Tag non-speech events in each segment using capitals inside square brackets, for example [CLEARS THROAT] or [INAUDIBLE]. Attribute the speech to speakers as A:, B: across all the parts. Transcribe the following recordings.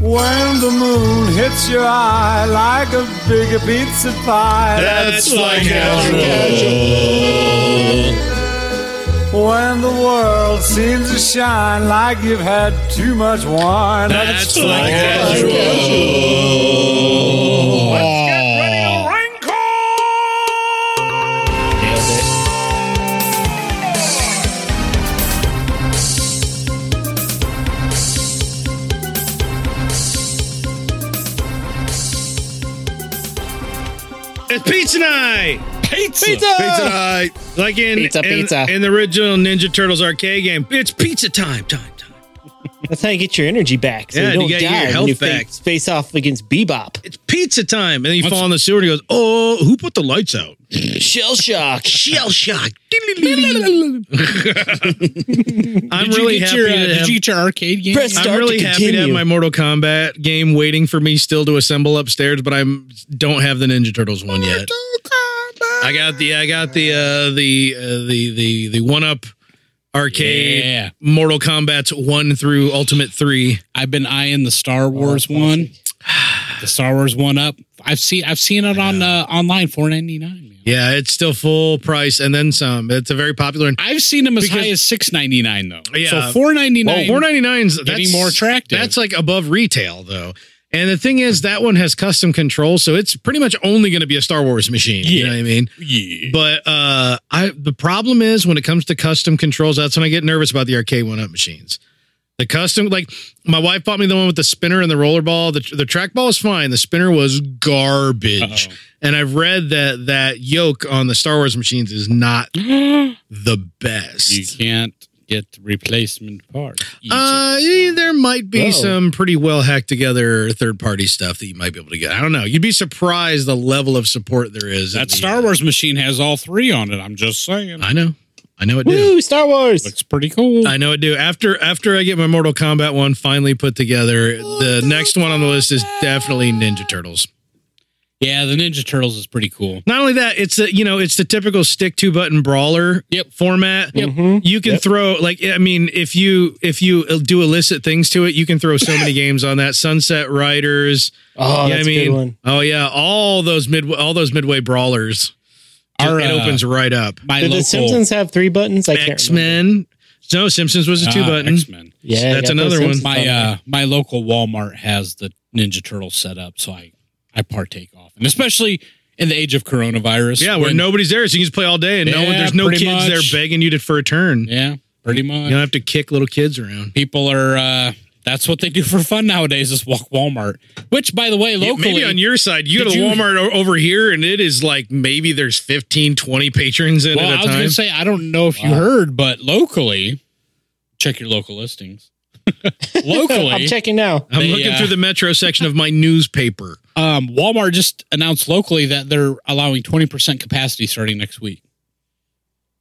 A: when the moon hits your eye like a big pizza pie.
B: That's fine,
A: When the world seems to shine like you've had too much wine.
B: That's fine, casual. It's pizza night.
C: Pizza.
B: Pizza.
D: Pizza night.
B: Like in
C: Pizza,
B: in,
C: pizza.
B: in the original Ninja Turtles arcade game, it's pizza time, time, time.
C: That's how you get your energy back. So
B: Yeah,
C: you
B: you
C: don't
B: gotta get your
C: die
B: health
C: when you
B: back.
C: face, face off against Bebop.
B: It's pizza time, and then you
D: What's-
B: fall in the sewer and he goes, "Oh, who put the lights out?"
C: Shell shock.
B: Shell shock.
D: did
B: I'm
D: you
B: really
D: get
B: happy
D: your, uh,
B: to
D: Did
B: have.
D: you get your arcade game?
C: Press-
B: I'm
C: start to
B: really happy to have
C: continue?
B: my Mortal Kombat game waiting for me still to assemble upstairs, but I am don't have the Ninja Turtles one yet. I got the I got the uh, the uh, the the the one up arcade
D: Yeah.
B: Mortal Kombat's one through Ultimate three.
D: I've been eyeing the Star Wars one. The Star Wars one up. I've seen I've seen it on uh, online four ninety nine. man.
B: Yeah, it's still full price and then some. It's a very popular and
D: I've seen them as
B: Because-
D: high as six ninety nine though.
B: Yeah.
D: So four ninety
B: well,
D: nine.
B: oh, four ninety nine's
D: Getting more attractive.
B: That's like above retail though. And the thing is, that one has custom control, so it's pretty much only going to be a Star Wars machine. You know
D: Yeah.
B: what I mean?
D: yeah.
B: But uh, I the problem is when it comes to custom controls, that's when I get nervous about the arcade one up machines. The custom, like my wife bought me the one with the spinner and the rollerball. The the trackball is fine. The spinner was garbage.
D: Uh-oh.
B: And I've read that that yoke on the Star Wars machines is
D: [GASPS]
B: not the best.
D: You can't get the replacement part.
B: Uh, eh, there might be
C: Whoa.
B: some pretty well hacked together third party stuff that you might be able to get. I don't know. You'd be surprised the level of support there is. in
D: that
B: the-
D: Star Wars machine has all three on it. I'm just saying.
B: I know. I know it do.
C: Woo, Star Wars.
D: Looks pretty
B: [LAUGHS]
D: cool.
B: I know it do. After after I get my Mortal Kombat one finally put together, the next one on the list is definitely Ninja Turtles.
D: yeah, the Ninja Turtles is pretty cool.
B: Not only that, it's a you know it's the typical stick two button brawler
D: Yep.
B: format.
C: Mhm.
B: You can
C: Yep.
B: throw like I mean, if you if you uh, do illicit things to it, you can throw so
C: [LAUGHS]
B: many games on that. Sunset Riders.
C: Oh,
B: Yeah,
C: that's
B: I
C: a
B: mean,
C: good one.
B: Oh yeah, all those mid all those midway brawlers.
D: Our,
B: it
D: uh,
B: opens right up.
D: My
C: Did
D: local
C: the Simpsons have three buttons? I can't
B: X Men. No, Simpsons was a
D: Ah,
B: two button.
D: X-Men.
B: That's
C: Yeah, I got those
B: another one.
C: Simpsons
D: My
C: on
D: uh, my local Walmart has the Ninja Turtle set up, so I I partake often, especially in the age of coronavirus.
B: yeah, where
D: when-
B: nobody's there, so you can just play all day, and no one,
D: Yeah,
B: there's no
D: pretty
B: kids
D: much.
B: there begging you to for a turn.
D: yeah, pretty much
B: You don't have to kick little kids around.
D: people are. uh That's what they do for fun nowadays is walk Walmart. Which, by the way,
B: Yeah,
D: locally,
B: maybe on your side, you go
D: Did
B: to
D: you-
B: Walmart o- over here, and it is like maybe there's 15, 20 patrons in
D: well, I
B: at
D: was
B: a time.
D: gonna say I don't know if you heard, but locally, check your local listings. [LAUGHS]
C: them. [LAUGHS] I'm
D: locally,
C: checking now.
B: I'm
D: they,
B: looking
D: uh,
B: through the metro section of my newspaper.
D: um, Walmart just announced locally that they're allowing twenty percent capacity starting next week.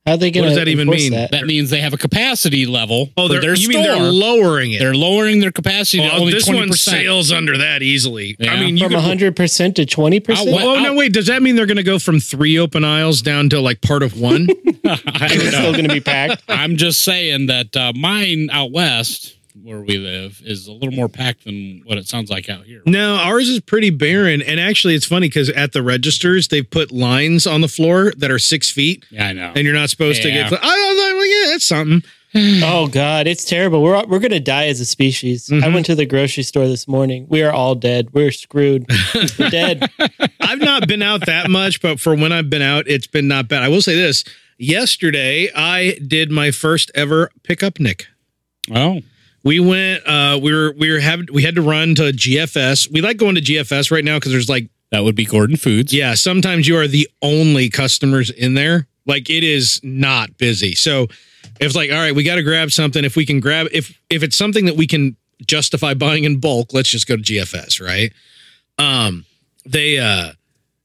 C: How are they going to
B: does that even mean?
C: That?
D: That means they have a capacity level.
B: Oh,
D: for
B: they're,
D: their
B: you mean they're
D: store.
B: lowering it?
D: They're lowering their capacity to
B: Oh,
D: only
B: this
D: twenty
B: one
D: percent.
B: sails under that easily. I
D: Yeah.
B: mean, you
C: From
B: could
C: 100% to 20%?
D: I
B: Well,
D: Well,
B: oh, no,
D: I'll-
B: wait. Does that mean they're going to go from three open aisles down to like part of [LAUGHS] one?
D: [LAUGHS] I
C: it's
D: don't
C: still
D: know.
C: going to
B: [LAUGHS]
C: be packed.
D: I'm just saying that uh, mine out west, where we live, is a little more packed than what it sounds like out here.
B: no, ours is pretty barren. And actually, it's funny because at the registers, they've put lines on the floor that are six feet,
D: Yeah, I know.
B: and you're not supposed
D: Yeah.
B: to get. I was like, yeah, that's something.
C: Oh God, it's terrible. We're we're gonna die as a species. I
B: Mhm.
C: went to the grocery store this morning. We are all dead.
B: [LAUGHS]
C: We're screwed. We're dead.
B: I've not been out that [LAUGHS] much, but for when I've been out, it's been not bad. I will say this. Yesterday, I did my first ever pickup nick.
D: Oh,
B: We went. Uh, we were. We were having. We had to run to GFS. We like going to GFS right now because there's like
D: that would be Gordon Foods.
B: Yeah, sometimes you are the only customers in there. Like it is not busy. So it's like, all right, we got to grab something. If we can grab, if if it's something that we can justify buying in bulk, let's just go to GFS, right? Um, they uh,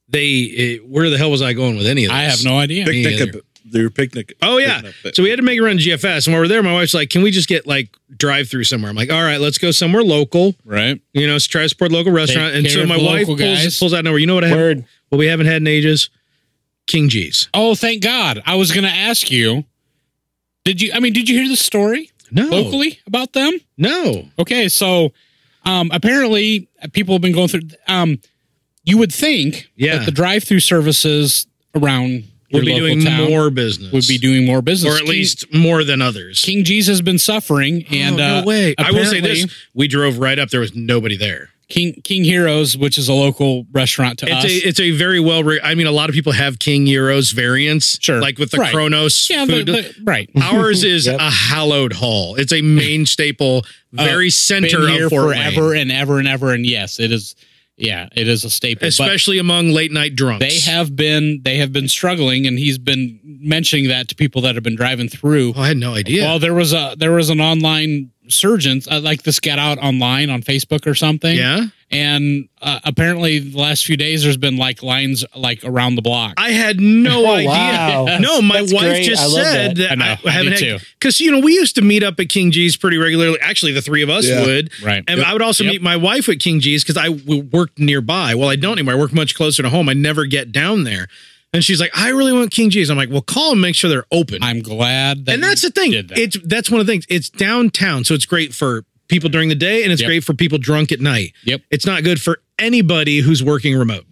B: they eh, where the hell was I going with any of this?
D: I have no idea.
B: Me
E: Picnic,
B: either.
E: up, their picnic.
B: Oh yeah. So we had to make a run to GFS, and while we're there, my wife's like, "Can we just get like drive through somewhere?" I'm like, "All right, let's go somewhere local.
D: right?
B: You know, try to support local restaurant." And
D: care
B: so
D: of
B: my
D: the
B: wife
D: local
B: pulls,
D: guys.
B: pulls out nowhere. You know what I have
C: Word.
B: well, we haven't had in ages. King G's.
D: Oh, thank God. I was going to ask you. Did you? I mean, did you hear the story
B: No.
D: locally about them?
B: No.
D: Okay, so Um, apparently, uh, people have been going through. Um, you would think
B: Yeah.
D: that the drive-through services around your
B: Would be
D: local
B: doing
D: town
B: more business.
D: would be doing more business,
B: or at
D: King-
B: least more than others.
D: King G's has been suffering, and uh,
B: Oh, no way. I will say this:
D: apparently,
B: we drove right up. There was nobody there.
D: King King Heroes, which is a local restaurant to
B: It's
D: us,
B: a it's a very well. Re- I mean, a lot of people have King Euros variants,
D: Sure.
B: like with the
D: Right.
B: Kronos
D: yeah, the,
B: food.
D: the, right. [LAUGHS]
B: Ours is
C: Yep.
B: a hallowed hall. It's a main staple, very center
D: Oh, Been here
B: of Fort Wayne,
D: forever and ever and ever, and yes, it is. Yeah, it is a staple. but-
B: especially among late night drunks.
D: they have been they have been struggling and he's been mentioning that to people that have been driving through
B: Oh, I had no idea.
D: well there was a there was an online surgeon uh, like this got out online on facebook or something
B: yeah,
D: and uh, apparently the last few days there's been like lines like around the block
B: I had no
C: Oh,
B: idea.
C: wow.
B: [LAUGHS] No, my
C: That's
B: wife
C: great. I
B: just
C: love
B: said
C: that.
B: that,
D: I know.
B: I
D: I
B: haven't
D: did
B: had
D: too.
B: because you know we used to meet up at King G's pretty regularly. Actually, the three of us
A: Yeah.
B: would.
D: right
B: And I would also
D: Yep.
B: meet my wife at King G's because I w- worked nearby. Well, I don't anymore. I work much closer to home. I never get down there. And she's like, I really want King G's. I'm like, well, call and make sure they're open.
D: i'm glad that
B: and that's
D: you
B: the thing.
D: did that.
B: It's that's one of the things. It's downtown, so it's great for people during the day, and it's
D: Yep.
B: great for people drunk at night.
D: Yep.
B: It's not good for anybody who's working remote,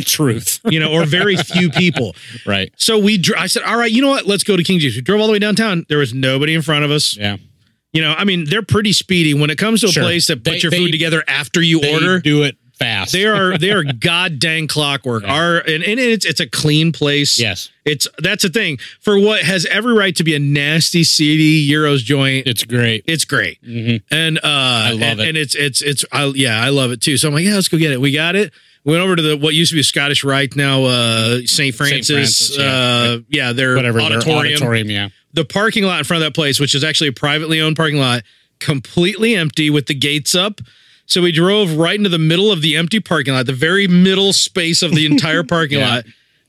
D: truth
B: you know, or very few
D: [LAUGHS]
B: people.
D: right
B: So we, dr- I said, all right, you know what? Let's go to King G's. We drove all the way downtown. There was nobody in front of us.
D: yeah
B: You know, I mean, they're pretty speedy when it comes to a
D: Sure.
B: place that puts
D: They-
B: your
D: they-
B: food together after you
D: They
B: order.
D: do it fast
B: They
D: [LAUGHS]
B: are they are goddamn clockwork.
D: Yeah.
B: Our and, and it's it's a clean place.
D: yes
B: It's that's the thing. For what has every right to be a nasty, seedy Euros joint,
D: it's great
B: it's great.
D: hmm
B: And uh I
D: love
B: and,
D: it.
B: and it's it's it's I, yeah, I love it too. So I'm like, yeah, let's go get it. We got it. We went over to the what used to be Scottish Rite, now uh St. Francis,
D: Francis, yeah.
B: uh yeah, their
D: whatever their
B: auditorium
D: auditorium yeah
B: the parking lot in front of that place, which is actually a privately owned parking lot, completely empty with the gates up. So we drove right into the middle of the empty parking lot, the very middle space of the
D: [LAUGHS]
B: entire parking
D: Yeah.
B: lot.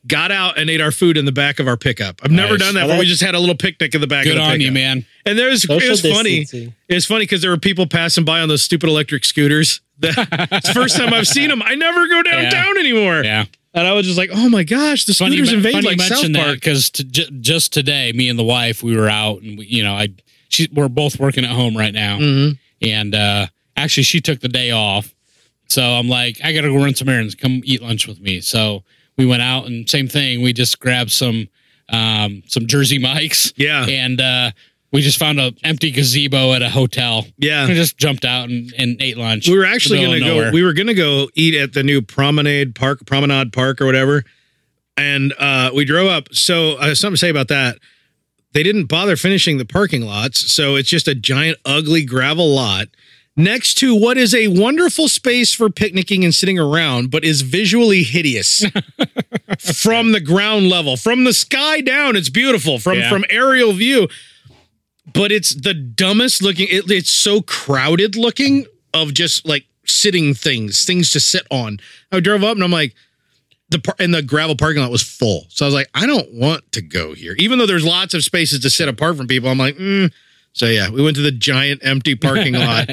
B: Got out and ate our food in the back of our pickup. I've never
D: Nice.
B: done that.
C: Oh,
B: Where we
C: that-
B: just had a little picnic in the back. of
D: good
B: the
D: on you
B: pickup.
D: man
B: And there's it
C: Social
B: was funny.
C: distancing.
B: It's funny because there were people passing by on those stupid electric scooters. [LAUGHS] That- it's the first time I've seen them. I never go downtown anymore.
D: yeah
B: And I was just like, oh my gosh, the scooters
D: you-
B: invade
D: you
B: like South
D: mentioned that
B: Park.
D: because to, ju- just today, me and the wife, we were out and we, you know, I, she, we're both working at home right now,
B: Mhm.
D: and uh, actually, she took the day off, so I'm like, I gotta go run some errands. Come eat lunch with me. So we went out and same thing. We just grabbed some um, some Jersey Mikes,
B: Yeah.
D: and uh, we just found a empty gazebo at a hotel.
B: Yeah.
D: We just jumped out and, and ate lunch.
B: We were
D: in the
B: actually
D: middle
B: gonna
D: of
B: go.
D: nowhere.
B: We were gonna go eat at the new Promenade Park, Promenade Park, or whatever. And uh, we drove up. So uh, something to say about that. They didn't bother finishing the parking lots, so it's just a giant, ugly gravel lot next to what is a wonderful space for picnicking and sitting around, but is visually hideous from the ground level, from the sky down. It's beautiful from
D: Yeah.
B: from aerial view but it's the dumbest looking it, it's so crowded looking of just like sitting things things to sit on i drove up and i'm like the par- and the gravel parking lot was full so i was like i don't want to go here even though there's lots of spaces to sit apart from people i'm like mm. so yeah we went to the giant empty parking lot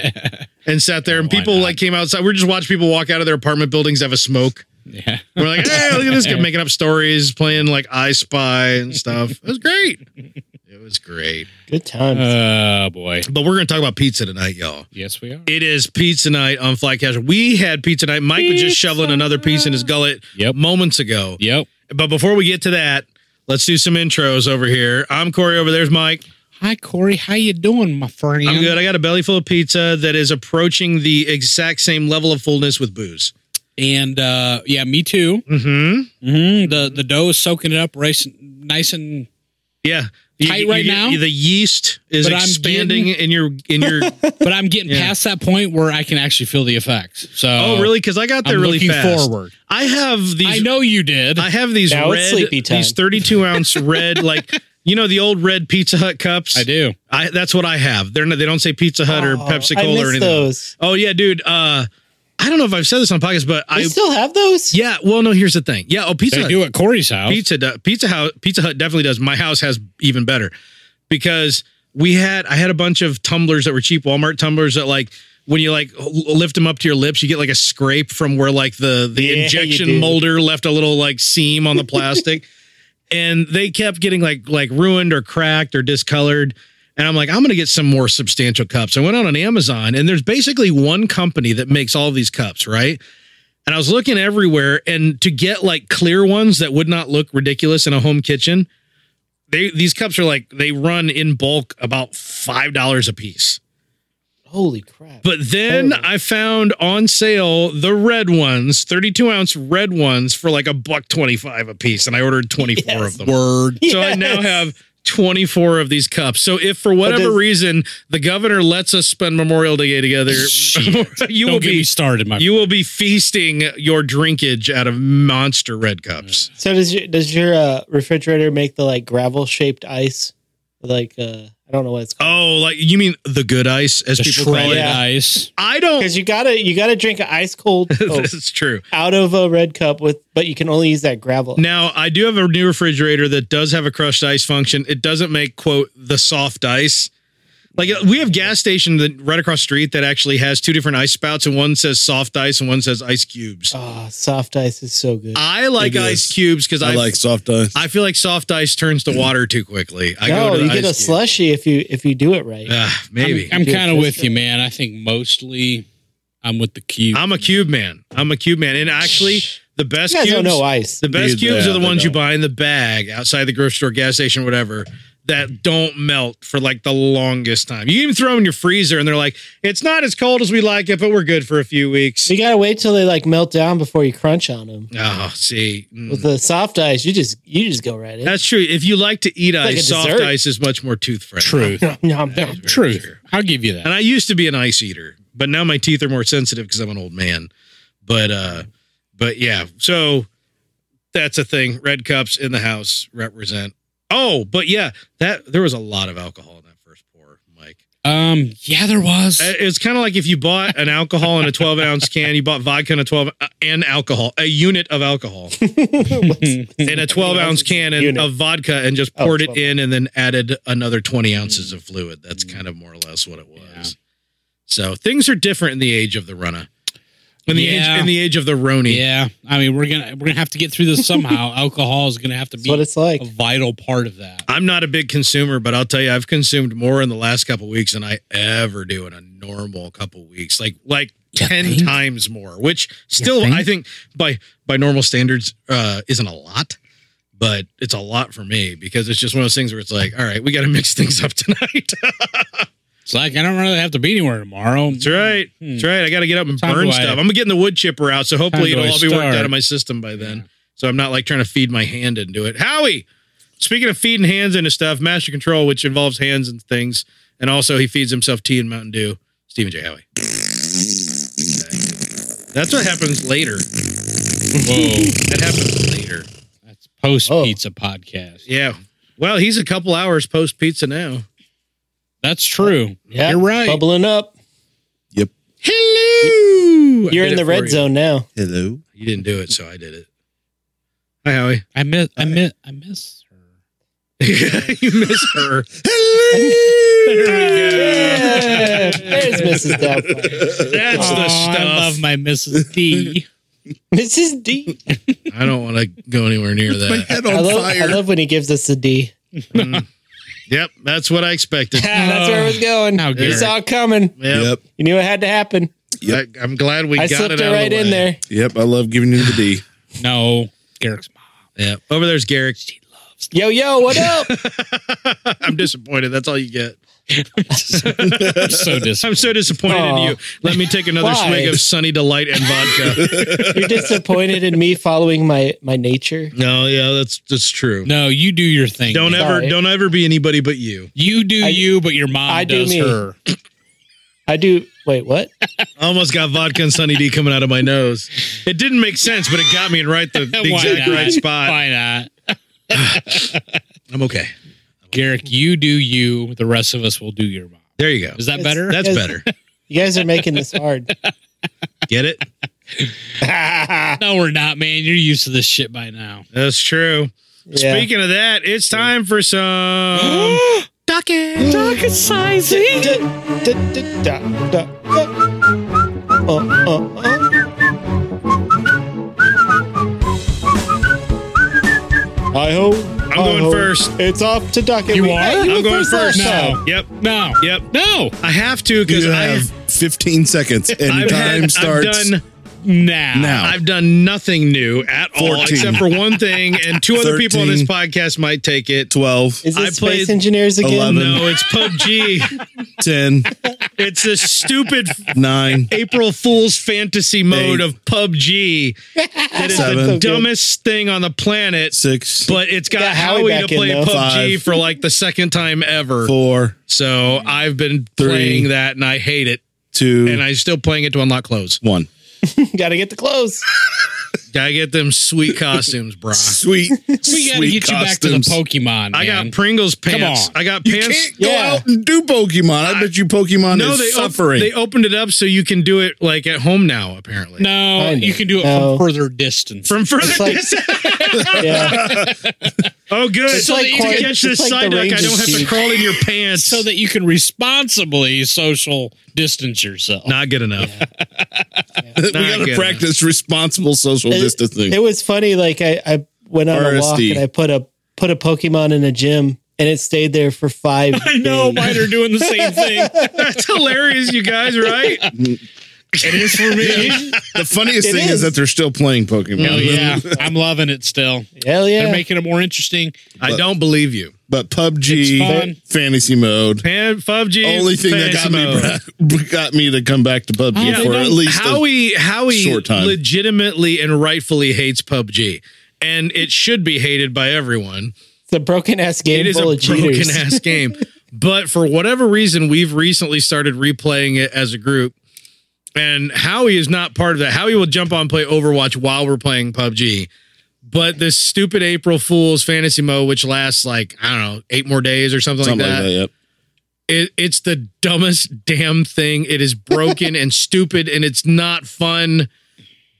B: and sat there and
D: Why
B: people
D: not?
B: like came outside we're just watching people walk out of their apartment buildings have a smoke
D: [LAUGHS] yeah.
B: we're [LAUGHS] like hey look at this guy making up stories playing like i spy and stuff it was great it was great
C: Good
B: Uh,
C: times.
D: Oh boy.
B: but we're going to talk about pizza tonight, y'all.
D: Yes, we are.
B: It is pizza night on Fly Casual. We had pizza night. Mike was just shoveling another piece in his gullet
D: Yep.
B: moments ago.
D: Yep.
B: But before we get to that, let's do some intros over here. I'm Corey. Over there's Mike.
D: Hi, Corey. How you doing, my friend?
B: I'm good. I got a belly full of pizza that is approaching the exact same level of fullness with booze.
D: And uh, yeah, me too.
B: Mm-hmm.
D: Mm-hmm. The the dough is soaking it up, rice, nice and
B: Yeah.
D: Tight right now?
B: The yeast is
D: But I'm
B: expanding in your in
D: [LAUGHS]
B: your. oh,
D: but I'm
B: [LAUGHS]
D: getting
B: Yeah.
D: past that point where I can actually feel the effects. So
B: oh, really? Because I got there
D: I'm
B: really
D: looking
B: fast.
D: forward.
B: I have these.
D: I know you did.
B: I have these
C: Now it's
B: red,
C: sleepy time.
B: these 32
D: [LAUGHS]
B: ounce red, like you know the old red Pizza Hut cups.
D: I do.
B: I, that's what I have. They're not, they don't say Pizza Hut or
C: Oh,
B: Pepsi
C: I
B: Cola
C: miss
B: or anything.
C: Those.
B: Oh yeah, dude. Uh, I don't know if I've said this on podcast, but
C: They
B: I
C: still have those?
B: yeah. Well, no. Here's the thing. Yeah. Oh, Pizza
D: They
B: Hut.
D: do at Corey's house.
B: Pizza do- Pizza House Pizza Hut definitely does. My house has even better because we had I had a bunch of tumblers that were cheap Walmart tumblers that like when you like l- lift them up to your lips, you get like a scrape from where like the the
C: Yeah, you
B: injection
C: do.
B: molder left a little like seam
C: [LAUGHS]
B: on the plastic, and they kept getting like like ruined or cracked or discolored. And I'm like, I'm going to get some more substantial cups. I went on an Amazon and there's basically one company that makes all these cups, right? And I was looking everywhere and to get like clear ones that would not look ridiculous in a home kitchen, they these cups are like they run in bulk about $5 a piece.
C: Holy crap!
B: But then
D: Oh.
C: Terrible.
B: I found on sale the red ones, 32 ounce red ones for like a buck 25 a piece. And I ordered 24
C: Yes.
B: of them.
D: Word.
B: So I now
C: Yes.
B: have 24 of these cups. So if for whatever
C: does-
B: reason the governor lets us spend Memorial Day together, [LAUGHS]
D: [LAUGHS] Shit.
B: you
D: Don't
B: will
D: get
B: be
D: me started, my.
B: you will be feasting your drinkage out of monster red cups.
C: So does your does your uh, refrigerator make the like gravel shaped ice? Like uh, I don't know what it's called.
B: Oh, like you mean the good ice as
D: the
B: people call
D: shredded
B: it?
C: Yeah.
D: ice.
B: I don't.
C: Because you gotta you gotta drink it
B: [LAUGHS]
C: ice cold oh,
B: Oh. this is true.
C: out of a red cup with, but you can only use that gravel.
B: Now, I do have a new refrigerator that does have a crushed ice function. It doesn't make quote the soft ice. Like uh, we have gas station that right across the street that actually has two different ice spouts, and one says soft ice and one says ice cubes.
C: Oh, soft ice is so good.
B: I like
E: It is.
B: ice cubes because I,
E: I like soft ice.
B: I feel like soft ice turns to water too quickly. I
C: no,
B: the
C: you get a
B: ice cube.
C: slushy if you if you do it right.
B: Ah, maybe I'm,
D: I'm, I'm
C: Dude,
D: kind of
C: that's
D: with
C: the-
D: you, man. I think mostly I'm with the cube.
B: a cube man. I'm a cube man, and actually the best
C: you guys
B: cubes
C: don't know ice.
B: The best
E: Dude,
B: cubes
E: yeah,
B: are the
E: they
B: ones you
E: don't.
B: buy in the bag outside the grocery store, gas station, whatever, that don't melt for like the longest time. You even throw them in your freezer and they're like, it's not as cold as we like it, but we're good for a few weeks.
C: you gotta wait till they like melt down before you crunch on them.
B: Oh, see. mm.
C: With the soft ice, you just you just go right in.
B: That's true. If you like to eat
C: like a
B: ice, soft
C: dessert.
B: ice is much more tooth friendly. [LAUGHS]
D: Truth.
C: Nom, nom.
D: Truth. I'll give you
B: And
D: that.
B: I used to be an ice eater, but now my teeth are more sensitive because I'm an old man. But uh but yeah, so that's a thing. Red cups in the house represent. Oh, but yeah, that there was a lot of alcohol in that first pour, Mike.
D: Um. Yeah, there was.
B: Uh, It's kind of like if you bought an alcohol in a 12 ounce can, you bought vodka in a 12 uh, and alcohol, a unit of alcohol
C: Hmm.
B: [LAUGHS] in a 12 ounce can and
C: Unit.
B: of vodka, and just
C: Oh,
B: poured it
C: 12.
B: in and then added another 20 ounces of fluid. That's kind of more or less what it was.
D: Mm. Yeah.
B: So things are different in the age of the runner. In the
D: Yeah.
B: age in the age of the Roni.
D: yeah. I mean, we're gonna we're gonna have to get through
C: [LAUGHS]
D: this somehow. Alcohol is gonna have to
C: That's what
D: be
C: it's like.
D: a vital part of that.
B: I'm not a big consumer, but I'll tell you, I've consumed more in the last couple weeks than I ever do in a normal couple weeks. Like like ten
D: think?
B: times more, which still
D: think?
B: I think by by normal standards uh, isn't a lot, but it's a lot for me because it's just one of those things where it's like, all right, we got to mix [LAUGHS] things up tonight. [LAUGHS]
D: It's like I don't really have to be anywhere tomorrow.
B: That's right.
C: Hmm.
B: That's right. I got to get up and
D: Time
B: burn
D: do I-
B: stuff. I'm gonna get in the wood chipper out, so hopefully
D: do
B: it'll
D: I
B: all be worked out
D: start?
B: of my system by then. So I'm not like trying to feed my hand into it. Howie, speaking of feeding hands into stuff, Master Control, which involves hands and things, and also he feeds himself tea and Mountain Dew. Stephen J. Howie. That's what happens later.
D: Whoa.
B: That happens later.
D: That's post
C: Whoa.
D: pizza podcast.
B: Yeah. Well, he's a couple hours post pizza now.
D: That's true.
C: Yeah,
D: You're right.
C: Bubbling up.
E: Yep.
B: Hello. I
C: You're
B: did
C: in
B: it
C: the
B: for
C: red
B: you. [LAUGHS]
C: zone now.
E: Hello.
B: You didn't do it, so I did it. Hi, Howie.
D: I miss. I miss. I miss her.
B: [LAUGHS] you miss her.
C: Yeah, there's Mrs. Doubtfire.
B: [LAUGHS] That's
D: Aw,
B: the
D: I love
B: stuff.
D: my
C: [LAUGHS]
D: Mrs. D.
C: Mrs. D.
B: I don't want to go anywhere [LAUGHS] near
E: My
B: that.
E: head
C: I
E: on
C: love, I
E: fire.
C: love when he gives us a D.
B: Mm. yep, that's what I [LAUGHS] expected.
C: Ah, that's where it was going.
D: How
C: You
B: oh, dare.
C: saw it coming.
B: Yep.
E: Yep.
C: You knew it had to happen.
E: Yep.
B: I, am glad we
C: I
B: got
C: slipped
B: it
C: it,
B: out of
C: right
B: the
C: in
B: way.
C: there.
E: Yep. I love giving you the [LAUGHS] D.
D: No, Garrick's mom.
B: Yep. [LAUGHS] Over there's Garrick.
C: Yo, yo, what up?
B: I'm disappointed. That's all you get.
D: I'm
C: [LAUGHS]
D: so
B: I'm
D: disappointed.
B: so disappointed in
C: Aw.
B: you. Let me take [LAUGHS] another
C: Why?
B: swig of Sunny Delight and vodka.
C: You're disappointed in me following my my nature.
B: [LAUGHS] no, yeah, that's that's true.
D: No, you do your thing.
B: Don't
D: man.
B: ever
C: Sorry.
B: don't ever be anybody but you.
D: You do
C: I-
D: you, but your mom
C: I do
D: does
C: me. [LAUGHS]
D: her.
C: I do. Wait, what?
B: I almost got vodka and Sunny D coming out of my nose. It didn't make sense, but it got me in right [LAUGHS] the, the
D: Why
B: exact
D: not?
B: right spot.
D: Why not?
B: I'm okay.
D: Garrick, you do you. The rest of us will do your mom.
B: There you go.
D: Is that
C: It's-
D: better?
B: That's
C: Yes.
B: better.
C: You guys are making
B: [LAUGHS]
C: this hard.
B: Get it?
D: no, we're not, man. You're used to this shit by now.
B: That's true.
E: [LAUGHS]
C: Yeah.
B: Speaking of that, it's time for some docket. docket.
C: Da- da- da- da- da- da. Uh, uh, uh. Hi ho.
B: I'm I'm going first.
C: It's off to Duck.
D: You are?
C: Hey, you
D: I'm
B: I'm
C: went
B: going first.
C: last
B: No.
C: time.
B: Yep.
D: No.
B: Yep.
D: No.
B: I have to because
E: You have
B: I've
E: 15 seconds, and
B: I've
E: time
B: had- I've
E: starts
B: done-
D: Now.
E: now.
B: I've done nothing new at all
E: 14.
B: except for one thing, and two other people on this
E: 13.
B: podcast might take it.
E: 12,
C: Is it
B: I
C: Space
B: played
C: Engineers again?
E: 11.
B: No, it's
E: [LAUGHS]
B: PUBG.
E: 10,
B: it's a stupid
E: 9,
B: April Fool's fantasy mode
E: Eight.
B: of PUBG. That is the
E: Seven.
B: dumbest thing on the planet.
E: 6,
B: But it's got,
C: Got Howie
B: Howie, to
C: back in,
B: play
C: though.
B: PUBG
E: Five.
B: for like the second time ever.
E: 4,
B: So I've been
E: Three.
B: playing that and I hate it.
E: 2,
B: And I'm still playing it to unlock clothes.
E: 1.
C: [LAUGHS] Gotta get
B: [LAUGHS]
C: the clothes.
B: Gotta get them sweet costumes, bro.
E: Sweet.
D: We got to
E: sweet
D: get you back
E: costumes.
D: to the Pokemon.
B: I
D: man.
B: got Pringles pants.
D: on.
B: I got
E: You
B: pants.
E: can't go
C: Yeah.
E: out and do Pokemon. I, bet you Pokemon
B: No,
E: is
B: they op-
E: suffering.
B: they opened it up so you can do it like at home now. Apparently,
D: No,
C: Kinda.
D: you can do it
C: No.
D: from further distance.
B: from further
C: like-
B: distance.
C: Yeah.
B: Oh, good.
C: It's
B: so
C: like
B: that you
C: quite-
B: can catch
C: it's
B: this
C: like the
B: side duck. I
C: Rangers
B: don't have to
C: team.
B: crawl in your pants.
D: so that you can responsibly social distance yourself.
B: not good enough.
E: [LAUGHS] we
B: Nah,
E: got
B: good
E: to practice responsible social distancing.
C: it, it was funny. Like I, I went on a walk
E: RSD.
C: and I put a put a Pokemon in a gym and it stayed there
B: [LAUGHS]
C: for five.
D: I know
C: days.
D: mine are doing the same
C: [LAUGHS]
D: thing.
B: [LAUGHS] That's hilarious, you guys. Right?
D: It is for me.
E: the funniest
C: It
E: thing is.
C: is.
E: that they're still playing Pokemon.
D: Hell Mm, yeah. I'm loving it still.
C: Hell yeah!
D: They're making it more interesting.
B: [LAUGHS] I don't believe you.
E: But
D: It's fun.
E: PUBG fantasy mode.
B: Pan PUBG.
E: Only thing that got
B: fantasy mode.
E: me [LAUGHS] got me to come back to PUBG
D: Oh, they
E: for
D: don't-
E: at least a-
B: Howie Howie
E: short time.
B: legitimately and rightfully hates PUBG, and it should be hated by everyone.
C: it's a broken ass game
B: It is a
C: full of
B: broken
C: cheaters. [LAUGHS]
B: ass game. But for whatever reason, we've recently started replaying it as a group. And Howie is not part of that. Howie will jump on and play Overwatch while we're playing PUBG. But this stupid April Fool's fantasy mode, which lasts like, I don't know, eight more days or something,
E: something
B: like that.
E: Yep.
B: It, it's the dumbest damn thing. It is broken
E: [LAUGHS]
B: and stupid and it's not fun.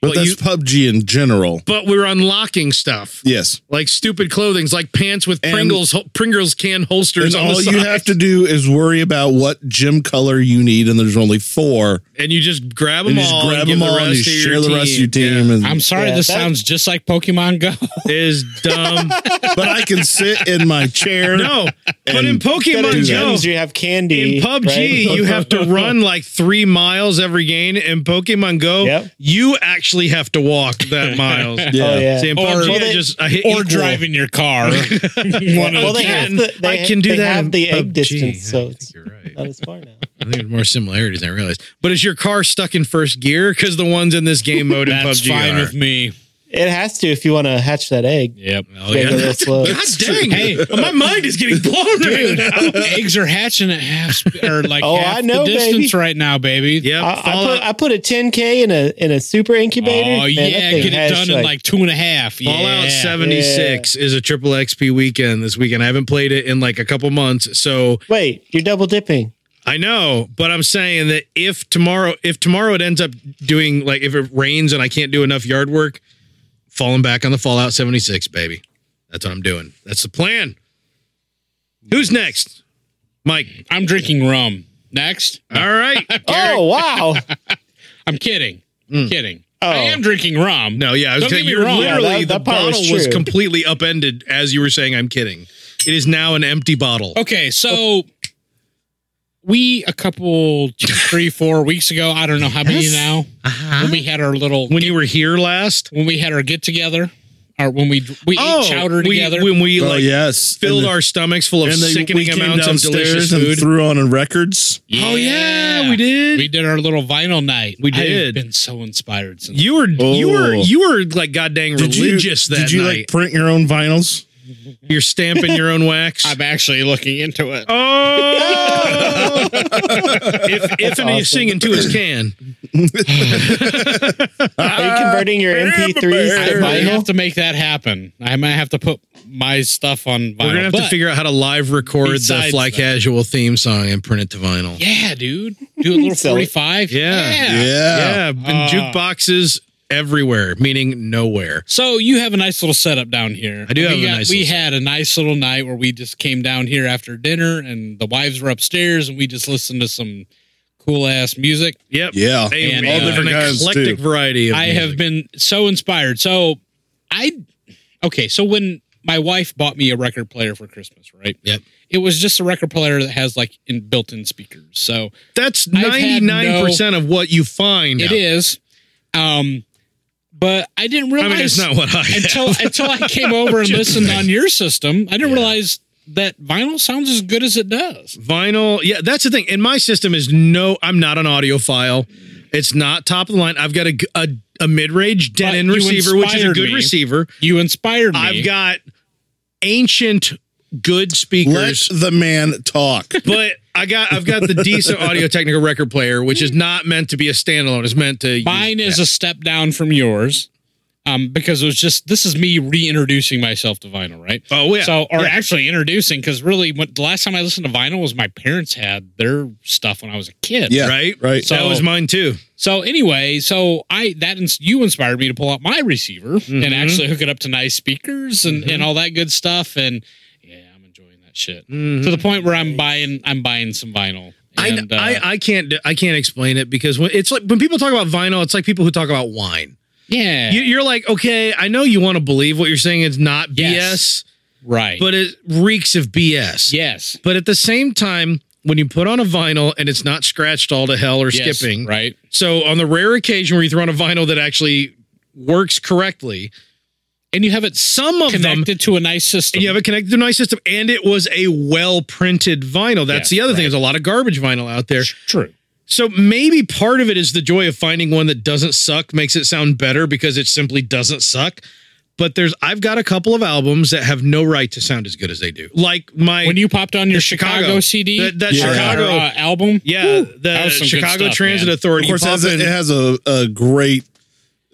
E: But,
B: But
E: that's
B: you-
E: PUBG in general.
B: But we're unlocking stuff
E: Yes.
B: like stupid clothings, like pants with
E: And-
B: Pringles, Pringles can holsters
E: And
B: on
E: all
B: the
E: you
B: side.
E: have to do is worry about what gym color you need, and there's only four.
B: and you just grab them
E: And you just
B: all,
E: grab
B: and give
E: them all
B: the
E: and you
B: rest to
E: share
B: your
E: the
B: team.
E: rest of your team. And,
D: I'm sorry
C: Yeah,
D: this
C: that-
D: sounds just like Pokemon
B: [LAUGHS]
D: Go.
E: [LAUGHS]
B: Yeah. is dumb.
E: but I can sit
B: [LAUGHS]
E: in my chair.
B: no, but in
E: And
C: But in
B: Pokemon Go,
C: gyms, you have candy.
B: in PUBG,
C: right?
B: you have
E: [LAUGHS]
B: to run like three miles every game. In Pokemon Go,
C: Yep.
B: you actually have to walk that [LAUGHS] miles.
E: Yeah.
C: Oh yeah.
B: See, in
D: Or-
B: PUBG,
D: Well,
B: I
C: they-
B: just I hit
D: or
B: equal.
D: drive in
B: [LAUGHS]
D: your car. One of
C: Well,
D: the
C: they
D: two.
C: have
B: Can.
C: the, they
B: I can do
C: they
B: that. in
C: Have the egg
B: PUBG.
C: distance,
B: I
C: so
B: think
C: it's
B: you're right.
C: not as far now.
B: I think there's more similarities than I realized. But is your car stuck in first gear? Because the ones in this game mode in
D: That's
B: PUBG
D: fine
B: are.
D: with me.
C: It has to if you want to hatch that egg.
D: Yep.
B: Oh,
C: Gotta
B: yeah. [LAUGHS]
C: go real slow.
B: God dang! Hey, my mind is getting blown right
C: [LAUGHS]
B: now.
D: Eggs are hatching at half sp- or like
C: Oh,
D: half
C: I know,
D: the
C: baby.
D: distance right now, baby.
B: Yeah,
C: I, I
B: Fallout,
C: put I put a 10k in a in a super incubator.
D: Oh
C: Man, that
D: yeah,
C: thing
D: get it
C: hatched,
D: done in like two and a half. Yeah.
B: Fallout 76 is a triple XP weekend this weekend. I haven't played it in like a couple months, so
C: Wait, you're double dipping.
B: I know. But I'm saying that if tomorrow, if tomorrow it ends up doing like if it rains and I can't do enough yard work, falling back on the Fallout 76, baby. That's what I'm doing. That's the plan. Who's next? Mike.
D: I'm drinking rum. Next,
B: All right.
C: Oh
D: [LAUGHS]
C: wow!
D: I'm kidding. Kidding.
C: Oh.
D: I am drinking
B: [LAUGHS]
D: rum.
B: No, yeah, I was
D: Don't
B: kidding.
D: get me
B: You were
D: wrong.
B: literally
C: Yeah, that-
B: the
C: that part was
B: bottle was
C: true.
B: completely upended as you were saying. I'm kidding. It is now an empty bottle.
D: Okay, so we a couple two, three, four weeks ago. I don't know how many
B: Yes.
D: now.
C: Uh-huh.
D: When we had our little
B: When you were here last, oh,
D: when we had our get together, or when we we
C: Oh,
D: ate chowder
B: we-
D: together.
B: when we
E: Oh,
B: like
E: yes.
B: filled
E: and
B: our stomachs full of
E: and they,
B: sickening
E: we came
B: amounts of delicious
E: downstairs and
B: food.
E: threw on a records.
B: Oh, yeah, we did.
D: We did our little vinyl night.
B: We
D: I have
B: did.
D: been so inspired since.
B: you were you
E: Oh.
B: were you were like goddamn religious
E: you,
B: that
E: Did you
B: night.
E: like print your own vinyls?
B: You're stamping your own [LAUGHS] wax.
D: I'm actually looking into it.
B: Oh,
E: [LAUGHS]
B: if if and
C: awesome.
B: he's singing to his can,
C: Are you converting your MP3s
D: I
C: to
D: might have
C: vinyl?
D: to make that happen. I might have to put my stuff on vinyl.
B: we're gonna have to
D: but-
B: figure out how to live record the
D: Besides
B: Fly
D: that.
B: Casual theme song and print it to vinyl.
D: Yeah, dude.
B: [LAUGHS]
D: Do a little
C: Sell it.
D: 45.
B: Yeah.
D: yeah.
E: Yeah.
B: Yeah, and
D: Ah.
B: jukeboxes everywhere, meaning nowhere.
D: So you have a nice little setup down here.
B: I do
D: we
B: have a nice
D: We
B: little
D: had a nice little night where we just came down here after dinner, and the wives were upstairs, and we just listened to some cool ass music.
B: Yep.
E: Yeah.
B: A-
D: And,
B: an
D: uh,
E: different kinds,
B: eclectic
E: too.
B: variety. Of
D: I have
B: music.
D: been so inspired. So I okay. So when my wife bought me a record player for Christmas, right?
B: Yep.
D: It was just a record player that has like in built-in speakers. So
B: That's
D: I've had
B: 99% of what you find.
D: it
B: out.
D: is. Um but I didn't
B: I
D: realize
B: mean, it's not what I have.
D: until until I came over and listened on your system, I didn't realize that vinyl sounds as good as it
B: [LAUGHS]
D: does.
B: vinyl. Yeah, that's the thing. And my system is no, I'm not an audiophile. It's not top of the line. I've got a g- a, a mid range dead
D: But
B: end
D: you
B: receiver, which is a
D: inspired
B: good
D: me.
B: receiver.
D: You inspired me.
B: I've got ancient good
E: Let
B: speakers,
E: the man talk.
B: but I got I've got the decent Audio Technica record player, which is not meant to be a standalone. It's meant to.
D: Mine is a step down from yours. Um, because it was just this is me reintroducing myself to vinyl, right?
B: Oh, yeah.
D: So or
B: Yeah.
D: actually introducing because really when, the last time I listened to vinyl was my parents had their stuff when I was a kid.
E: Yeah.
B: right,
E: Right.
B: that was mine too.
D: So anyway, so I that ins- you inspired me to pull out my receiver
B: Mm-hmm.
D: and actually hook it up to nice speakers and, and all that good stuff. And yeah, I'm enjoying that shit
B: Mm-hmm.
D: to the point where I'm buying I'm buying some vinyl.
B: I,
D: And,
B: I
D: uh,
B: I can't I can't explain it because when it's like when people talk about vinyl, it's like people who talk about wine.
D: yeah,
B: You, you're like, okay, I know you want to believe what you're saying is not BS.
D: Yes. right.
B: but it reeks of BS.
D: yes,
B: But at the same time, when you put on a vinyl and it's not scratched all to hell or
D: Yes,
B: skipping,
D: right?
B: so on the rare occasion where you throw on a vinyl that actually works correctly,
D: And you have it
B: some of them
D: connected to a nice system.
B: and you have it connected to a nice system, and it was a well printed vinyl. That's
D: Yeah,
B: the other thing.
D: right.
B: There's a lot of garbage vinyl out there.
D: True.
B: So maybe part of it is the joy of finding one that doesn't suck makes it sound better because it simply doesn't suck. But there's I've got a couple of albums that have no right to sound as good as they do. Like my
D: When you popped on your
B: Chicago.
D: Chicago, CD,
B: That- that
D: or,
B: Chicago-
D: uh, album,
B: Yeah,
D: that
B: the
D: was some good
B: Chicago
D: stuff,
B: Transit
D: man.
B: Authority.
E: Of course,
B: you,
E: it has,
B: pop
E: a,
B: in-
E: it has a, a great.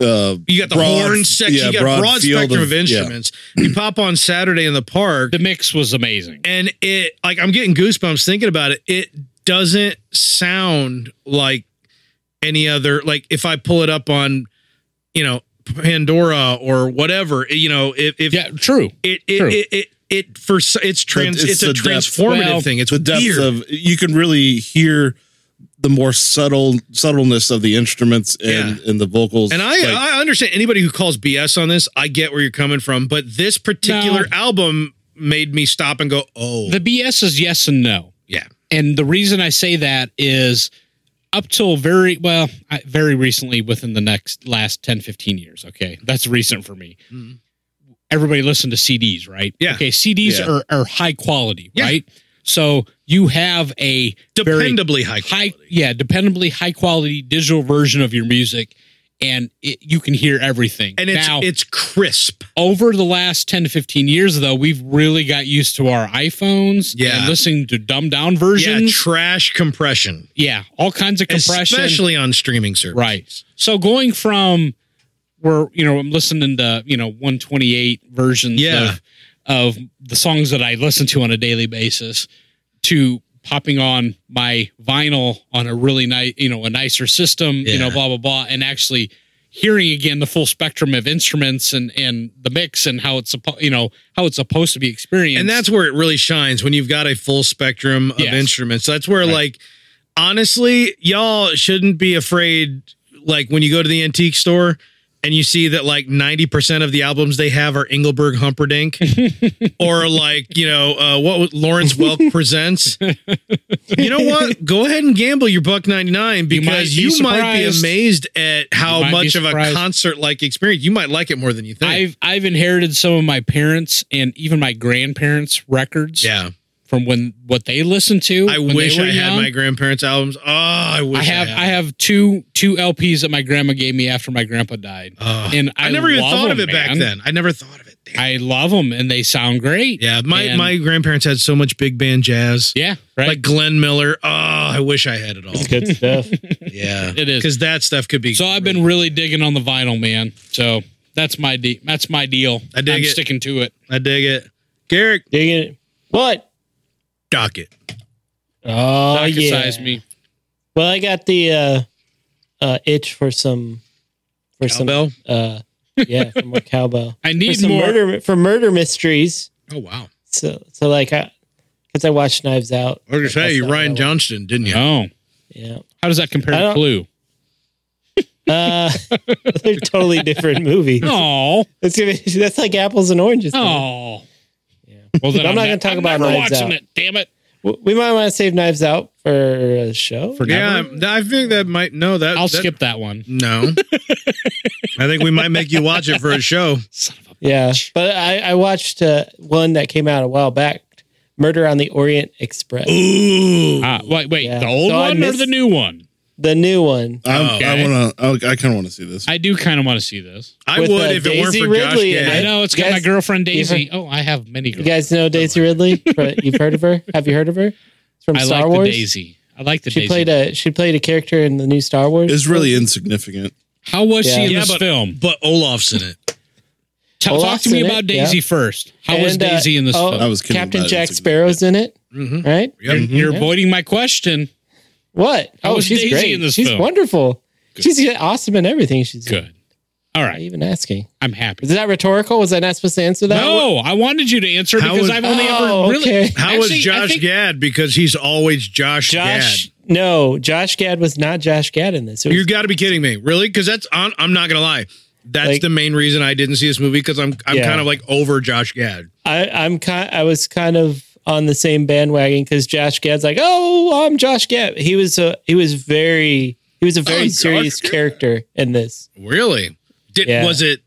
E: Uh,
B: you got the
E: broad-
B: horn section.
E: yeah,
B: you got
E: broad
B: broad,
E: field
B: spectrum of,
E: of- yeah.
B: instruments. You pop on Saturday in the park,
D: the mix was amazing.
B: and it like I'm getting goosebumps thinking about it. It doesn't sound like any other. Like if I pull it up on, you know, Pandora or whatever. You know, if, if
D: Yeah, true.
B: it it,
D: true.
B: it it it for s- it's trans
E: it's
B: it's, a
E: the depth.
B: transformative
D: Well,
B: thing. It's
E: the depth
B: weird.
E: of you can really hear the more subtle subtleness of the instruments and and the vocals.
B: And I,
E: Like,
B: I understand anybody who calls BS on this. I get where you're coming from, but this particular
D: No.
B: album made me stop and go, "Oh,
D: The BS is yes and no.
B: yeah,
D: And the reason I say that is up till very well, I, very recently within the next last 10, 15 years. Okay. That's recent for me. Everybody listened to CDs, right?
B: Mm-hmm. Yeah.
D: Okay. CDs
E: Yeah.
D: Are, are high quality,
B: Yeah.
D: right? So you have a very
B: dependably high."
D: high,
B: quality.
D: yeah, dependably high quality digital version of your music. And it, you can hear everything.
B: and it's
D: now,
B: it's crisp.
D: over the last 10 to 15 years, though, we've really got used to our iPhones
B: Yeah.
D: and listening to dumbed down
B: Yeah,
D: versions.
B: trash compression,
D: Yeah, all kinds of compression.
B: especially on streaming services.
D: right. So going from where you know I'm listening to you know 128 versions
B: Yeah.
D: of, of the songs that I listen to on a daily basis to popping on my vinyl on a really nice you know a nicer system you know
B: Yeah.
D: blah blah blah and actually hearing again the full spectrum of instruments and and the mix and how it's suppo- you know how it's supposed to be experienced
B: and that's where it really shines when you've got a full spectrum of
D: Yes.
B: instruments. That's where, like, honestly, y'all shouldn't be afraid. Like when you go to the antique store and you see that like ninety percent of the albums they have are Engelberg
D: [LAUGHS]
B: Humperdinck, or like you know uh, what was- Lawrence
D: [LAUGHS]
B: Welk presents. You know what? Go ahead and gamble your buck ninety nine
D: You might
B: because
D: be
B: you might be
D: surprised.
B: amazed at
D: You
B: how
D: might be
B: much of a
D: surprised.
B: concert like experience you might like it more than you think.
D: I've I've inherited some of my parents and even my grandparents records
B: yeah.
D: from when what they listened to.
B: I
D: when they
B: wish
D: were
B: I had
D: young.
B: my grandparents' albums. Oh, I wish
D: I have
B: had
D: I
B: them.
D: have two two LPs that my grandma gave me after my grandpa died,
B: Oh.
D: and I,
B: I, never even
D: love
B: thought of
D: them,
B: it back
D: man.
B: then. I never thought of it. Damn.
D: I love them, and they sound great.
B: yeah, my
D: And-
B: my grandparents had so much big band jazz,
D: yeah, right.
B: like Glenn Miller. Oh, I wish I had it all.
C: It's [LAUGHS] good stuff.
B: yeah,
D: [LAUGHS] It is.
B: because that stuff could be.
D: so I've been really digging on the vinyl, man. So that's my de- that's my deal.
B: I dig
D: am
B: it.
D: sticking to it.
B: I dig it. Garrick
C: Digging it. What?
B: Docket.
C: Oh yeah.
D: Docusize me.
C: Well, I got the uh, uh, itch for some for
B: Cowbell.
C: some uh, yeah, for more cowbell.
D: I
C: For
D: [LAUGHS] need
C: some
D: more.
C: murder for murder mysteries.
B: Oh wow.
C: So so like I because I watched Knives Out.
B: I was gonna say
C: That's
B: you Ryan
C: not
D: Uh-huh.
C: what I want.
B: Johnston, didn't you?
D: Oh,
C: Yeah. [LAUGHS]
D: how does that compare
C: I
D: to
C: don't-
D: Clue?
C: Uh, [LAUGHS] they're totally different movies.
D: Oh,
C: That's, gonna be, [LAUGHS] that's like apples and oranges. to me.
D: oh. Well, then
C: I'm not gonna talk
D: I'm
C: about
D: never
C: Knives
D: watching
C: Out.
D: it. Damn it!
C: W- We might want to save Knives Out for a show.
D: For
B: Yeah,
D: never?
B: I'm- I think that might no that
D: I'll
B: that-
D: skip that one.
B: No,
D: [LAUGHS]
B: I think we might make you watch it for a
D: [LAUGHS]
B: show.
D: Son of a
C: yeah, but I, I watched uh, one that came out a while back, Murder on the Orient Express,
B: Ooh,
D: Ah, wait, wait.
C: Yeah.
D: The old
C: So I
D: one
C: missed-
D: or the new one?
C: the new one.
E: I,
D: Okay.
E: I want to. I, I kind of want to see this.
D: I do kind of want to see this.
B: I
C: With,
B: would
C: uh,
B: if it weren't
C: Daisy
B: for
C: Ridley
B: Josh.
C: in
B: Gad.
D: I
C: it.
D: know it's got my
C: Guys-
D: girlfriend
C: you
D: Daisy. Oh, I have many
C: You
D: girlfriends.
C: guys know Daisy
E: [LAUGHS]
C: Ridley? Right, You've heard of her? Have you heard of her? It's from
D: I
C: Star
D: like
C: Wars.
D: the Daisy. I like the
C: she
D: Daisy.
C: played a she played a character in the new Star Wars.
E: It's really insignificant.
D: How was
C: Yeah.
D: she in
B: Yeah,
D: this
B: but-
D: film?
B: But Olaf's in it.
D: Ta-
C: Olaf's
D: Talk to me
C: in it,
D: about Daisy
C: yeah.
D: first. How was
C: And, uh,
D: Daisy in this
C: oh, mm-hmm.
D: film?
E: I was kidding
C: Captain
E: about it.
C: Jack
E: It's
C: Sparrow's in it,
E: Mm-hmm.
B: Mhm.
C: right?
D: You're, you're avoiding my question.
C: What?
D: How
C: Oh,
D: is
C: she's
D: Daisy
C: great.
D: in this
C: she's
D: film?
C: wonderful. She's awesome in everything. She's good.
D: Good. All
C: Why
D: right.
C: even asking?
D: I'm
C: Is
D: happy.
C: that rhetorical? Was I not supposed to answer that?
D: No, I wanted you to answer
B: How
D: because
B: was-
D: I've only
C: Oh,
D: ever really.
C: okay.
B: How
D: Actually, I
B: was Josh
D: think-
B: Gad? Because he's always Josh,
C: Josh.
B: Gad.
C: No, Josh Gad was not Josh Gad in this. It was-
B: You got to be kidding me, really? Because that's on. I'm not gonna lie. That's
C: Like-
B: the main reason I didn't see this movie because I'm I'm
C: Yeah.
B: kind of like over Josh Gad.
C: I, I'm kind. I was kind of on the same bandwagon because Josh Gad's like, oh, I'm Josh Gad. He was a. He was very. He was a
B: I'm
C: very
B: Oh, Josh
C: serious
B: Gad.
C: character in this.
B: Really? Did
C: Yeah.
B: was it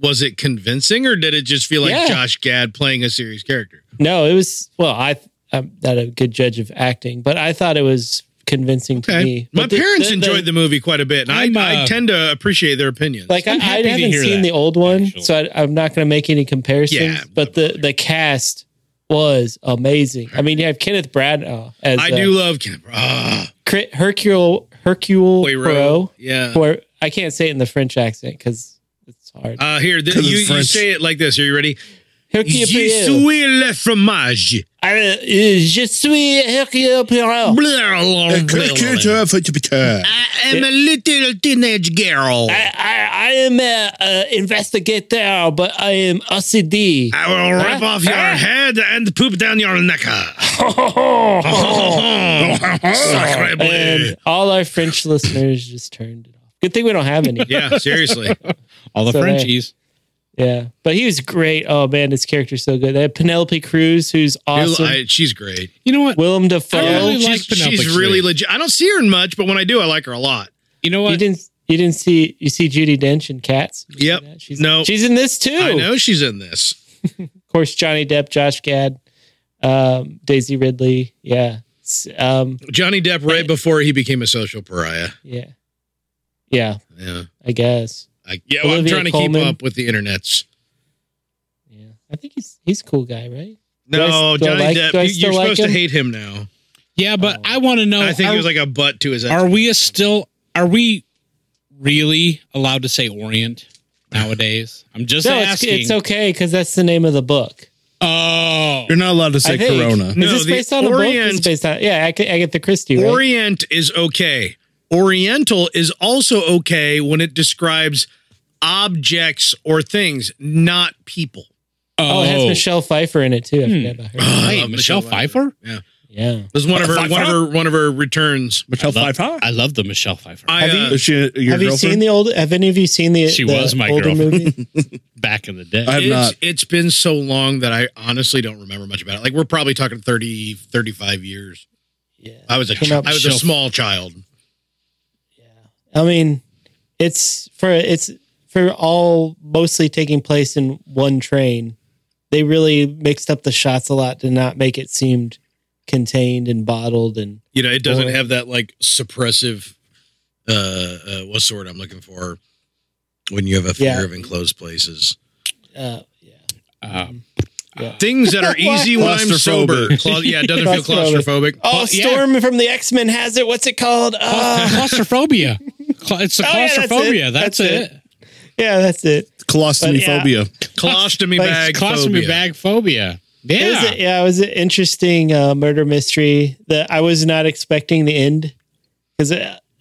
B: was it convincing or did it just feel like
C: Yeah.
B: Josh Gad playing a serious character?
C: No, it was. Well, I. I'm not a good judge of acting, but I thought it was convincing to me.
B: My
C: But the-
B: parents
C: the-
B: enjoyed the, movie quite a bit, and
D: I'm,
B: I, I
D: uh,
B: tend to appreciate their opinions.
C: Like I,
D: I'm
C: I
D: happy to
C: haven't
D: hear
C: seen
D: that,
C: the old one,
D: actually.
C: so I, I'm not going to make any comparisons.
B: Yeah,
C: but the the cast was amazing. I mean, you have Kenneth Branagh as
B: I
C: uh,
B: do love Ken. Ah,
C: Cri- Hercule Hercule Poirot.
B: Poirot. Yeah.
C: Or I can't say it in the French accent because it's hard.
B: Uh, here, th-
E: 'Cause
B: you,
E: it's
B: you
E: French.
B: say it like this. Are you ready?
C: Hercule
B: Je
C: Poirot.
B: suis le fromage.
C: I, uh, je suis Hercule Poirot.
E: A good
B: I
E: character for the picture.
B: am a little teenage girl.
C: I, I, I am a, uh investigator, but I am OCD.
B: I will rip
C: Huh?
B: off your
C: Huh?
B: head and poop down your
C: [LAUGHS]
B: neck.
C: and all our French listeners just turned it off. Good thing we don't have any.
B: yeah,
C: [LAUGHS]
B: seriously.
D: All
C: So
D: the
C: there.
D: Frenchies.
C: Yeah, but he was great. Oh man, his character's so good. They have Penelope Cruz, who's awesome.
B: I- she's great.
D: You know what?
C: Willem Dafoe.
D: I really
B: she's,
D: like Penelope
B: she's
D: Cruz.
B: really legit. I don't see her in much, but when I do, I like her a lot.
D: You know
C: you
D: what?
C: didn't. You didn't see. You see Judy Dench in Cats. Did you see
B: Yep.
C: that? She's,
B: No.
C: She's in this too.
B: I know she's in this.
C: Of course, Johnny Depp, Josh Gad, um, Daisy Ridley. Yeah. S- Um,
B: Johnny Depp right before he became a social pariah.
C: yeah. Yeah.
B: Yeah.
C: I guess.
B: I, yeah, well, I'm
C: Olivia
B: trying to
C: Colman.
B: keep up with the internets.
C: Yeah. I think he's he's a cool guy, right? Do I
B: No,
C: still
B: Johnny
C: like- do I
B: Depp, you,
C: still
B: are
C: like
B: supposed
C: him?
B: to hate him now.
D: Yeah, but
C: Oh.
D: I want to know.
B: I think
D: are,
B: he was like a butt to his.
D: are we still? Are we really allowed to say Orient nowadays? I'm just
C: no, it's,
D: asking.
C: it's okay because that's the name of the book.
D: Oh,
E: You're not allowed to say
C: I think.
E: Corona.
C: Is
B: No,
C: this
B: the
C: based on a book?
B: Orient-
C: It's based on yeah, I get the Christie. Right?
B: Orient is okay. Oriental is also okay when it describes objects or things, not people.
C: Oh, it has Michelle Pfeiffer in it too. I
E: Hmm.
C: forgot about her.
D: [GASPS]
B: I
D: Wait,
B: love
D: Michelle Pfeiffer?
B: Yeah,
C: Yeah.
B: this is one of her
D: Pfeiffer?
B: one of her one of her returns.
E: Michelle
D: Love-
E: Pfeiffer.
D: I love the Michelle Pfeiffer.
B: I,
C: Have you-
B: uh,
E: Is she your
C: Have
E: girlfriend?
C: you seen the old? Have any of you seen the?
D: She
C: the
D: was my
C: older
D: girlfriend. [LAUGHS]
C: movie.
D: Back in the day.
E: I have
B: it's,
E: not.
B: it's been so long that I honestly don't remember much about it. Like we're probably talking 30, 35 years.
C: yeah.
B: I was a
C: Came
B: chi-
C: out
B: I was a
D: shelf.
B: small child.
C: I mean, it's for it's for all mostly taking place in one train. They really mixed up the shots a lot to not make it seemed contained and bottled and
B: You know, it doesn't
C: Or-
B: have that like suppressive. Uh, uh, what's the word I'm looking for? When you have a fear
C: Yeah.
B: of enclosed places,
C: uh, yeah.
D: Uh,
B: things
C: [LAUGHS]
B: that are easy when I'm sober.
E: Claustrophobic.
B: Cla- yeah, it doesn't feel
C: Claustrophobic.
B: claustrophobic.
C: Oh,
D: yeah.
C: Storm from the X Men has it. What's it
D: [LAUGHS]
C: called? Uh,
D: claustrophobia. Cla- It's
C: [LAUGHS]
D: a
C: Oh, yeah, that's it.
D: claustrophobia. that's,
C: That's
D: it.
C: it. yeah, that's it.
E: Colostomy
C: But,
E: phobia.
B: Colostomy
C: Like,
B: bag.
D: Claustrophobia
B: phobia.
D: bag phobia.
C: It was
D: Yeah.
C: a, yeah, it was an interesting uh, murder mystery that I was not expecting the end because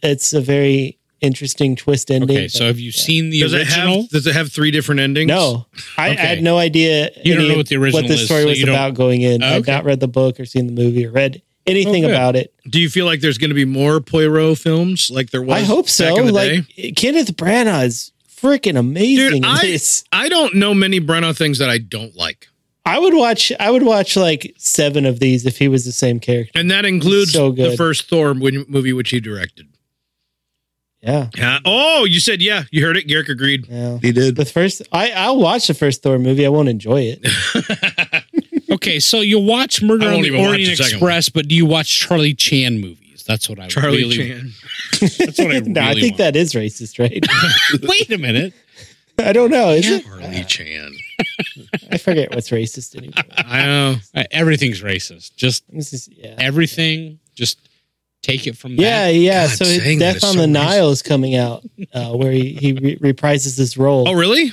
C: it's a very interesting twist ending.
D: Okay, so
C: but-
D: have you seen the
B: Does it
D: original?
B: have? [LAUGHS] Does it have three different endings?
C: no, I, I
D: Okay.
C: had no idea.
D: You don't
C: any
D: know
C: of
D: what the original
C: what the
D: is,
C: story
D: so
C: was
D: you don't-
C: about going in. I've
D: Okay.
C: not read the book or seen the movie or read anything
D: Okay.
C: about it.
B: Do you feel like there's going to be more Poirot films like there was?
C: I hope
B: back
C: so.
B: in the day?
C: Like Kenneth Branagh is freaking amazing. in
B: I-
C: this.
B: I don't know many Breno things that I don't like,
C: I would watch. I would watch like seven of these if he was the same character.
B: and that includes
C: So good.
B: the first Thor win- movie which he directed.
C: Yeah.
B: Yeah. Oh, you said yeah. You heard it. Garrick agreed.
C: Yeah.
E: He did.
C: The first, I I'll watch the first Thor movie. I won't enjoy it.
D: Okay, so you watch Murder
B: I won't
D: on the
B: even watch
D: Orient
B: the second
D: Express, but do you watch Charlie Chan movies? That's what I
B: Charlie
D: really,
B: Chan.
D: That's what I
C: [LAUGHS] no, I
D: really
C: think that is
B: [LAUGHS]
C: racist, right? [LAUGHS]
D: want. Wait a minute.
C: I don't know. Is it?
B: Charlie Chan.
C: I forget what's racist anymore.
B: I know.
D: Uh, everything's racist. Just
C: This is, yeah.
D: everything. Just take it from
C: Yeah,
D: that.
C: yeah.
B: God,
C: so his
B: saying that
C: Death
B: is
C: on
B: so
C: the
B: racist.
C: Nile is coming out, uh, where he, he re- reprises his role.
B: Oh, really?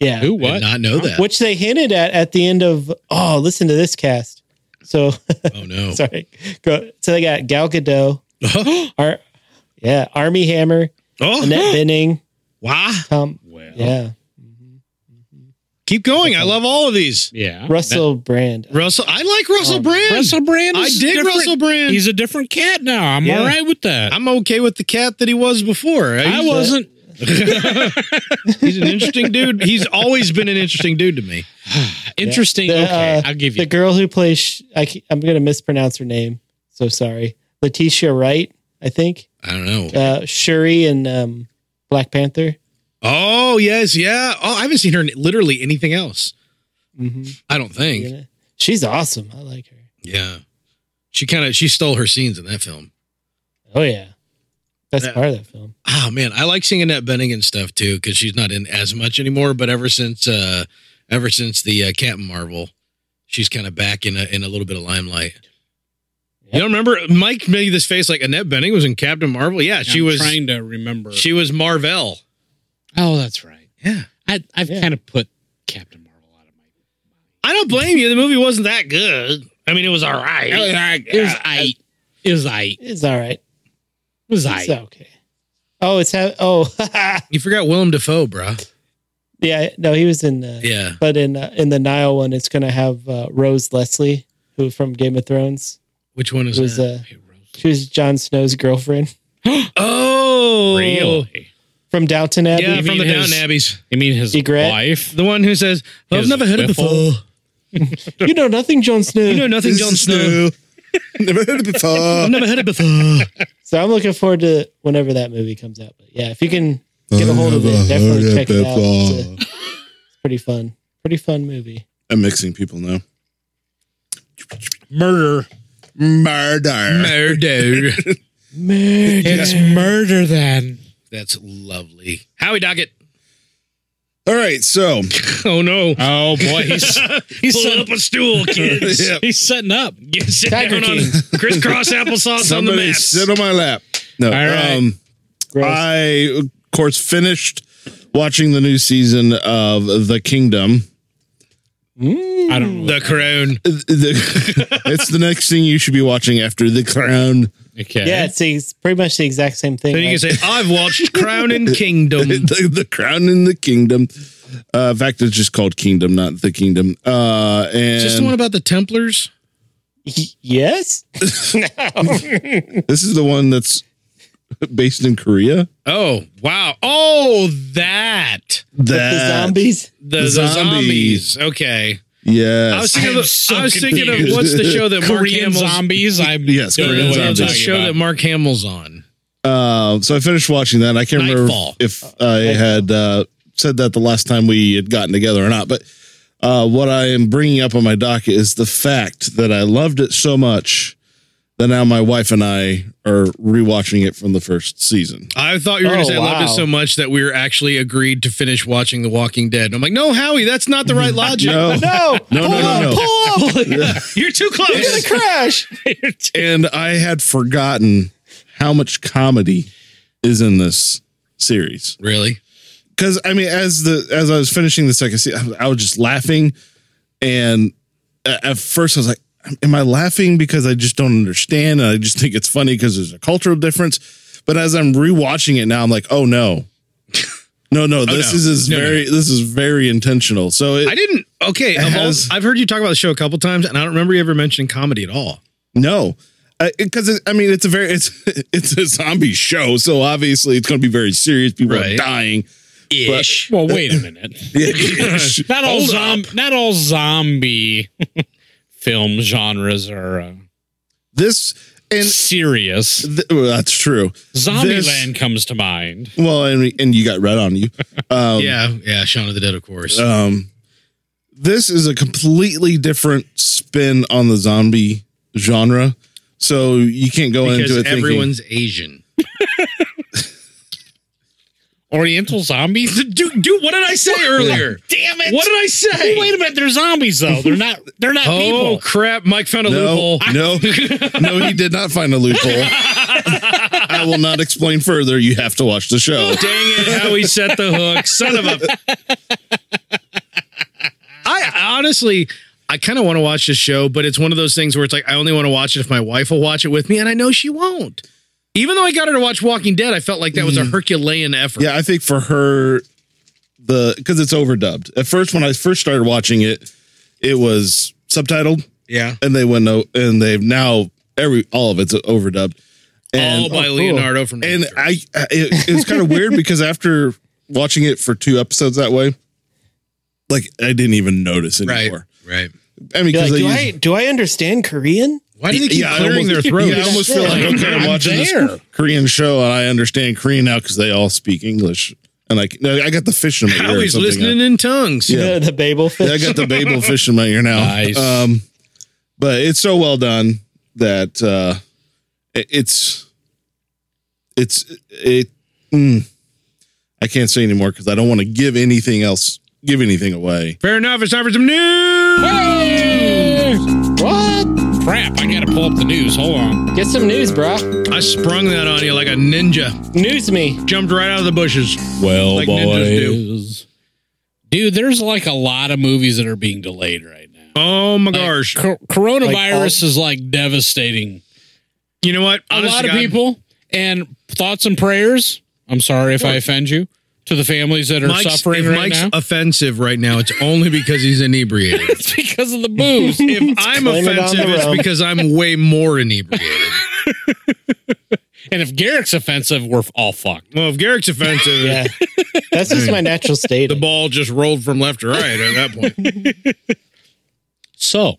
C: yeah.
D: Who?
B: Did
D: What?
B: not know that.
C: Which they hinted at at the end of, oh, listen to this cast. So, [LAUGHS]
B: Oh no.
C: sorry. Go, so they got
B: [LAUGHS]
C: Gal Gadot,
B: oh.
C: Ar- yeah, Army Hammer,
B: [LAUGHS]
C: Annette Benning,
B: wow.
C: Tom,
D: Well,
C: yeah,
B: Keep going. I love all of these.
D: yeah.
C: Russell Brand.
B: Russell. I like Russell
C: Um,
B: Brand.
D: That- Oh, Russell Brand.
B: I
D: Is
B: dig
D: different.
B: Russell Brand.
D: He's a different cat now. I'm
B: Yeah.
D: all right with that. I'm,
B: I'm okay with the cat that he was before.
D: [LAUGHS] I
B: He's-
D: was not
B: He's an interesting dude. He's always been an interesting dude to me.
D: interesting.
C: The,
D: okay,
C: uh,
D: I'll give
C: The
D: you.
C: girl who plays, Sh- I, ca- I'm going to mispronounce her name. So sorry. Letitia Wright, I think.
B: I don't know.
C: Uh, Shuri and um, Black Panther.
B: Oh yes, yeah. Oh, I haven't seen her in literally anything else.
C: hmm
B: I don't think.
C: Yeah. She's awesome. I like her.
B: Yeah. She kind of she stole her scenes in that film.
C: Oh yeah, that's
B: Yeah.
C: part of that film.
B: Oh man, I like seeing Annette Benning and stuff too because she's not in as much anymore. But ever since uh ever since the uh, Captain Marvel, she's kind of back in a, in a little bit of limelight. You don't remember Mike made this face like Annette Benning was in Captain Marvel? Yeah, she
D: I'm
B: was.
D: trying to remember.
B: She was Marvel.
D: oh, that's right.
B: Yeah.
D: I, I've
C: Yeah.
D: kind of put Captain Marvel out of my.
B: I don't blame you. The movie wasn't that good. I mean, it was all right.
D: It was I. It was I. It
C: It's all right.
D: was
C: It's
D: I.
C: okay. Oh, it's ha- oh [LAUGHS]
B: You forgot Willem Dafoe, bro.
C: yeah. No, he was in. Uh,
B: Yeah.
C: But in uh, in the Nile one, it's going to have uh, Rose Leslie, who from Game of Thrones,
B: Which one is
C: who was
B: that?
C: uh, she was Jon Snow's girlfriend
B: oh,
D: Really?
C: from Downton Abbey.
B: Yeah,
D: You
B: from
D: mean
B: the
D: his-
B: Downton Abbeys.
D: You mean his
C: Egret?
D: wife?
B: The one who says, "I've
D: His
B: never heard it
D: Whiffle?
B: before."
C: You know nothing, Jon Snow.
B: [LAUGHS] You know nothing, Jon Snow.
E: [LAUGHS] Never heard it before.
B: I've never heard it before.
C: So I'm looking forward to whenever that movie comes out. But yeah, if you can get a hold of it, definitely check it out. It's, uh, it's pretty fun. Pretty fun movie.
E: I'm mixing people now.
D: Murder.
B: [LAUGHS]
E: Murder.
B: Murder.
D: It's murder then.
B: That's lovely. Howie Doggett.
E: All right, so
B: Oh no.
D: Oh
B: [LAUGHS]
D: boy,
E: [LAUGHS]
D: he's he's
B: Pull
D: setting,
B: up a [LAUGHS] stool, kids.
E: Yeah.
D: he's setting up.
B: Get sit
C: Tiger
B: down on
C: King.
B: crisscross applesauce on the
E: somebody
B: mat.
E: sit on my lap. No,
D: right.
E: um,
C: Gross.
E: I of course finished watching the new season of The Kingdom. [LAUGHS]
D: I don't know.
B: the crown.
E: The- it's the next thing you should be watching after The Crown.
D: Okay.
C: yeah, it's, it's pretty much the exact same thing.
B: Then you can
C: like-
B: say, "I've watched Crown and [LAUGHS] Kingdom."
C: Hmm.
E: [LAUGHS] the, the crown in the kingdom. Uh, in fact, it's just called Kingdom, not the Kingdom. Uh, and
B: Is this the one about the Templars?
C: Y- yes.
E: this is the one that's based in Korea.
B: Oh wow! Oh, that
E: That
C: the zombies.
B: the, the
E: zombies.
B: zombies. Okay,
E: Yes.
B: I was thinking
D: I'm
B: of
D: so
B: I was thinking of
E: confused.
B: what's the show that Mark
D: Korean
B: Hamill's
D: zombies. I'm
E: Yes,
D: don't
E: Korean
D: know what you're
E: zombies.
B: the
D: talking
B: show
D: about.
B: that Mark Hamill's on.
E: Uh, so I finished watching that. I can't remember
B: Nightfall.
E: if I had uh, said that the last time we had gotten together or not. But uh, what I am bringing up on my docket is the fact that I loved it so much that now my wife and I are rewatching it from the first season.
B: I thought you were going
C: Oh,
B: to say I loved
C: wow.
B: it so much that we were actually agreed to finish watching The Walking Dead. And I'm like, no, Howie, that's not the right logic. [LAUGHS]
E: [LAUGHS] No,
C: [LAUGHS] No.
E: No,
C: pull
E: no, no,
C: up,
E: no.
C: Pull up.
B: You're too
C: [LAUGHS] You're gonna
B: close.
C: crash.
E: and I had forgotten how much comedy is in this series.
B: really?
E: because I mean, as the as I was finishing the second season, I was just laughing, and a- at first I was like, "Am I laughing because I just don't understand? And I just think it's funny because there's a cultural difference." But as I'm rewatching it now, I'm like, "Oh no, [LAUGHS] no, no! This
B: Oh, no.
E: is, is
B: No, no,
E: very this is very intentional." So it,
B: I didn't. Okay,
E: It
B: of all-
E: has-
B: I've heard you talk about the show a couple times, and I don't remember you ever mentioning comedy at all.
E: no, because I mean it's a very it's [LAUGHS] it's a zombie show, so obviously it's going to be very serious. People
B: Right. [LAUGHS]
E: are dying. [LAUGHS]
B: Ish.
D: Well, wait a
B: [LAUGHS]
D: minute. not all
E: Hold
D: zom- not all zombie [LAUGHS] film genres are uh,
E: This and
D: serious.
E: th- well, that's true. This-
D: Zombieland comes to mind.
E: Well, and and you got red
B: [LAUGHS]
E: on you. Um,
B: yeah, yeah. Shaun of the Dead, of course.
E: um, this is a completely different spin on the zombie genre. So you can't go
B: because
E: into it thinking
B: everyone's
E: [LAUGHS]
B: Asian.
D: Oriental zombies.
B: [LAUGHS] Dude, dude, what did I say earlier?
D: Damn it!
B: What did I
D: Hey,
B: say?
D: wait a minute, they're zombies though. They're not. They're not
B: oh
D: people.
B: crap! Mike found a
E: no,
B: loophole.
E: no,
B: [LAUGHS]
E: [LAUGHS] no. He did not find a loophole. I will not explain further. You have to watch the show.
B: [LAUGHS] Dang it! How he set the hook, son of a. [LAUGHS] I honestly, I kind of want to watch this show, but it's one of those things where it's like I only want to watch it if my wife will watch it with me, and I know she won't. Even though I got her to watch Walking Dead, I felt like that was a Herculean effort.
E: Mm. Yeah, I think for her, the because it's overdubbed. At first, when I first started watching it, it was subtitled,
B: yeah.
E: and they went no, and they've now every all of it's overdubbed.
B: All by Leonardo from
E: Oh, And
B: Nature.
E: I, I it, it's kind of [LAUGHS] weird because after watching it for two episodes that way, like I didn't even notice
B: right,
E: anymore.
B: right.
E: I mean,
C: Be
E: because
C: like, do
E: they
C: I
E: use-
C: do I understand Korean?
B: Why do they keep
E: I
B: clearing their
E: almost-
B: throats?
E: Yeah, I almost feel like okay, I'm watching this Korean show and I understand Korean now because they all speak English. And I, can- I got the fish in my ear.
B: How
E: or
B: he's
E: something.
B: listening in tongues.
E: Yeah.
C: The, the Babel
E: Yeah, I
C: fish.
E: got
B: [LAUGHS]
E: the Babel fish in my ear now.
D: Nice.
E: Um, but it's so well done that uh, it- it's it's it. mm. I can't say anymore because I don't want to give anything else, give anything away.
B: Fair enough. It's time for some news.
D: What? Crap! I gotta pull up the news. Hold on.
C: Get some news, bro.
B: I sprung that on you like a ninja.
C: News me.
B: Jumped right out of the bushes.
D: Well,
B: Like ninjas
D: dude, there's like a lot of movies that are being delayed right now.
B: Oh my
D: Like,
B: gosh.
D: cor- coronavirus is like devastating
B: You know what? Honest
D: a lot
B: to
D: of
B: God,
D: people. And thoughts and prayers. I'm sorry if I offend you to the families that are
B: Mike's,
D: suffering
B: if
D: right
B: Mike's
D: now.
B: offensive right now, it's only because he's
D: [LAUGHS]
B: inebriated.
D: it's because of
B: [LAUGHS]
D: the booze.
B: if I'm
C: blame it on
B: offensive,
C: the
B: it's
C: rum.
B: because I'm way more
D: [LAUGHS]
B: inebriated.
D: and if Garrick's offensive, we're all fucked.
B: well, if Garrick's offensive,
C: Yeah, that's just my natural state.
B: the ball just rolled from left to right at that
D: [LAUGHS]
B: point.
D: So,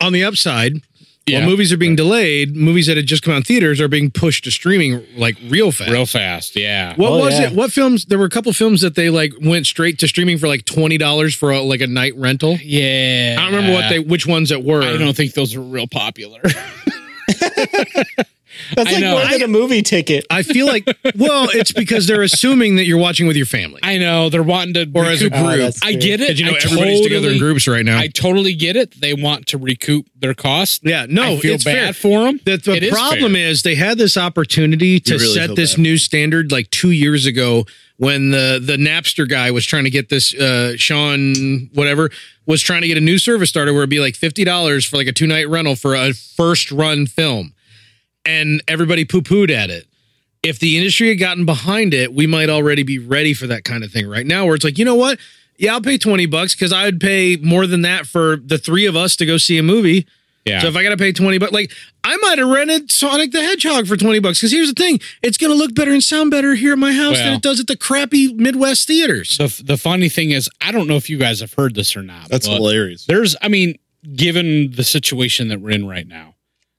B: On the upside,
D: yeah,
B: while movies are being delayed, movies that had just come out in theaters are being pushed to streaming like real fast.
D: real fast. Yeah.
B: What
C: Oh,
B: was
C: yeah.
B: it? What films? There were a couple films that they like went straight to streaming for like twenty dollars for a, like a night rental.
D: Yeah.
B: I don't remember what they which ones that were.
D: I don't think those are real popular. [LAUGHS]
C: That's
D: I
C: like
D: know.
C: more than a movie ticket.
B: I feel like well, it's because they're assuming that you're watching with your family
D: I know they're wanting to.
B: or as a
D: recoup-
B: group.
C: Oh, that's-
D: I get it.
B: Because, you know
D: I
B: everybody's together in
D: totally-
B: groups right now.
D: I totally get it. They want to recoup their cost.
B: yeah, no,
D: I feel
B: it's fair.
D: bad for them.
B: The, the problem is they had this opportunity to
E: really
B: set
E: feel
B: this
E: bad.
B: new standard like two years ago when the the Napster guy was trying to get this uh, Sean whatever was trying to get a new service started where it'd be like fifty dollars for like a two night rental for a first run film, and everybody poo pooed at it. If the industry had gotten behind it, we might already be ready for that kind of thing right now. Where it's like, you know what? Yeah, I'll pay twenty bucks because I would pay more than that for the three of us to go see a movie.
D: Yeah.
B: So if I gotta pay twenty bucks, like I might have rented Sonic the Hedgehog for twenty bucks. Because here's the thing: it's gonna look better and sound better here at my house than
D: Well.
B: it does at the crappy Midwest theaters.
D: The, the funny thing is, I don't know if you guys have heard this or not.
E: That's
D: but
E: hilarious.
D: There's, I mean, given the situation that we're in right now,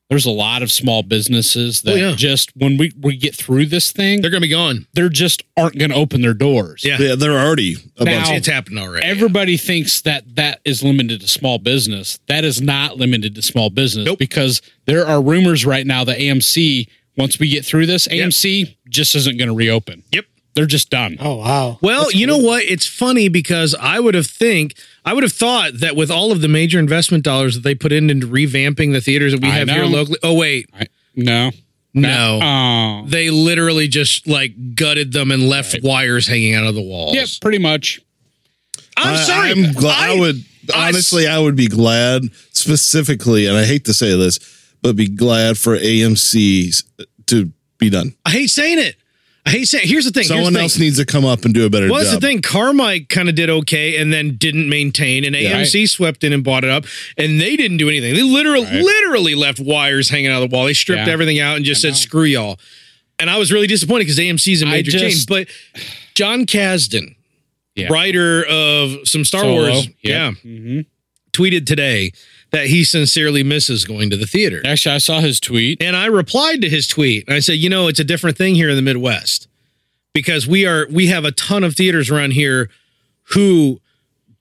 D: there's a lot of small businesses that
B: Oh, yeah.
D: just when we, we get through this thing,
B: They're
D: they're,
B: gonna be gone.
D: just aren't going to open their doors.
B: Yeah.
E: Yeah, they're already a
D: Now-
E: bunch.
B: It's happened already.
D: Everybody thinks that that is limited to small business. That is not limited to small business
B: Nope.
D: because there are rumors right now that AMC, once we get through this, AMC just isn't going to reopen.
B: Yep.
D: They're just done.
C: Oh wow.
B: Well, you know what? It's funny because I would have think I would have thought that with all of the major investment dollars that they put in into revamping the theaters that we
D: I
B: have here
D: know.
B: locally. Oh wait,
D: I- no.
B: no.
D: Oh.
B: they literally just like gutted them and left wires hanging out of the walls.
D: Yep, pretty much.
B: I'm
E: I-
B: sorry.
E: I'm glad. I,
B: I-
E: would
B: I-
E: honestly, I would be glad specifically, and I hate to say this, but be glad for AMC uh, to be done.
B: I hate saying it. Hey, Sam, here's the thing. here's
E: Someone
B: the thing.
E: else needs to come up and do a better
B: Well,
E: job.
B: that's the thing. Carmike kind of did okay and then didn't maintain, and
E: Yeah.
B: AMC swept in and bought it up, and they didn't do anything. They literally,
D: Right.
B: literally left wires hanging out of the wall. They stripped
D: Yeah.
B: everything out and just
D: I
B: said,
D: know.
B: "Screw y'all." And I was really disappointed because AMC is a
D: I
B: major change.
D: just-
B: But John Kasdan,
D: Yeah.
B: writer of some Star
D: Solo,
B: Wars,
D: yep.
B: yeah,
D: Mhm.
B: tweeted today that he sincerely misses going to the theater.
D: Actually, I saw his tweet.
B: And I replied to his tweet. And I said, you know, it's a different thing here in the Midwest because we are we have a ton of theaters around here who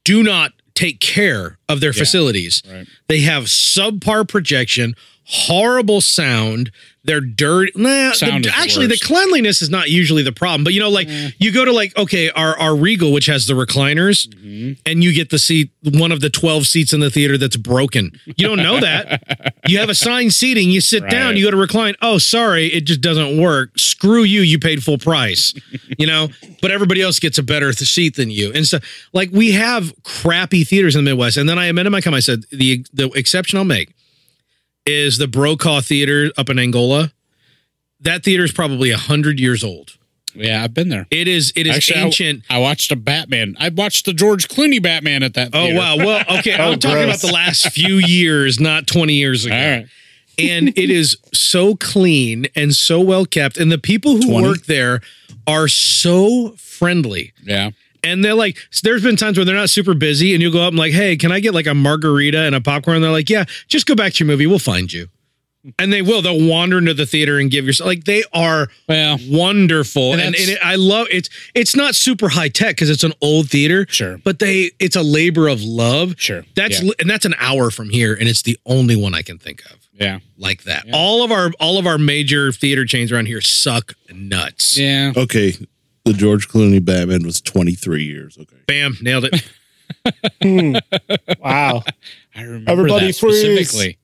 B: do not take care of their facilities.
D: right.
B: They have subpar projection, horrible sound. They're dirty. Nah,
D: Sound
B: the-
D: is the
B: actually,
D: worst. Mm.
B: the cleanliness is not usually the problem. But you know, like you go to like okay, our our Regal, which has the recliners,
D: Mm-hmm.
B: and you get the seat one of the twelve seats in the theater that's broken. You don't know
D: [LAUGHS]
B: that. you have assigned seating. You sit down.
D: Right.
B: You go to recline. Oh, sorry, it just doesn't work. Screw you. You paid full price. you know, but everybody else gets a better th- seat than you. And so, like, we have crappy theaters in the Midwest. And then I amended my comment. I said the the exception I'll make is the Brokaw Theater up in Angola. That theater is probably hundred years old.
D: Yeah, I've been there.
B: It is. It is
D: Actually, I-
B: ancient.
D: I, watched a Batman. I watched the George Clooney Batman at that.
B: Oh
D: theater.
B: wow! Well, okay.
D: [LAUGHS]
B: I'm talking about
E: gross.
B: the last few years, not 20 years ago.
D: Oh, All right.
B: and it is so clean and so well kept. And the people who
E: 20?
B: work there are so friendly.
D: Yeah.
B: And they're like, so there's been times where they're not super busy, and you go up and like, hey, can I get like a margarita and a popcorn? And they're like, yeah, just go back to your movie. We'll find you. And they will. They'll wander into the theater and give yourself like they are
D: Well,
B: wonderful.
D: And
B: And,
D: that's-
B: and it, I love it's it's not super high tech because it's an old theater.
D: Sure.
B: But they it's a labor of love.
D: Sure.
B: That's
D: Yeah.
B: li- and that's an hour from here, and it's the only one I can think of
D: yeah.
B: like that.
D: Yeah.
B: All of our all of our major theater chains around here suck nuts.
D: Yeah.
E: okay, the George Clooney Batman was 23 years. Okay.
B: Bam, nailed it.
C: Hmm. wow.
D: I remember
C: Everybody
D: that
C: freeze.
D: specifically.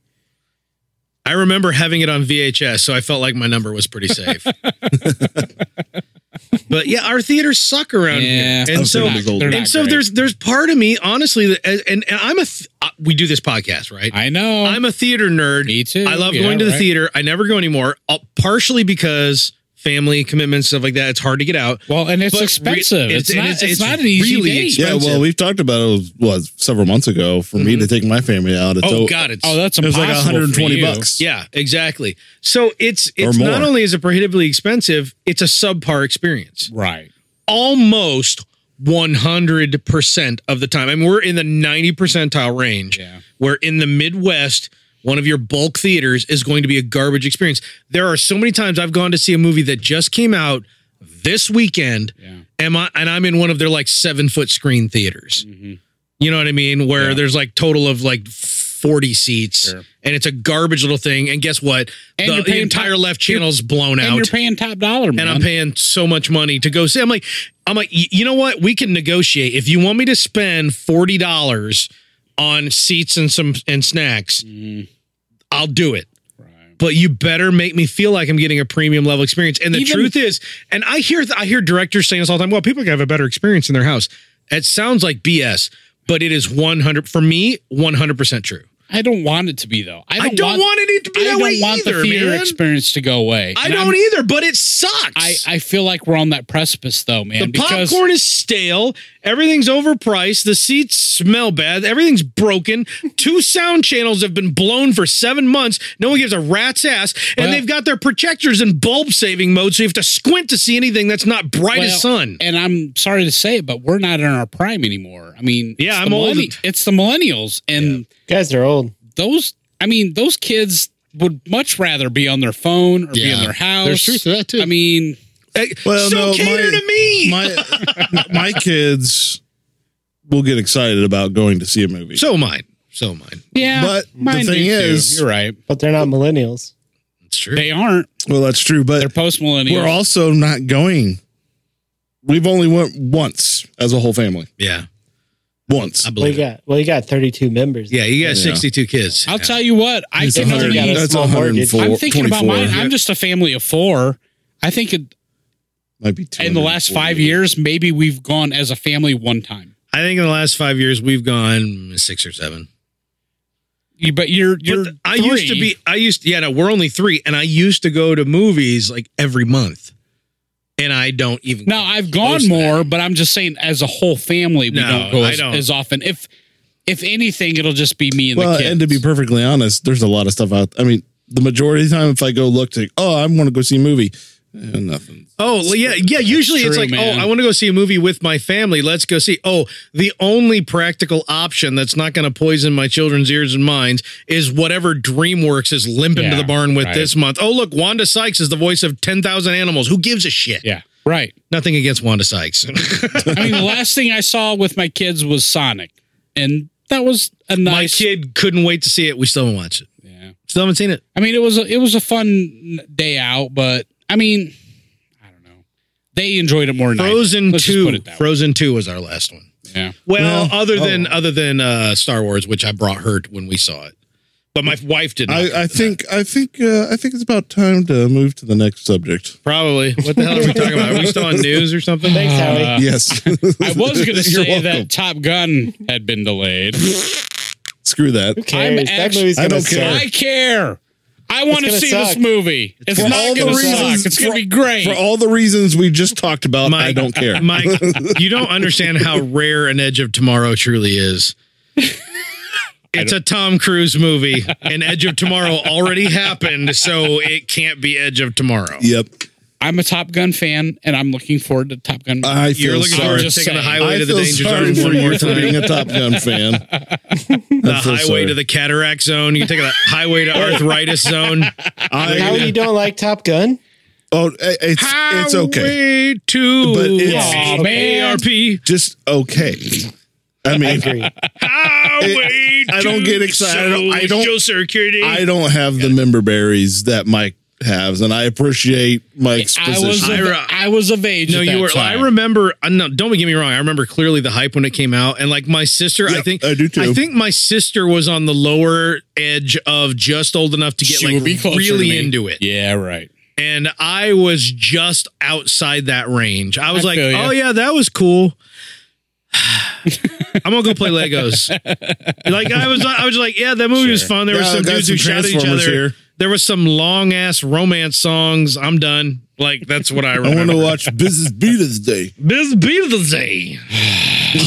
B: I remember having it on VHS, so I felt like my number was pretty
D: [LAUGHS]
B: safe. but yeah, our theaters suck around
D: Yeah.
B: here, and so
E: They're not- they're
B: and so there's there's part of me honestly that and, and I'm a th- uh, we do this podcast right.
D: I know.
B: I'm a theater nerd.
D: Me too.
B: I love
D: Yeah,
B: going to the
D: right.
B: theater. I never go anymore, uh, partially because family commitments stuff like that. It's hard to get out.
D: well, and it's
B: But re-
D: expensive.
B: it's-
D: it's,
B: it
D: not.
B: is-
D: It's,
B: it's
D: not an easy
B: really
D: date.
B: expensive.
E: Yeah, well, we've talked about it was, what, several months ago for me to take my family out. It's
B: Oh
E: o-
B: God, it's
D: Oh, that's
E: it was
D: impossible.
E: like 120
D: for you.
E: bucks.
B: Yeah, exactly. So it's it's
E: more.
B: not only is it prohibitively expensive, it's a subpar experience.
D: Right.
B: Almost 100% of the time. I mean, we're in the 90 percentile range
D: Yeah.
B: where in the Midwest, one of your bulk theaters is going to be a garbage experience. There are so many times I've gone to see a movie that just came out this weekend
D: Yeah.
B: am I, and I'm in one of their like seven foot screen theaters. You know what I mean? Where
D: Mm-hmm. Yeah.
B: there's like total of like 40 seats
D: Sure.
B: and it's a garbage little thing. And guess what?
D: And
B: the,
D: you're
B: the
D: paying
B: entire
D: top-
B: left channel's blown
D: And you're
B: out
D: paying top dollar, man.
B: and I'm paying so much money to go see. I'm like, I'm like, y- you know what? We can negotiate. If you want me to spend forty dollars on seats and some and snacks, I'll do it.
D: Mm-hmm. Right.
B: But you better make me feel like I'm getting a premium level experience. And the
D: Even-
B: truth is, and I hear I hear directors saying this all the time. Well, people can have a better experience in their house. It sounds like BS, but it is 100 for me, 100 percent true.
D: I don't want it to be though. I
B: I
D: don't,
B: don't, want, it to be
D: I
B: that
D: don't
B: way
D: want
B: either,
D: the theater
B: man.
D: experience to go away.
B: I
D: And
B: don't e-
D: I'm-
B: either, but it sucks.
D: I I feel like we're on that precipice though, man.
B: The
D: because
B: popcorn is stale. Everything's overpriced. The seats smell bad. Everything's broken. Two sound channels have been blown for seven months. No one gives a rat's ass. And
D: Well-
B: they've got their projectors in bulb saving mode, so you have to squint to see anything that's not bright
D: well,
B: as sun.
D: And I'm sorry to say it, but we're not in our prime anymore. I mean,
B: Yeah,
D: it's
B: I'm
D: the
B: old.
D: millenni- It's the millennials, and
C: You guys are old.
D: those. I mean, those kids would much rather be on their phone or be in
F: Yeah.
D: their house.
F: There's truth to that, too.
D: I mean,
B: Hey,
E: Well,
B: Uh, so
E: no,
B: cater
E: my-
B: to
E: [LAUGHS]
B: me.
E: My, my kids will get excited about going to see a movie.
B: so mine. So mine.
D: yeah.
E: But the
D: mine do,
E: thing
D: too.
E: is-
D: you're right.
C: But they're not millennials.
B: It's true.
D: They aren't.
E: well, that's true,
D: They're
E: but
D: post millennial.
E: we're also not going. We've only went once as a whole family.
B: yeah,
E: Once.
B: I
C: Well, you
B: believe it.
C: got well, you got 32 members.
B: Yeah, you got
E: Yeah.
B: 62 kids.
D: I'll tell you what. I
E: It's
D: think
C: hundred
D: it'll be-
C: got a
E: that's
C: small mortgage.
E: 104.
D: I'm thinking about
E: 24.
D: mine. I'm just a family of four. I think it,
E: Might be
D: in the last five
E: 248.
D: years, maybe we've gone as a family one time.
B: I think in the last five years, we've gone six or seven.
D: You, but you're you're.
B: But I used to
D: three.
B: be. I used. Yeah, no, we're only three, and I used to go to movies like every month, and I don't even.
D: Now I've gone
B: to
D: more, but I'm just saying as a whole family, we
B: No,
D: don't go
B: I
D: as,
B: don't.
D: as often. If if anything, it'll just be me and
E: well,
D: the kids.
E: and to be perfectly honest, there's a lot of stuff out. I mean, the majority of the time, if I go look to, oh, I want to go see a movie, eh, nothing.
B: Oh well, yeah, yeah. Usually it's
D: true,
B: like,
D: man.
B: oh, I want to go see a movie with my family. Let's go see. Oh, the only practical option that's not going to poison my children's ears and minds is whatever DreamWorks is limping to
D: Yeah,
B: the barn with
D: right.
B: this month. Oh, look, Wanda Sykes is the voice of ten thousand animals. Who gives a shit?
D: yeah, right.
B: Nothing against Wanda Sykes. [LAUGHS]
D: I mean,
E: [LAUGHS]
D: the last thing I saw with my kids was Sonic, and that was a
B: my
D: nice.
B: kid couldn't wait to see it. We still haven't watched it.
D: Yeah.
B: Still haven't seen it.
D: I mean, it was a, it was a fun day out, but I mean, I don't know. They enjoyed it more than I did.
B: Frozen
D: Let's just put
B: two.
D: it that way.
B: Frozen two was our last one.
D: Yeah.
B: Well,
E: Well,
B: other
E: oh.
B: than other than uh, Star Wars, which I brought her when we saw it, but my wife didn't.
E: I, I think I think uh, I think it's about time to move to the next subject.
B: Probably. What the hell are we talking about? Are we
E: [LAUGHS]
B: still on news or something?
C: Thanks, Howie.
B: [LAUGHS]
D: Uh,
E: yes,
D: I was going to
E: [LAUGHS] You're
D: say
E: welcome.
D: that Top Gun had been
E: [LAUGHS]
D: delayed.
E: Screw that.
C: Who cares?
D: I'm
C: that
D: actu-
C: movie's
E: I
C: gonna
E: don't care.
C: suck.
D: I care. I want to
C: gonna
D: see
C: suck.
D: this movie. It's
E: For all
D: not
E: the
D: going to
E: reasons-
D: suck. It's going
E: for-
D: to be great.
E: For all the reasons we just talked about,
B: Mike.
E: I don't care.
B: Mike, you don't understand how rare an Edge of Tomorrow truly
E: [LAUGHS]
B: is. It's a Tom Cruise movie, and Edge of Tomorrow already happened, so it can't be Edge of Tomorrow.
E: yep,
D: I'm a Top Gun fan, and I'm looking forward to Top Gun.
E: I feel
B: You're looking
E: sorry.
B: forward to
D: just
B: taking the
D: saying.
B: highway
E: I
B: to the
E: feel
B: danger zone
E: sorry for
B: one more
E: you for being
B: time.
E: a Top
B: [LAUGHS]
E: Gun fan.
B: The highway to the cataract zone. You can take
E: [LAUGHS]
B: the highway to arthritis zone.
C: Howie, you don't like Top Gun?
E: Oh, it- it's it's okay.
B: Highway to
E: But it's-
D: Aw,
B: AARP.
D: man.
E: Just okay. I
C: I
E: mean,
C: agree.
B: Highway
E: I don't
B: to
E: get excited. I don't- I don't-
B: social security.
E: I don't have the member berries that Mike has, and I appreciate Mike's
D: I was,
E: position.
B: I
D: of,
B: re-
D: I was of age.
B: No,
D: at
B: you
D: that
B: were.
D: time.
B: I remember. uh, No, don't get me wrong. I remember clearly the hype when it came out, and like my sister, I
E: Yep,
B: think
E: I do too.
B: I think my sister was on the lower edge of just old enough to get
D: She
B: like
D: would be closer
B: really
D: to me.
B: into it,
D: Yeah, right.
B: and I was just outside that range. I was
D: I
B: like,
D: feel ya.
B: oh yeah, that was cool. [SIGHS] I'm gonna go play Legos. like I was, I was like, yeah, that movie was
D: Sure.
B: fun. There
E: Yeah,
B: were some
E: I got
B: dudes who
E: some
B: shot at each
E: Transformers
B: other.
E: here.
B: There was some long ass romance songs. I'm done. Like that's what I
E: I want
B: remember.
E: to watch Business Beaters
B: [LAUGHS]
E: Day.
B: this be the day.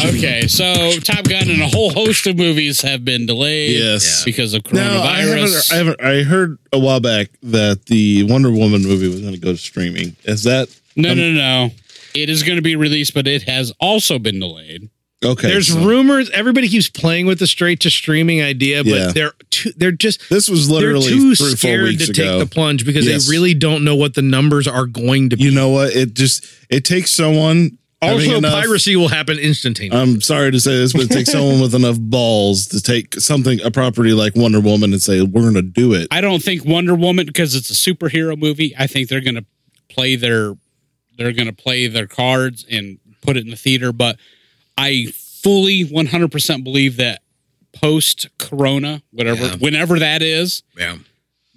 D: Okay, so Top Gun and a whole host of movies have been delayed.
E: Yes.
D: because of
E: Now, I haven't,
D: coronavirus.
E: I haven't. I heard a while back that the Wonder Woman movie was going to go to streaming. Is that
D: no, no, no. It is going to be released, but it has also been delayed.
E: okay?
B: There's
E: so
B: rumors. Everybody keeps playing with the straight to streaming idea, but
E: Yeah.
B: they're too, they're just
E: This was
B: they're
E: literally
B: too
E: three or four
B: scared
E: weeks
B: to
E: ago.
B: take the plunge because
E: Yes.
B: they really don't know what the numbers are going to be.
E: you know what? It just it takes someone. having
B: also,
E: enough- Um,
B: piracy will happen instantaneously.
E: I'm sorry to say this, but it
B: [LAUGHS]
E: takes someone with enough balls to take something a property like Wonder Woman and say we're going to do it.
D: I don't think Wonder Woman because it's a superhero movie. I think they're going to play their they're going to play their cards and put it in the theater. But I fully 100 percent believe that post Corona, whatever,
B: Yeah.
D: whenever that is,
B: yeah.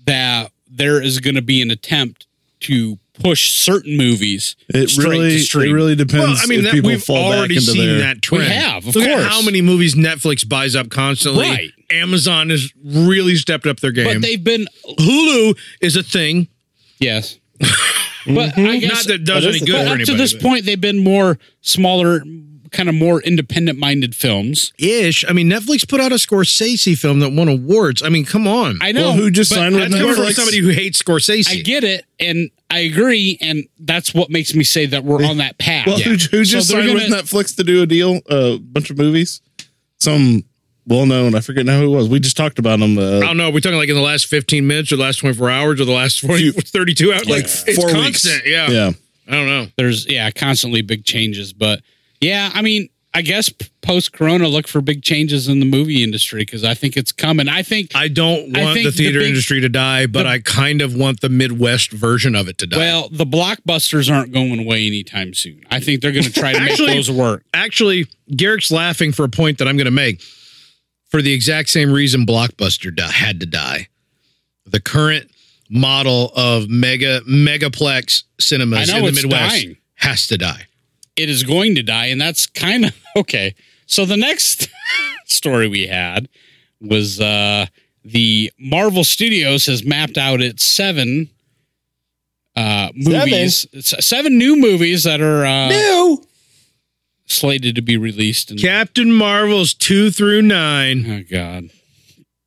D: that there is going to be an attempt to push certain movies.
E: It
D: straight
E: really,
D: to
E: it
D: streaming.
E: really depends.
B: Well, I mean,
E: if
B: that,
E: people
B: we've
E: fall
B: already
E: back into
B: seen
E: their,
B: that trend.
D: We have, of
B: Look at
D: course.
B: how many movies Netflix buys up constantly.
D: Right.
B: Amazon has really stepped up their game.
D: But they've been
B: Hulu is a thing.
E: [LAUGHS]
D: yes, but I guess
B: Not that it does
C: But
B: any
C: it's-
B: good
D: but
B: for
D: up
B: anybody.
D: to this
B: but-
D: point they've been more smaller, kind of more independent minded films.
B: ish. I mean, Netflix put out a Scorsese film that won awards. I mean, come on.
D: I know
E: Well, who just
D: but
E: signed with
B: That's coming from
E: Netflix.
B: somebody who hates Scorsese.
D: I get it, and I agree, and that's what makes me say that we're on that path.
E: Well, who, who
D: So
E: just
D: they're
E: signed with
D: gonna-
E: Netflix to do a deal? A bunch of movies. Some well-known. I forget now who it was. We just talked about them.
B: I
E: Uh,
B: don't know. We're talking like in the last 15 minutes or the last 24 hours or the last 40,
E: Few-
B: 32 hours. Like, it's
E: four
B: constant.
E: weeks.
B: Yeah.
E: yeah.
B: I don't know.
D: There's yeah, constantly big changes, but yeah, I mean, I guess post Corona, look for big changes in the movie industry because I think it's coming. I think
B: I don't
D: I
B: want
D: think
B: the theater
D: the big-
B: industry to die, but I kind of want the Midwest version of it to die.
D: well, the blockbusters aren't going away anytime soon. I think they're going to try to make
B: Actually-
D: those work.
B: actually, Garrick's laughing for a point that I'm going to make for the exact same reason Blockbuster di- had to die. The current model of mega megaplex cinemas
D: I know
B: in the
D: it's
B: Midwest
D: dying.
B: has to die.
D: it is going to die, and that's kind of [LAUGHS] okay. So the next [LAUGHS] story we had was uh, the Marvel Studios has mapped out its seven uh, uh, movies, seven. seven new movies that are uh,
C: Ew.
D: slated to be released. In-
B: Captain Marvel's two through nine.
D: Oh God,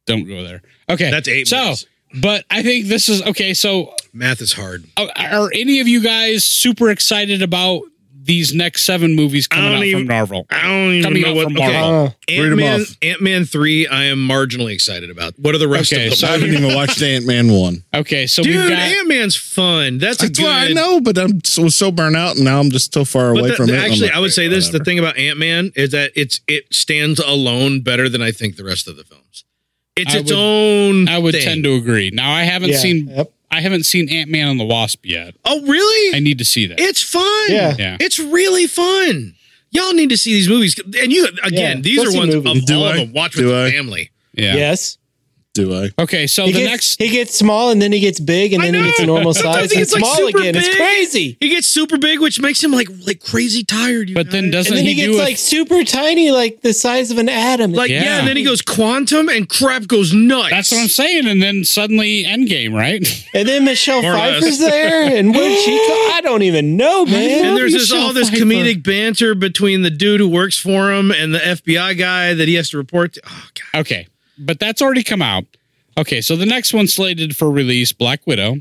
D: don't go there. Okay,
B: That's eight
D: So,
B: movies.
D: but I think this is okay. So,
B: Math is hard.
D: uh, are any of you guys super excited about these next seven movies coming
B: don't
D: out
B: even-
D: from Marvel?
B: I don't even
D: Coming
B: know
D: out
B: what.
D: from Marvel.
B: Okay.
C: Uh,
E: Read
B: Ant
E: 'em
B: Man.
E: off.
B: Ant Man three. I am marginally excited about. What are the rest
D: Okay,
B: of them?
D: so
E: Oh, I
B: [LAUGHS]
E: haven't even watched Ant Man one.
D: Okay, so we've
B: Dude,
D: got
B: Ant Man's fun. That's a
E: That's
B: good.
E: why I know, but I'm so, was so burnt out, and now I'm just so far
B: But
E: away
B: the-
E: from
B: the-
E: it. I'm
B: actually,
E: like,
B: I would say this: the
E: whatever.
B: thing about Ant Man is that it's it stands alone better than I think the rest of the films. It's
D: I
B: its
D: would-
B: own.
D: I would
B: thing.
D: tend to agree. Now I haven't
C: yeah.
D: seen
C: Yep.
D: I haven't seen Ant Man and the Wasp yet.
B: Oh, really?
D: I need to see that.
B: it's fun.
C: Yeah.
D: Yeah.
B: it's really fun. Y'all need to see these movies. And you again,
C: Yeah,
B: these
C: go
B: are
C: see
B: ones of
C: movies.
E: Do
B: all
E: I?
B: of them. Watch with
E: Do
B: the
E: I?
B: family.
D: yeah.
C: Yes.
E: do I?
D: Okay, so
C: He
D: the
C: gets,
D: next
C: he gets small and then he gets big and
B: Oh, I
C: then he
B: know.
C: gets a normal
B: Sometimes
C: size
B: he
C: and
B: gets, like,
C: small
B: super
C: again. It's
B: big.
C: crazy.
B: He gets super big, which makes him like like crazy tired. you
D: But then
B: guys.
C: And
D: doesn't
C: then he,
D: he do
C: gets
D: a-
C: like super tiny, like the size of an atom.
B: like yeah.
D: Yeah.
B: and then he goes quantum and crap goes nuts.
D: that's what I'm saying, and then suddenly Endgame, right? [LAUGHS]
C: and then Michelle
B: More or less.
C: Pfeiffer's there,
B: [LAUGHS]
C: and where'd she go? I don't even know, man.
B: And there's this,
D: Michelle
B: all this
D: Pfeiffer.
B: comedic banter between the dude who works for him and the FBI guy that he has to report to. Oh god.
D: okay, but that's already come out. Okay, so the next one slated for release, Black Widow.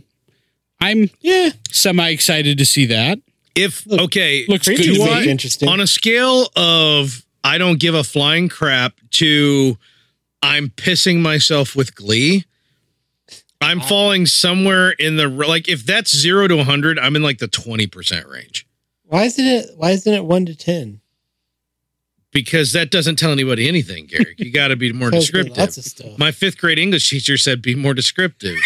D: I'm
C: Yeah,
D: semi excited to see that.
B: If
C: Look-
B: okay,
D: Looks
C: Creatures
D: good. to
C: look
D: me.
B: Why?
C: interesting.
B: on a scale of I don't give a flying crap to I'm pissing myself with glee. I'm falling somewhere in the like if that's 0 to 100, I'm in like the 20% range
C: why isn't it? Why isn't it one to ten?
B: because that doesn't tell anybody anything, Gary. You got to be
D: [LAUGHS]
B: more
C: Tells me
B: descriptive.
C: Lots of stuff.
B: My 5th grade English teacher said be more descriptive.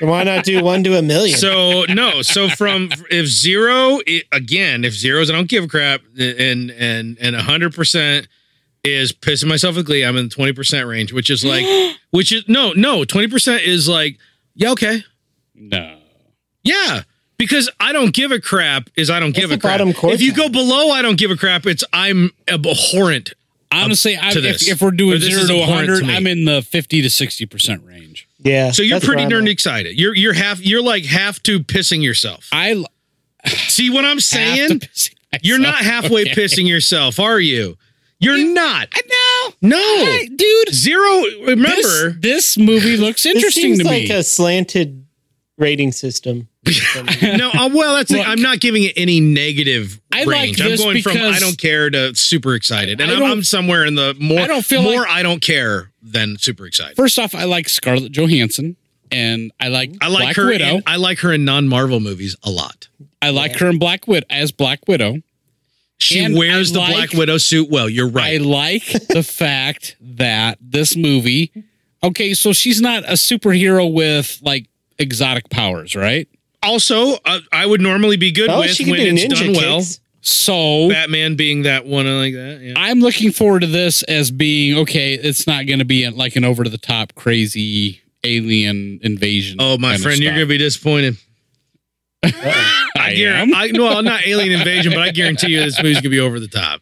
C: And why not do one to a million?
B: So no, so from if zero i again, if zeros I don't give a crap, and and and hundred percent is pissing myself with glee. I'm in the twenty percent range, which is like, which is no, no, twenty percent is like, yeah, okay,
D: No.
B: yeah, because I don't give a crap is I don't give
C: the
B: a crap.
C: bottom quartile.
B: If you go below, I don't give a crap. It's I'm abhorrent.
D: Honestly, I,
B: to
D: if,
B: this.
D: if we're
B: Or
D: doing
B: this
D: zero
B: is
D: to
B: abhorrent to
D: 100,
B: me.
D: I'm in the 50 to 60% range.
C: yeah.
B: So you're
C: that's
B: pretty
C: where I'm
B: darn
C: at.
B: excited. You're you're half. You're like half to pissing yourself.
D: I l-
B: See what I'm
D: have
B: saying?
D: to piss [LAUGHS]
B: You're
D: myself.
B: not halfway
D: Okay.
B: pissing yourself, are you? You're not.
D: No.
B: No.
D: I- dude.
B: Zero.
D: This,
B: Remember, [SIGHS]
D: this movie looks
C: This
D: interesting
C: seems
D: to
C: like
D: me.
C: a slanted
B: [LAUGHS]
C: rating system.
B: no. Uh, well, that's.
D: [LAUGHS] Look.
B: I'm not giving it any negative
D: I like
B: range.
D: this
B: I'm going from
D: because-
B: I don't care to super excited, and
D: I
B: I'm,
D: don't-
B: I'm somewhere in the more.
D: I don't feel
B: more.
D: like-
B: I don't care than super excited.
D: First off, I like Scarlett Johansson, and I like
B: I like
D: Black
B: her.
D: Widow.
B: In, I like her in non-Marvel movies a lot.
D: I like her in Black Widow as Black Widow.
B: She
D: And
B: wears
D: I
B: the
D: like-
B: Black Widow suit well. You're
D: I
B: right.
D: like
B: [LAUGHS]
D: the fact that this movie. Okay, so she's not a superhero with like exotic powers, right?
B: also, uh, I would normally be good
C: Oh,
B: with
C: she can
B: when
C: do
B: it's
C: ninja
B: done
C: kicks.
B: well.
D: So
B: Batman being that one like that. yeah.
D: I'm looking forward to this as being okay. It's not going to be like an over to the top crazy alien invasion.
B: Oh, my
D: kind of
B: friend, you're
D: stuff.
B: gonna be disappointed.
D: [LAUGHS] I
B: Guar-
D: am.
B: I, well, not alien invasion, but I guarantee you this movie's gonna be over the top.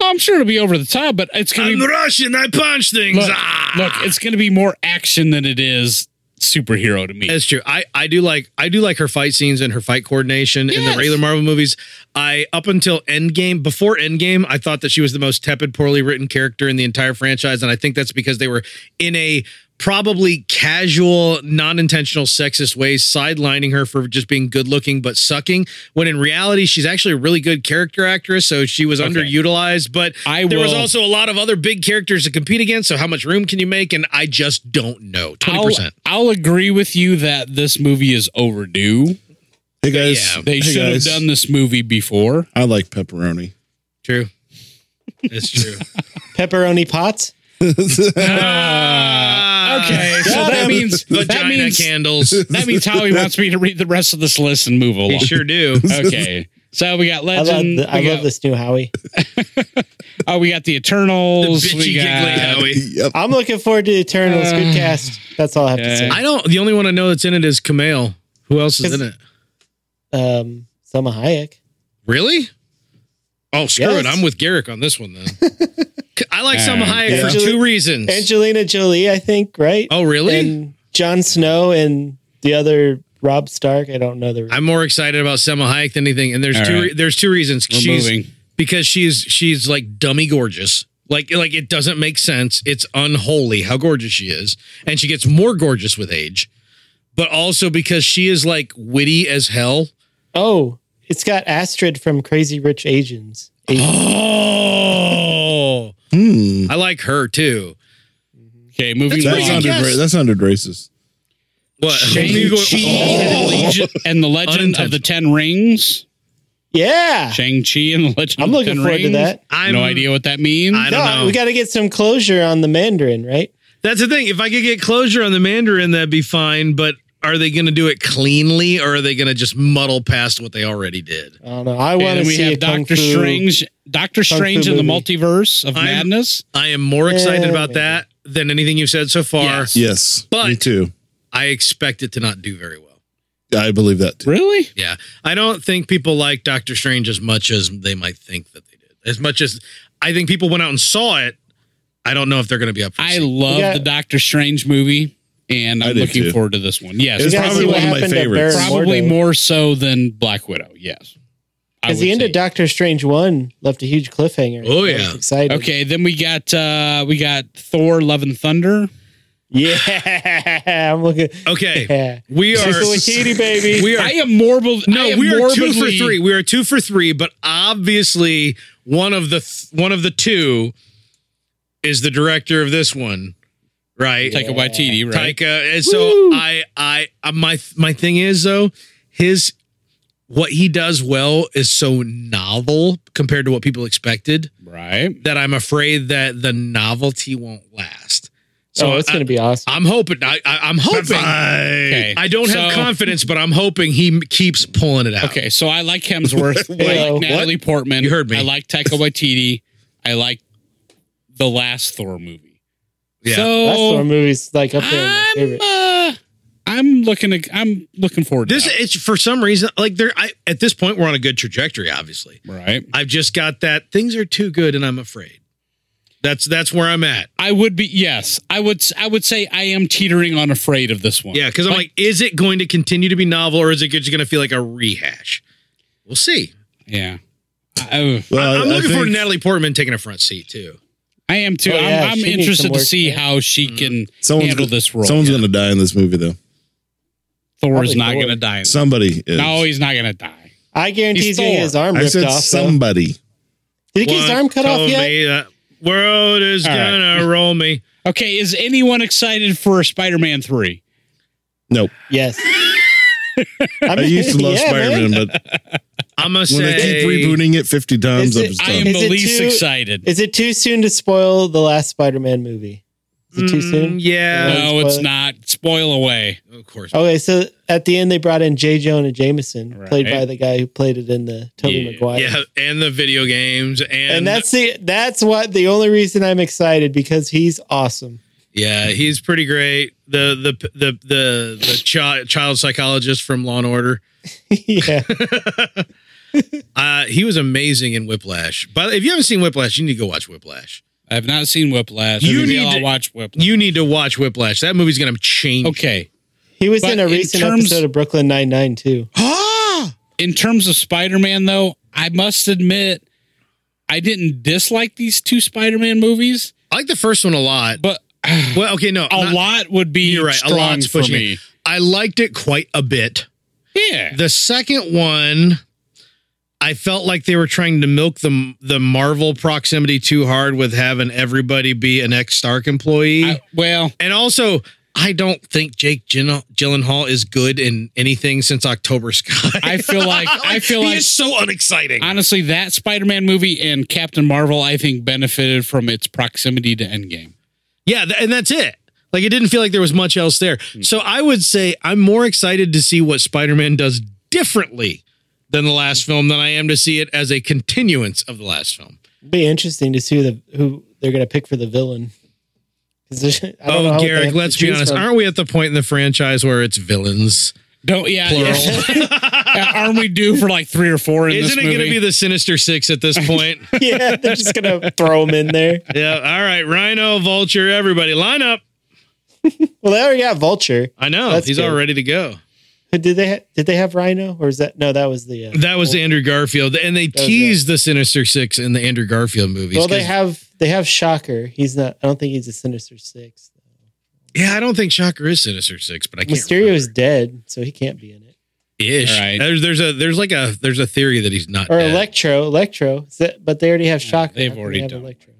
D: Oh, I'm sure it'll be over the top, but it's going to
B: I'm
D: be
B: Russian. I punch things.
D: look,
B: ah!
D: look, it's going to be more action than it is superhero to me.
B: That's true. I, I do like I do like her fight scenes and her fight coordination in
D: Yes.
B: the regular Marvel movies. I up until Endgame, before Endgame, I thought that she was the most tepid, poorly written character in the entire franchise, and I think that's because they were in a probably casual, non-intentional sexist way sidelining her for just being good looking but sucking. When in reality, she's actually a really good character actress, so she was underutilized. But
D: I
B: there was
D: will-
B: also a lot of other big characters to compete against. So how much room can you make? And I just don't know. Twenty
D: I'll,
B: percent.
D: I'll agree with you that this movie is overdue.
E: Hey guys,
B: Yeah,
D: They
E: hey
D: should have
E: guys.
D: done this movie before.
E: I like pepperoni.
B: True. It's [LAUGHS] true.
C: Pepperoni pots.
B: okay.
D: so that means Ah. that
B: Vagina
D: means
B: candles.
D: [LAUGHS] that means Howie wants me to read the rest of this list and move
B: They
D: along.
B: sure do.
D: Okay. So we got
C: I love,
D: Legend.
C: the, I
D: we
C: love
D: got-
C: this new Howie.
D: Oh, we got the
B: The
D: Eternals.
B: bitchy
D: we got,
B: giggly
D: [LAUGHS]
B: Howie.
E: Yep.
C: I'm looking forward to Eternals.
D: Uh,
C: Good cast. That's all I have
D: yeah.
C: to say.
B: I don't. The only one I know that's in it is Kamel. Who else is in it?
C: Um, Selma Hayek.
B: Really? Oh, screw
C: Yes.
B: it. I'm with Garrick on this one then. I like Selma
D: All right.
B: Hayek for
C: Yeah.
B: two reasons.
C: Angelina Jolie, I think, right?
B: Oh, really?
C: And Jon Snow and the other Rob Stark. I don't know the.
B: I'm more excited about Selma Hayek than anything, and there's
D: All
B: two
D: right.
B: there's two reasons.
D: We're
B: she's
D: moving.
B: because she's she's like dummy gorgeous. Like like it doesn't make sense. It's unholy how gorgeous she is, and she gets more gorgeous with age. But also because she is like witty as hell.
C: oh, it's got Astrid from Crazy Rich Asians.
B: Oh,
E: Hmm.
B: I like her too.
D: Okay, moving
B: That's
E: That
B: pretty good.
D: on.
E: sounded,
B: guess.
E: ra- that sounded racist.
B: What? You go- Oh.
D: Shang-Chi and, the Legend- and the Legend of the
B: Unintentional.
D: Ten Rings.
C: Yeah,
D: Shang-Chi and the Legend
C: I'm
D: of the
C: looking
D: Ten
C: forward to
D: Rings.
C: that.
B: I'm-
D: no idea what that means.
B: I don't
C: no,
B: know.
C: we got to get some closure on the Mandarin, right?
B: That's the thing. If I could get closure on the Mandarin, that'd be fine. But are they going to do it cleanly, or are they going to just muddle past what they already did?
C: I don't know. I
D: And
C: want to
D: then we
C: see a
D: have
C: Kung
D: Doctor
C: Fu-
D: Strange, Doctor
C: Fu
D: Strange in the
C: movie.
D: Multiverse of
B: I'm-
D: Madness.
B: I am more excited
C: Yeah,
B: about
C: maybe.
B: that than anything you've said so far.
D: Yes.
E: Yes.
B: But-
E: me too.
B: I expect it to not do very well.
E: I believe that too.
D: Really?
B: Yeah. I don't think people like Doctor Strange as much as they might think that they did. As much as I think people went out and saw it, I don't know if they're going to be up for
D: I
B: it.
D: love
C: Yeah.
D: the Doctor Strange movie, and
E: I
D: I'm
E: did
D: looking
E: too.
D: forward to this one. Yes,
E: It was
C: You gotta
D: it's
E: probably
C: see what
E: one of my
C: happened to
E: favorites.
C: Baron
D: probably
C: Mordo.
D: more so than Black Widow. Yes, I
C: Because
D: would
C: the end
D: say.
C: of Doctor Strange one left a huge cliffhanger.
B: Oh,
C: I was
B: yeah.
C: excited.
D: Okay, then we got uh we got Thor: Love and Thunder.
C: yeah, [LAUGHS] I'm looking.
D: [LAUGHS]
B: Okay.
C: Yeah,
B: We are.
C: Taika Waititi, baby.
B: We
D: I
B: are.
D: am morbid. I
B: No,
D: am
B: we are two for
D: morbidly-
B: three. We are two for three, but obviously one of the th- one of the two is the director of this one, right?
D: Taika Waititi, right?
B: Taika. And so
C: Woo!
B: I, I, uh, my, my thing is though, his, what he does well is so novel compared to what people expected
D: Right.
B: that I'm afraid that the novelty won't last. So
C: oh, it's going to be awesome.
B: I'm hoping. I, I, I'm hoping.
D: Okay.
B: I don't have
D: So-
B: confidence, but I'm hoping he m- keeps pulling it out.
D: Okay, so I like Hemsworth.
C: [LAUGHS]
D: I
C: Wait,
D: like
C: what?
D: Natalie Portman.
B: You heard me.
D: I like Taika Waititi. I like the last Thor movie.
B: Yeah.
D: So
C: That's Thor movie's like up there. in my
D: Oh. I'm
C: favorite.
D: uh, I'm looking to, I'm looking forward to
B: This
D: that.
B: it's for some reason like there. I at this point we're on a good trajectory. Obviously,
D: right.
B: I've just got that things are too good, and I'm afraid. That's that's where I'm at.
D: I would be yes. I would s- I would say I am teetering on afraid of this one.
B: Yeah, because I'm like, is it going to continue to be novel, or is it just going to feel like a rehash? We'll see.
D: yeah. I,
E: Well,
B: I'm
E: I- I
B: looking forward to
E: think-
B: Natalie Portman taking a front seat too.
D: I am too.
C: Oh, yeah,
D: I'm, I'm
C: she needs
D: interested
C: some
D: to
C: work Mm-hmm.
D: see
C: there.
D: how she can
E: Someone's
D: handle
E: gonna-
D: this role.
E: Someone's going to die in this movie, though.
D: Thor is
C: Probably
D: not
C: Thor.
D: going to die. in this.
E: Somebody is.
D: No, he's not going to die.
C: I guarantee
D: He's
C: he's gonna
D: Thor.
C: get his arm
E: I
C: ripped
E: said
C: off. though.
E: somebody.
C: Did he get his
B: One
C: arm cut off
B: told
C: yet?
B: me that world is
D: All right.
B: gonna roll me.
D: Okay, is anyone excited for Spider-Man 3?
E: Nope.
C: Yes. I,
E: I
C: mean,
E: used to
C: [LAUGHS]
E: love
C: yeah, man.
E: Spider Man, but
B: I'm gonna
E: when they
B: say
E: keep rebooting it 50
C: Is
E: times, I
C: it-
E: was
D: I
E: done.
D: am
C: Is
D: the
C: it
D: least
C: too-
D: excited.
C: Is it too soon to spoil the last Spider-Man movie? Is it too
B: mm,
C: soon?
B: Yeah,
D: No, it's
C: Spoil-
D: not. Spoil away.
B: of course.
C: Okay, so at the end they brought in J. Jonah Jameson, played
D: Right.
C: by the guy who played it in the Tobey
D: Yeah.
C: Maguire.
B: Yeah, and the video games and,
C: And that's the that's what the only reason I'm excited because he's awesome. [LAUGHS]
B: yeah, he's pretty great. The the the the the chi- child psychologist from Law and Order.
C: yeah.
B: Uh, he was amazing in Whiplash. But if you haven't seen Whiplash, you need to go watch Whiplash.
D: I've not seen Whiplash.
B: You
D: Maybe
B: need
D: I'll
B: to-
D: watch Whiplash.
B: You need to watch Whiplash. That movie's gonna change.
D: Okay.
C: He was
D: But
C: in a
D: in
C: recent
D: terms-
C: episode of Brooklyn Nine Nine too.
B: Ah!
D: In terms of Spider-Man though, I must admit I didn't dislike these two Spider-Man movies,
B: I like the first one a
C: [LAUGHS]
B: lot.
D: but
B: Well, okay, no,
D: a
B: not-
D: lot would be
B: You're right. A
D: strong
B: lot's
D: for
B: pushing
D: me.
B: it. I liked it quite a bit.
D: Yeah.
B: The second one, I felt like they were trying to milk the the Marvel proximity too hard with having everybody be an ex Stark employee,
D: I- well,
B: and also. I don't think Jake Gyllen- Gyllenhaal is good in anything since October Sky. [LAUGHS]
D: I feel like I feel
B: he
D: like
B: is so unexciting.
D: honestly that Spider-Man movie and Captain Marvel I think benefited from its proximity to Endgame.
B: Yeah, th- and that's it. Like it didn't feel like there was much else there.
D: Hmm.
B: So I would say I'm more excited to see what Spider-Man does differently than the last film than I am to see it as a continuance of the last film.
C: It'd be interesting to see who the who they're gonna pick for the villain. 'Cause there's- I don't know
B: Oh,
C: how they have
B: Garrick,
C: to
B: let's be
C: choose
B: honest.
C: from.
B: Aren't we at the point in the franchise where it's villains?
D: Don't yeah.
B: Plural.
D: yeah. [LAUGHS] Aren't we due for like 3 or 4 in this
B: Isn't it
D: movie?
B: going to be the Sinister Six at this point?
C: yeah, they're just gonna throw him in there.
B: [LAUGHS] yeah. All right, Rhino, Vulture, everybody, line up.
C: Well, they already got Vulture.
B: I know
C: That's
B: he's all
C: good.
B: ready to go.
C: Did they ha- did they have Rhino or is that no? That was the uh,
B: That was the Andrew Garfield, and they
C: was
B: teased the Sinister Six in the Andrew Garfield movies.
C: well. They
B: 'cause-
C: have they have Shocker. He's not. I don't think he's a Sinister Six.
B: yeah, I don't think Shocker is Sinister Six, but I can't.
C: Mysterio
B: remember.
C: is dead, so he can't be in it.
B: ish.
D: Right.
B: There's, there's a there's like a there's a theory that he's not.
C: Or
B: dead.
C: Electro, Electro. Is that- but they already have Shocker.
D: They've
C: How can
D: already
C: have
D: done
C: Electro.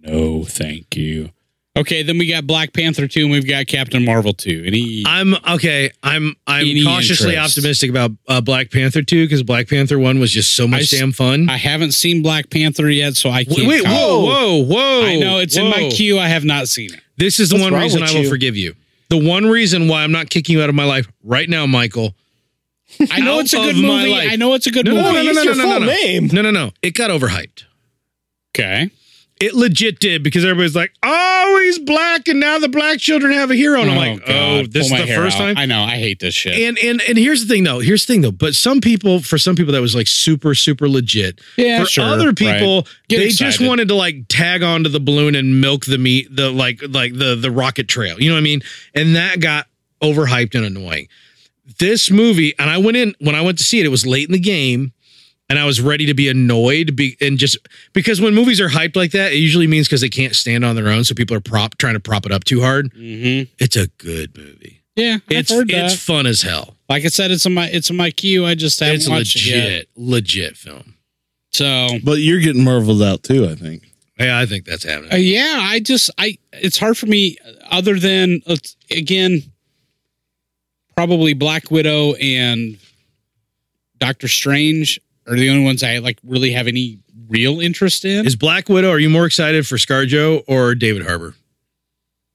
D: No, thank you. Okay, then we got Black Panther 2 and we've got Captain Marvel 2. Any
B: I'm okay. I'm I'm
D: Any
B: cautiously
D: interest?
B: optimistic about uh, Black Panther two because Black Panther one was just so
D: I s-
B: much damn fun.
D: I haven't seen Black Panther yet, so I can't.
B: wait, wait,
D: comment.
B: whoa, whoa, whoa!
D: I know it's in my
B: whoa.
D: queue. I have not seen it.
B: This is the
C: What's
B: one
C: wrong
B: reason
C: with
B: I will
C: you?
B: forgive you. The one reason why I'm not kicking you out of my life right now, Michael.
D: I know it's
B: [LAUGHS]
D: a
B: Out
D: good
B: of my
D: movie.
B: life.
D: I know it's a good
B: No, no,
D: movie.
B: no, no,
C: It's
B: no,
C: your
B: no,
C: full
B: no.
C: name.
B: No, no, no. It got overhyped.
D: Okay.
B: It legit did because everybody's like, "Oh, he's black, and now the black children have a hero." And I'm like, "Oh,
D: God, pull
B: this is
D: my
B: the
D: hair
B: first
D: out.
B: time."
D: I know. I hate this shit.
B: And and and here's the thing though. Here's the thing though. But some people, for some people, that was like super super legit.
D: Yeah,
B: for
D: sure,
B: other people,
D: right. Get
B: they just
D: excited.
B: wanted to like tag onto the balloon and milk the meat, the like like the the rocket trail. You know what I mean? And that got overhyped and annoying. This movie, and I went in when I went to see it. It was late in the game, and I was ready to be annoyed. Be, and just because when movies are hyped like that, it usually means because they can't stand on their own, so people are prop trying to prop it up too hard.
D: Mhm.
B: It's a good movie.
D: Yeah, I've
B: It's
D: heard that.
B: it's fun as hell
D: like I said, it's in my it's in my queue. I just haven't
B: it's
D: watched it yet.
B: legit, legit film.
D: So
E: But you're getting marveled out too, I think.
B: Yeah, I think that's
D: Uh,
B: happening.
D: yeah, I just I it's hard for me other than uh, again probably Black Widow and Doctor Strange are the only ones I like really have any real interest in.
B: Is Black Widow? Are you more excited for ScarJo or David Harbor?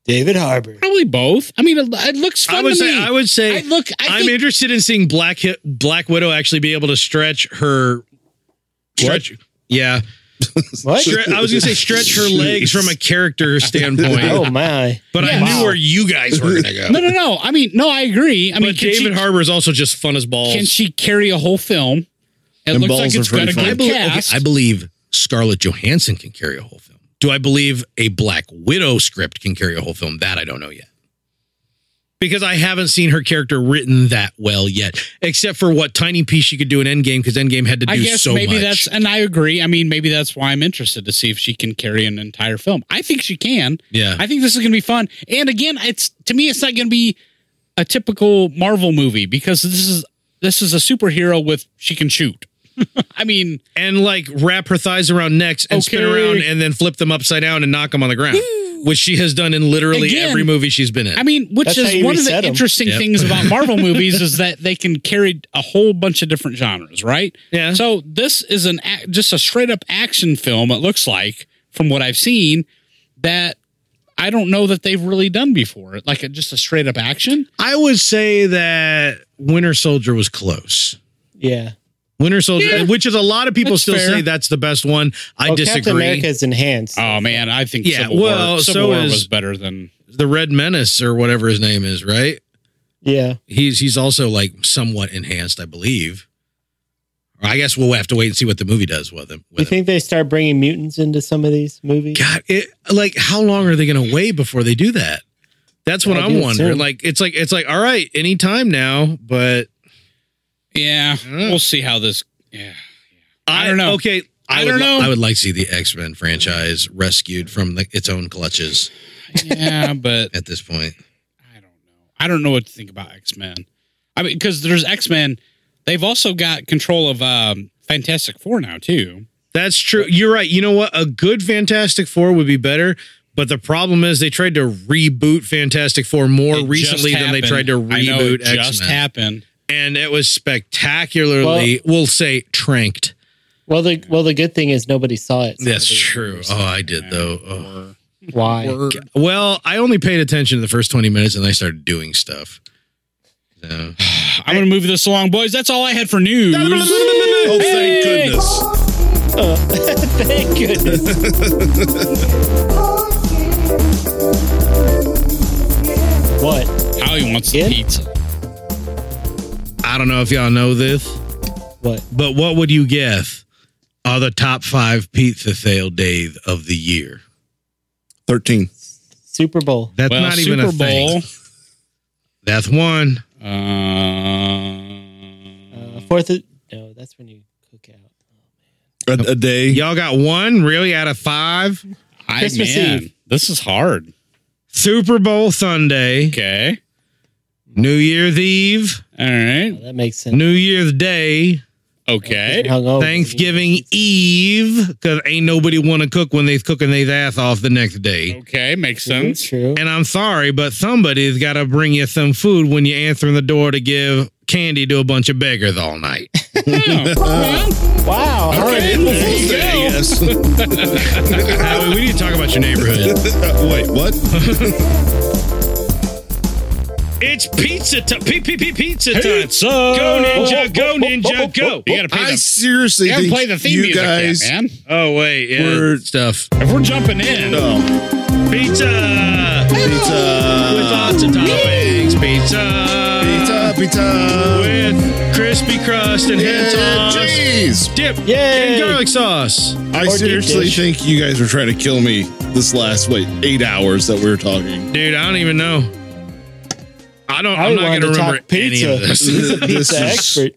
C: David Harbor.
D: probably both. I mean, it, it looks fun
B: I would
D: to
B: say.
D: me.
B: I would say.
D: I look. I
B: I am
D: think,
B: interested in seeing Black Hi- Black Widow actually be able to stretch her. Stretch. Yeah,
C: What?
B: Stre- I was gonna say stretch her legs from a character
C: oh
B: standpoint,
C: my!
B: but I
D: Yeah.
B: knew where you guys were gonna go.
D: no, no, no. I mean, no. I agree. I mean,
B: but
D: can
B: David
D: she,
B: Harbor is also just fun as balls.
D: can she carry a whole film? It
E: And
D: looks like
E: balls
D: it's
E: are
D: got a
E: pretty
B: I,
D: good
E: fun.
B: believe, okay,
D: cast.
B: I believe Scarlett Johansson can carry a whole film. Do I believe a Black Widow script can carry a whole film? That I don't know yet. Because I haven't seen her character written that well yet, except for what tiny piece she could do in Endgame, because Endgame had to do
D: I guess
B: so
D: maybe
B: much.
D: that's, and I agree. I mean, maybe that's why I'm interested to see if she can carry an entire film. I think she can.
B: yeah.
D: I think this is going to be fun. And again, it's to me, it's not going to be a typical Marvel movie because this is this is a superhero with she can shoot. [LAUGHS] I mean,
B: and like wrap her thighs around necks and spin
D: Okay.
B: around and then flip them upside down and knock them on the ground, which she has done in literally
D: Again,
B: every movie she's been in.
D: I mean, which
C: That's how
D: is
C: you
D: one of the
C: reset 'em.
D: interesting
B: Yep.
D: things [LAUGHS] about Marvel movies is that they can carry a whole bunch of different genres, right?
B: Yeah.
D: So this is an ac- just a straight up action film. It looks like from what I've seen that I don't know that they've really done before. Like a, just a straight up action.
B: I would say that Winter Soldier was close.
C: Yeah.
B: Winter Soldier,
D: Yeah.
B: which is a lot of people
D: That's
B: still
D: fair.
B: say that's the best one. I
C: Well,
B: disagree.
C: Captain America is enhanced.
D: Oh man, I think
B: Yeah,
D: Civil
B: well,
D: War, Civil
B: so
D: War
B: is-
D: was better than
B: the Red Menace or whatever his name is, right?
C: yeah.
B: He's he's also like somewhat enhanced, I believe. Or I guess we'll have to wait and see what the movie does with him.
C: You
B: With him.
C: think they start bringing mutants into some of these movies?
B: God, it, like how long are they going to wait before they do that? That's what
C: I
B: I'm
C: do
B: wondering.
C: assume.
B: Like it's like it's like all right, any time now, but
D: Yeah,
B: Mm.
D: we'll see how this. Yeah, I don't know.
B: Okay,
D: I
B: would
D: don't
B: li-
D: know.
B: I would like to see the X Men franchise rescued from the, its own clutches [LAUGHS]
D: yeah, but
B: at this point.
D: I don't know. I don't know what to think about X Men. I mean, because there's X Men. They've also got control of um, Fantastic Four now too.
B: That's true. You're right. You know what? A good Fantastic Four would be better, but the problem is they tried to reboot Fantastic Four more
D: It just
B: recently than they
D: happened.
B: tried to
D: I know,
B: reboot
D: it just
B: X Men,
D: happened.
B: and it was spectacularly, we'll say, tranked.
C: Well, the well the good thing is nobody saw it. so
B: That's
C: nobody
B: true.
C: remembers
B: Oh, I did though. Oh.
C: Why?
B: Well, I only paid attention to the first twenty minutes, and I started doing stuff. So.
D: I'm gonna move this along, boys. That's all I had for news.
E: Oh, thank goodness.
C: [LAUGHS] Thank goodness. what?
D: Howie wants the
C: Yeah.
D: pizza.
B: I don't know if y'all know this,
C: What?
B: but what would you guess are the top five pizza sale days of the year?
E: 13.
C: Super Bowl.
B: That's
D: well,
B: not
D: Super
B: even a
D: Bowl.
B: thing. That's one.
D: Uh,
C: Uh, fourth of no, that's when you cook out.
E: A, a day.
B: Y'all got one really out of five.
D: I,
C: Christmas
D: man,
C: Eve.
D: This is hard.
B: Super Bowl Sunday,
D: Okay.
B: New Year's Eve,
D: All right.
C: Oh, That makes sense.
B: New Year's Day,
D: Okay.
C: Hungover.
B: Thanksgiving Eve, because ain't nobody want to cook when they's cooking their ass off the next day.
D: Okay. Makes
C: True, [LAUGHS]
D: sense.
C: true.
B: And I'm sorry, but somebody's got to bring you some food when you're answering the door to give candy to a bunch of beggars all night. [LAUGHS]
C: Wow. all right.
D: Okay. There you go.
E: Yes.
B: Howie, we need to talk about your neighborhood.
E: [LAUGHS] Wait, what?
B: It's pizza time. P- p- p- pizza time.
D: Pizza.
B: Go, Ninja. Go, Ninja. Go.
D: You gotta [LAUGHS] play
E: I
D: the,
E: seriously
D: you haven't
E: think
D: played the theme
E: you
D: music
E: guys.
D: yet, man.
B: Oh, wait. Yeah.
E: We're-
B: stuff.
D: If we're jumping in,
E: No.
B: Pizza. With
D: uh,
E: Pizza.
B: lots of toppings. Pizza.
E: Pizza. Pizza.
B: With crispy crust and
E: Yeah,
B: hot sauce.
E: Jeez.
B: Dip.
C: Yay.
B: And garlic sauce.
E: I
C: Or deep
E: seriously
C: dish.
E: think you guys were trying to kill me this last wait eight hours that we were talking.
B: [LAUGHS] Dude, I don't even know. I don't.
C: I
B: I'm not going
C: wanted to
B: to remember
C: talk pizza.
B: any of this. [LAUGHS]
C: [LAUGHS] He's a pizza
E: This is-
C: expert.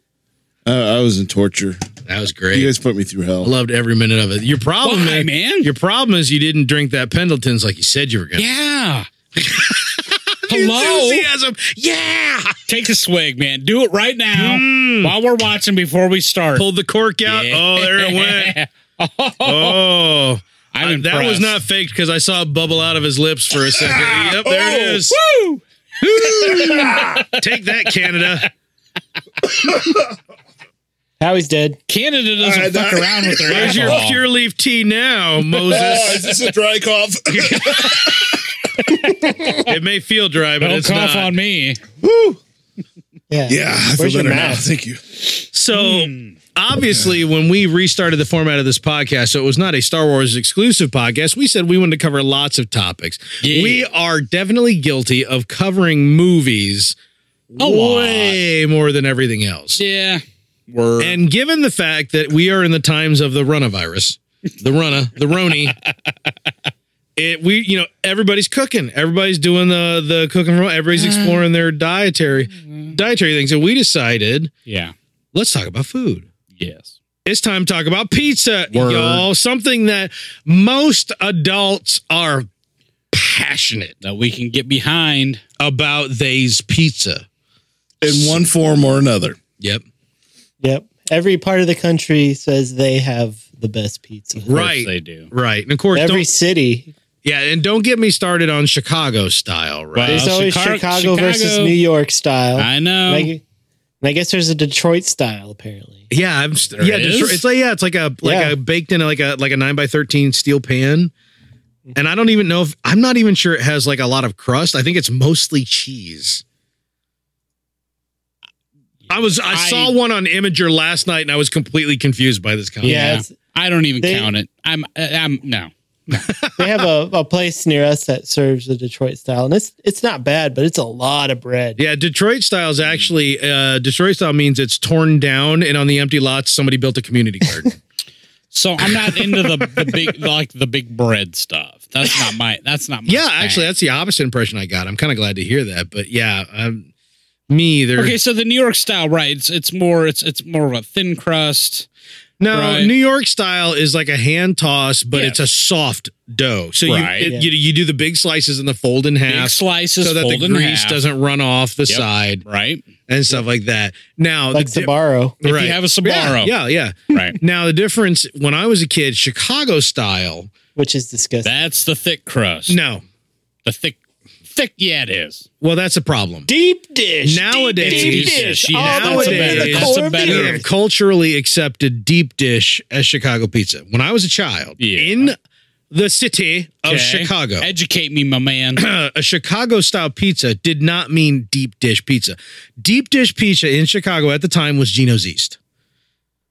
E: Uh, I was in torture.
B: That was great.
E: You guys put me through
B: I
E: hell.
B: loved every minute of it. Your problem,
D: Why,
B: is-
D: man?
B: Your problem is you didn't drink that Pendleton's like you said you were going. to.
D: yeah. Hello.
B: [LAUGHS] Enthusiasm. Yeah. Hmm.
D: Take a swig, man. Do it right now while we're watching before we start.
B: Mm. Pulled the cork out.
D: Mm. Yeah.
B: Oh, there it
D: [LAUGHS]
B: went. Oh,
D: I'm
B: I- that was
D: impressed.
B: not faked because I saw it bubble out of his lips for a second. Yep, there
C: Oh.
B: it is.
D: Oh, Woo!
B: Take that,
C: [LAUGHS]
B: Canada.
C: Howie's dead.
D: Canada doesn't
E: right,
D: fuck
E: that-
D: around with their
B: There's your
D: alcohol.
B: pure leaf tea now,
E: Uh, Is
B: Moses.
E: this a dry cough?
B: [LAUGHS] it may feel dry, but
D: Don't
B: it's
D: cough
B: not.
D: on me.
C: Yeah.
E: yeah, I feel
C: Where's your
E: better now.
C: mask?
E: Thank you.
B: So obviously, when we restarted the format of this podcast, so it was not a Star Wars exclusive podcast. We said we wanted to cover lots of topics.
D: Yeah.
B: We are definitely guilty of covering movies
D: lot.
B: way more than everything else.
D: Yeah. Word.
B: And given the fact that we are in the times of the runavirus, the runna, the
D: [LAUGHS]
B: roni, it we you know everybody's cooking, everybody's doing the the cooking from, everybody's
D: Mm.
B: exploring their dietary
D: Mm-hmm.
B: dietary things, and we decided
D: yeah.
B: let's talk about food
D: Yes.
B: it's time to talk about pizza,
D: Word.
B: y'all. Something that most adults are passionate
D: That we can get behind.
B: about. They's pizza.
E: In one form or another.
B: Yep.
C: Yep. Every part of the country says they have the best pizza.
D: Of course
B: Right.
D: They do.
B: Right. And of course,
C: Every
B: don't,
C: city.
B: yeah. And don't get me started on Chicago style. Right.
D: Well,
C: There's always
D: Chicar-
C: Chicago,
D: Chicago-
C: versus New York style.
D: I know.
C: and, I, gu- and I guess there's a Detroit style apparently.
B: yeah. I'm. St- yeah.
D: is?
B: Detroit- it's like yeah. It's like a like
C: Yeah.
B: a baked in like a like a nine by thirteen steel pan. And I don't even know if I'm not even sure it has like a lot of crust. I think it's mostly cheese. I was I,
D: I-
B: saw one on Imager last night and I was completely confused by this comment.
D: Yeah.
C: Yeah, it's-
D: I don't even
C: They-
D: count it. I'm. uh, I'm no.
C: they have a, a place near us that serves the Detroit style, and it's it's not bad, but it's a lot of bread.
B: Yeah, Detroit style is actually uh, Detroit style means it's torn down and on the empty lots somebody built a community
D: [LAUGHS]
B: garden.
D: So I'm not into the, the
B: [LAUGHS]
D: big like the big bread stuff. That's not my. That's not my.
B: yeah,
D: thing.
B: actually, that's the opposite impression I got. I'm kind of glad to hear that, but yeah, um, me either.
D: Okay, so the New York style, right? It's it's more it's it's more of a thin crust.
B: no,
D: right.
B: New York style is like a hand toss, but
D: Yeah.
B: it's a soft dough. So
D: Right.
B: you, it,
C: Yeah.
B: you you do the big slices and the fold in
D: Big
B: half,
D: slices
B: so that the
D: fold in
B: grease
D: half,
B: doesn't run off the
D: Yep.
B: side
D: right.
B: and stuff like that. Now,
C: Like
B: di-
C: Sabaro.
D: If
B: right.
D: you have a
B: yeah,
D: Sbarro,
B: yeah, yeah. [LAUGHS]
D: right.
B: Now the difference when I was a kid, Chicago style.
C: which is disgusting.
D: That's the thick crust.
B: No,
D: The thick, thick. Yeah, it is.
B: well that's a problem.
C: deep dish.
B: Nowadays-
C: deep,
B: Deep Oh,
D: dish,
C: dish.
D: yeah,
C: all
B: that's
C: the
B: a
C: way to
B: better-
C: the
B: that's
D: oh, a
C: core
D: better-
B: We
C: beef.
B: have culturally accepted deep dish as Chicago pizza. When I was a child
D: Yeah.
B: in the city of
D: Okay.
B: Chicago,
D: Educate me, my
B: [COUGHS]
D: man.
B: uh, a Chicago style pizza did not mean deep dish pizza. Deep dish pizza in Chicago at the time was Geno's East.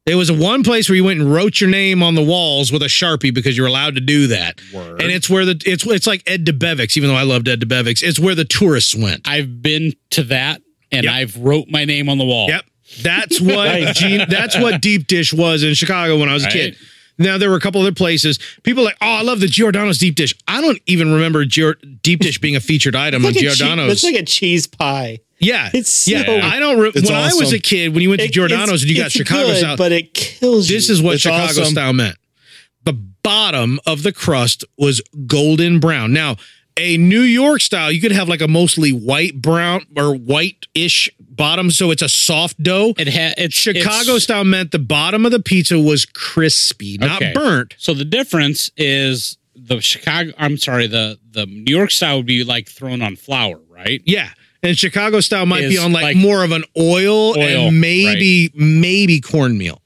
B: There was one place where you went and wrote your name on the walls with a sharpie because you're allowed to do that.
D: Word.
B: And it's where the it's it's like Ed DeBevick's, even though I loved Ed DeBevick's. It's where the tourists went.
D: I've been to that, and
B: Yep.
D: I've wrote my name on the wall.
B: Yep.
D: [LAUGHS]
B: That's what Gene, that's what deep dish was in Chicago when I was a kid.
D: Right.
B: Now there were a couple other places. People were like, oh, I love the Giordano's deep dish. I don't even remember Gior- deep dish being a featured item
C: It's
B: on
C: like a che-
B: Giordano's.
C: It's like a cheese pie.
B: Yeah.
C: It's
B: yeah.
C: so-
B: I don't. Re-
E: It's
B: when I was
E: awesome.
B: a kid, when you went to
C: It-
B: Giordano's
C: it's-
B: and you got
C: it's
B: Chicago
C: good,
B: style,
C: but it kills
B: this
C: you.
B: is what
E: It's
B: Chicago
E: awesome.
B: style meant. The bottom of the crust was golden brown. Now, a New York style, you could have like a mostly white brown or white-ish bottom, so it's a soft dough.
D: It had it's
B: Chicago
D: it's-
B: style meant the bottom of the pizza was crispy, not
D: Okay.
B: burnt.
D: So the difference is the Chicago. I'm sorry, the the New York style would be like thrown on flour, right?
B: Yeah. And Chicago style might be
D: Is
B: on like,
D: like-
B: more of an oil,
D: Oil,
B: and maybe maybe cornmeal.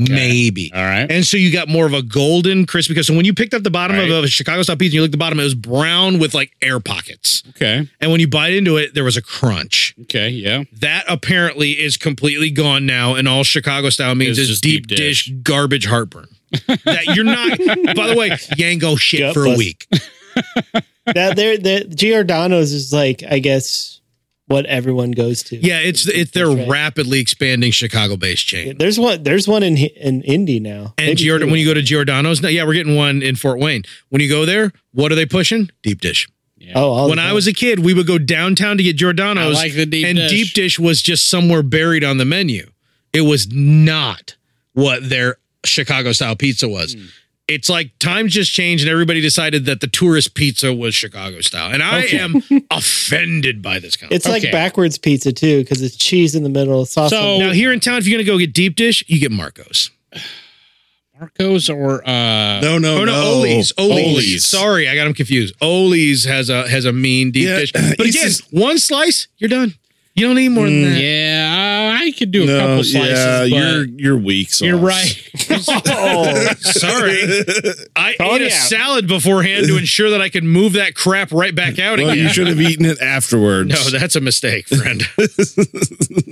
B: Maybe.
D: All right.
B: And so you got more of a golden crispy because so when you picked up the bottom
D: Right.
B: of a Chicago style pizza, and you looked at the bottom, it was brown with like air pockets.
D: Okay.
B: And when you bite into it, there was a crunch.
D: Okay. Yeah.
B: That apparently is completely gone now, and all Chicago style means
D: It's
B: is
D: just
B: deep,
D: deep
B: dish. garbage heartburn. that you're
D: [LAUGHS]
B: not by the way, you ain't go shit
C: Gut
B: for a
C: bust.
B: week.
C: that there the Giordano's is like I guess what everyone goes to.
B: Yeah, it's it's they're
C: That's right.
B: rapidly expanding Chicago based chain.
C: There's one there's one in in Indy now.
B: And Giord- when you go to Giordano's, now, yeah, we're getting one in Fort Wayne. When you go there, what are they pushing? Deep dish.
C: Oh, all the
B: When I
C: time.
B: was a kid, we would go downtown to get Giordano's,
D: I like the deep
B: and
D: dish.
B: deep dish was just somewhere buried on the menu. It was not what their Chicago style pizza was.
C: Hmm.
B: It's like times just changed, and everybody decided that the tourist pizza was Chicago style, and I
C: [LAUGHS]
D: Okay.
B: am offended by this concept.
C: It's
D: Okay.
C: like backwards pizza too because it's cheese in the middle, sauce.
B: [LAUGHS]
D: So-
C: on the-
B: now here in town, if you're gonna go get deep dish, you get Marco's.
D: Marcos or uh,
E: No, no,
B: Oh no, Ollie's, Ollie's. Sorry, I got them confused. Ollie's has a has a mean deep
E: Yeah,
B: dish. But
E: it's
B: again,
E: just-
B: one slice, you're done. You don't need more than that.
D: yeah, I could do a
E: No,
D: couple slices.
E: yeah,
D: but
E: you're you're weak. Sauce.
D: you're right.
C: oh,
B: Sorry, I
C: Call
B: ate
C: me
B: a
C: out.
B: salad beforehand to ensure that I could move that crap right back out
E: Well,
B: again.
E: you should have eaten it
B: [LAUGHS]
E: afterwards.
B: no, that's a mistake, friend.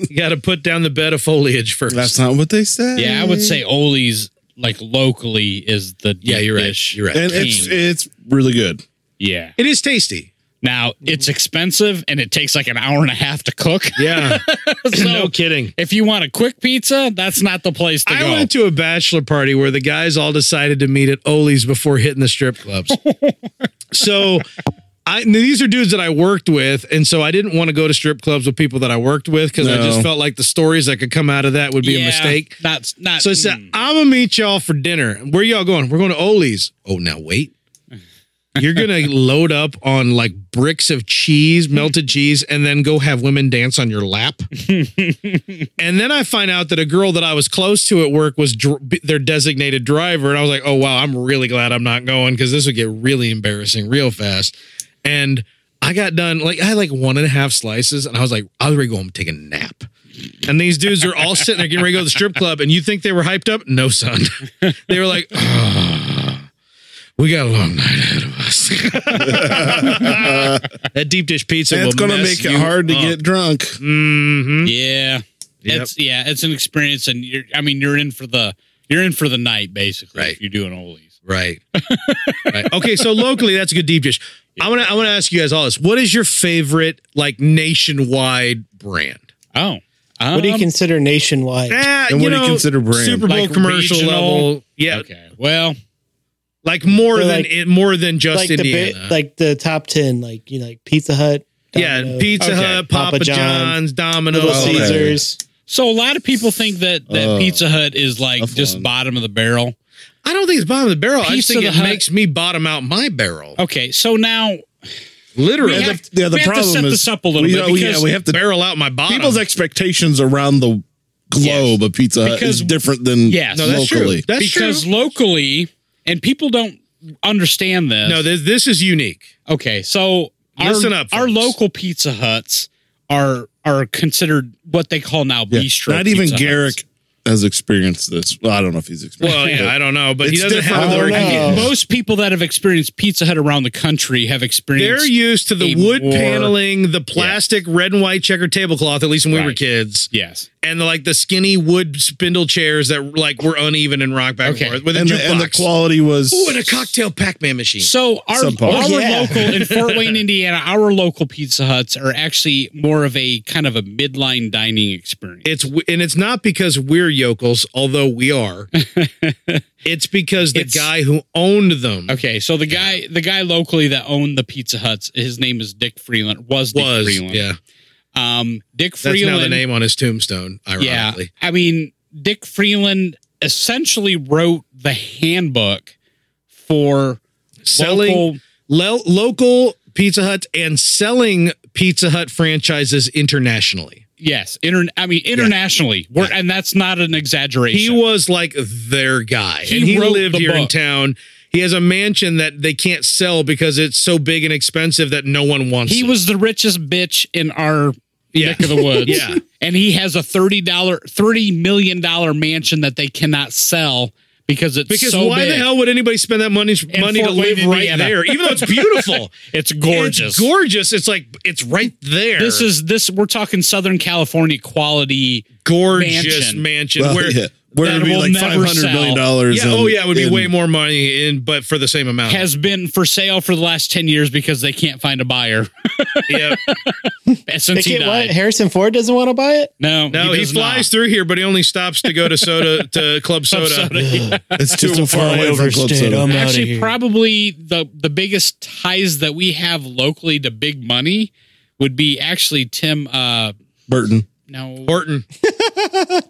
B: you got to put down the bed of foliage first.
E: that's not what they said.
D: Yeah, I would say Oli's like locally is the deep
B: yeah, you're right.
D: dish.
B: You're right.
E: and it's it's really good.
D: Yeah.
B: it is tasty.
D: Now it's expensive and it takes like an hour and a half to cook.
B: Mm-hmm. [LAUGHS] Yeah,
D: [LAUGHS] so
B: no kidding.
D: if you want a quick pizza, that's not the place to
B: I
D: go.
B: went to a bachelor party where the guys all decided to meet at Ollie's before hitting the strip clubs. so I now these are dudes that I worked with, and so I didn't want to go to strip clubs with people that I worked with because I
E: No.
B: just felt like the stories that could come out of that would be
D: Yeah,
B: a mistake.
D: Not not
B: So I said,
D: mm.
B: I'm gonna meet y'all for dinner. Where y'all going? We're going to Ollie's. Oh, now wait. You're gonna load up on like bricks of cheese, melted cheese, and then go have women dance on your lap. and then I find out that a girl that I was close to at work was dr- b- their designated driver, and I was like, "Oh wow, I'm really glad I'm not going because this would get really embarrassing real fast." And I got done like I had like one and a half slices, and I was like, "I was ready to go home and take a nap." And these dudes are all sitting there getting ready to go to the strip club, and you think they were hyped up? No, son. [LAUGHS] They were like, "Ah, "We got a long night ahead of us." [LAUGHS] that deep dish pizza.
E: And it's
B: will
E: gonna
B: mess
E: make it
B: you
E: hard to
B: up.
E: get drunk.
B: Mhm.
D: Yeah. It's yeah, it's an experience and you're I mean you're in for the you're in for the night basically
B: Right.
D: if you do an Oli's.
B: Right. right. Okay, so locally, that's a good deep dish. I want to I want to ask you guys all this. What is your favorite like nationwide brand?
D: Oh. Um,
C: what do you consider nationwide?
B: Ah,
E: And what do you consider brand?
B: Super Bowl
D: Like
B: commercial
D: regional?
B: level. Yeah,
D: Okay. Well,
B: like more
C: Or
B: than
C: like-
B: it, more than just
C: like the
B: Indiana.
C: bit, like the top ten, like you know, like Pizza Hut,
B: yeah,
C: Domino's,
B: Pizza
D: Okay.
B: Hut, Papa,
C: Papa
B: John's,
C: John's,
B: Domino's,
C: Little
B: all that.
E: Caesar.
C: Caesars.
D: so a lot of people think that that
E: Uh,
D: Pizza Hut is like
E: tough
D: just
E: one.
D: bottom of the barrel.
B: I don't think it's bottom of the barrel. I just
D: Pizza
B: think
D: the
B: it
D: Hut.
B: makes me bottom out my barrel.
D: Okay, so now
B: Literally,
D: We
E: Yeah,
D: have-
E: the, yeah, the
D: we have to
E: problem
D: set
E: is
D: this up a little
E: we,
D: bit
E: oh, yeah,
D: because
E: we have to.
B: barrel out my bottom.
E: People's expectations around the globe of Pizza Hut
D: Because-
E: is different than
D: Yes.
B: no,
D: No,
B: that's
E: locally.
B: true. That's
D: because
B: true.
D: locally and people don't understand this.
B: No, this, this is unique.
D: Okay, so
B: Listen
D: our,
B: up,
D: our
B: folks.
D: local Pizza Huts are are considered what they call now
E: Yeah.
D: bistro.
E: Not even
D: Pizza Huts.
E: Garrick has experienced this. Well, I don't know if he's experienced.
B: Well,
E: it,
B: yeah, I don't know, but he
E: It's
B: doesn't
E: different.
B: have
E: I
B: the
E: don't
B: word.
E: know.
D: And Most people that have experienced Pizza Hut around the country have
B: They're
D: experienced.
B: used to the
D: a
B: wood
D: more-
B: paneling, the plastic red and white checker tablecloth, at least when we were
D: Right.
B: kids,
D: yes.
B: and the, like the skinny wood spindle chairs that like were uneven and rock back
D: Okay.
B: and forth with a
E: and, the,
B: jukebox.
E: and the quality was
B: Ooh, and a cocktail Pac-Man machine.
D: So our, our
E: Subpar.
C: Oh, yeah.
B: [LAUGHS]
D: local in Fort Wayne, Indiana, our local Pizza Huts are actually more of a kind of a midline dining experience.
B: It's w- and it's not because we're yokels, although we
D: [LAUGHS]
B: are. it's because the
D: It's-
B: guy who owned them
D: okay, so the guy the guy locally that owned the Pizza Huts, his name is Dick Freeland. Was Dick
B: was
D: Freeland?
B: yeah.
D: Um, Dick
B: That's
D: Freeland.
B: now the name on his tombstone, ironically.
D: Yeah. I mean, Dick Freeland essentially wrote the handbook for
B: Selling
D: local-
B: lo- local Pizza Huts and selling Pizza Hut franchises internationally.
D: yes, inter- I mean internationally. We're, and that's not an exaggeration.
B: He was like their guy.
D: He
B: and he
D: wrote
B: lived
D: the
B: here in
D: book.
B: town. He has a mansion that they can't sell because it's so big and expensive that no one wants
D: He
B: it.
D: was the richest bitch in our
B: Yeah.
D: neck of [LAUGHS] the woods.
B: Yeah.
D: And he has a thirty dollar thirty million dollar mansion that they cannot sell because it's
B: Because
D: so
B: why
D: big.
B: the hell would anybody spend that money
D: In
B: money to
D: Fort Wayne,
B: live right
D: Indiana.
B: there? Even though it's beautiful,
D: [LAUGHS] It's
B: It's
D: gorgeous.
B: gorgeous. It's like it's right there.
D: This is this we're talking Southern California quality
B: gorgeous mansion,
D: mansion.
E: Well,
B: where
E: [LAUGHS] yeah. Where
D: that
E: it'd be
D: will
E: like
D: never
E: five hundred million dollars.
B: yeah, oh yeah, it would be way more money in, but for the same amount. [LAUGHS]
D: has been for sale for the last 10 years because they can't find a buyer [LAUGHS]
B: yeah,
D: since
C: They
D: he
C: can't- what?
D: died.
C: Harrison Ford doesn't want to buy it. [LAUGHS]
D: No,
B: no, he,
D: does
B: flies
D: not.
B: through here, but he only stops to go to soda
D: [LAUGHS]
B: to Club Soda.
E: It's too far away from Club
C: overstayed.
E: Soda.
C: I'm outta
D: Actually,
C: here.
D: probably the the biggest ties that we have locally to big money would be actually Tim. Uh,
E: Burton.
D: no,
B: Horton,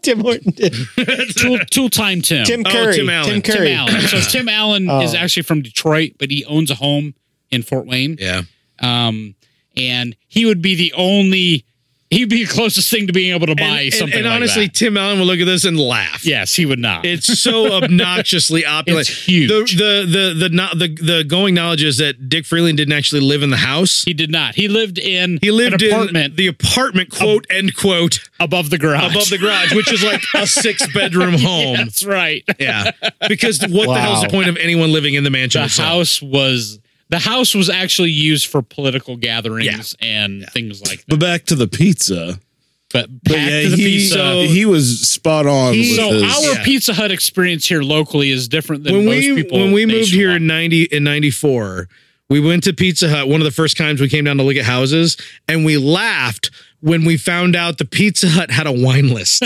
C: Tim Horton, did.
D: [LAUGHS] Tool, Tool Time Tim.
C: Tim
B: Oh,
C: Curry,
B: Tim
C: Tim,
B: Allen.
D: Tim
C: Curry.
D: Allen.
B: [COUGHS]
D: So Tim Allen is
C: Oh.
D: actually from Detroit, but he owns a home in Fort Wayne.
B: yeah,
D: Um, and he would be the only. He'd be the closest thing to being able to buy
B: and,
D: something.
B: and
D: like
B: honestly,
D: that.
B: Tim Allen will look at this and laugh.
D: yes, he would not.
B: It's
D: [LAUGHS]
B: so obnoxiously opulent.
D: It's huge.
B: The the the the not the the going knowledge is that Dick Freeland didn't actually live in the house.
D: He did not. He lived in
B: He lived
D: an apartment
B: in the apartment, quote end quote,
D: above the garage.
B: above the garage, which is like a six bedroom home.
D: [LAUGHS] That's right.
B: Yeah, because what the hell's the
C: Wow.
B: point of anyone living in the mansion?
D: The
B: itself?
D: house was the house was actually used for political gatherings and things like that.
E: But back to the pizza.
D: But back
E: But yeah,
D: to the
E: he,
D: pizza.
E: so he was spot on. with
D: so
E: his,
D: our
B: Yeah.
D: Pizza Hut experience here locally is different than
B: when
D: most
B: we
D: people.
B: when we moved here in
D: nationwide.
B: ninety in ninety four, we went to Pizza Hut. One of the first times we came down to look at houses, and we laughed when we found out the Pizza Hut had a wine
D: [LAUGHS]
B: list.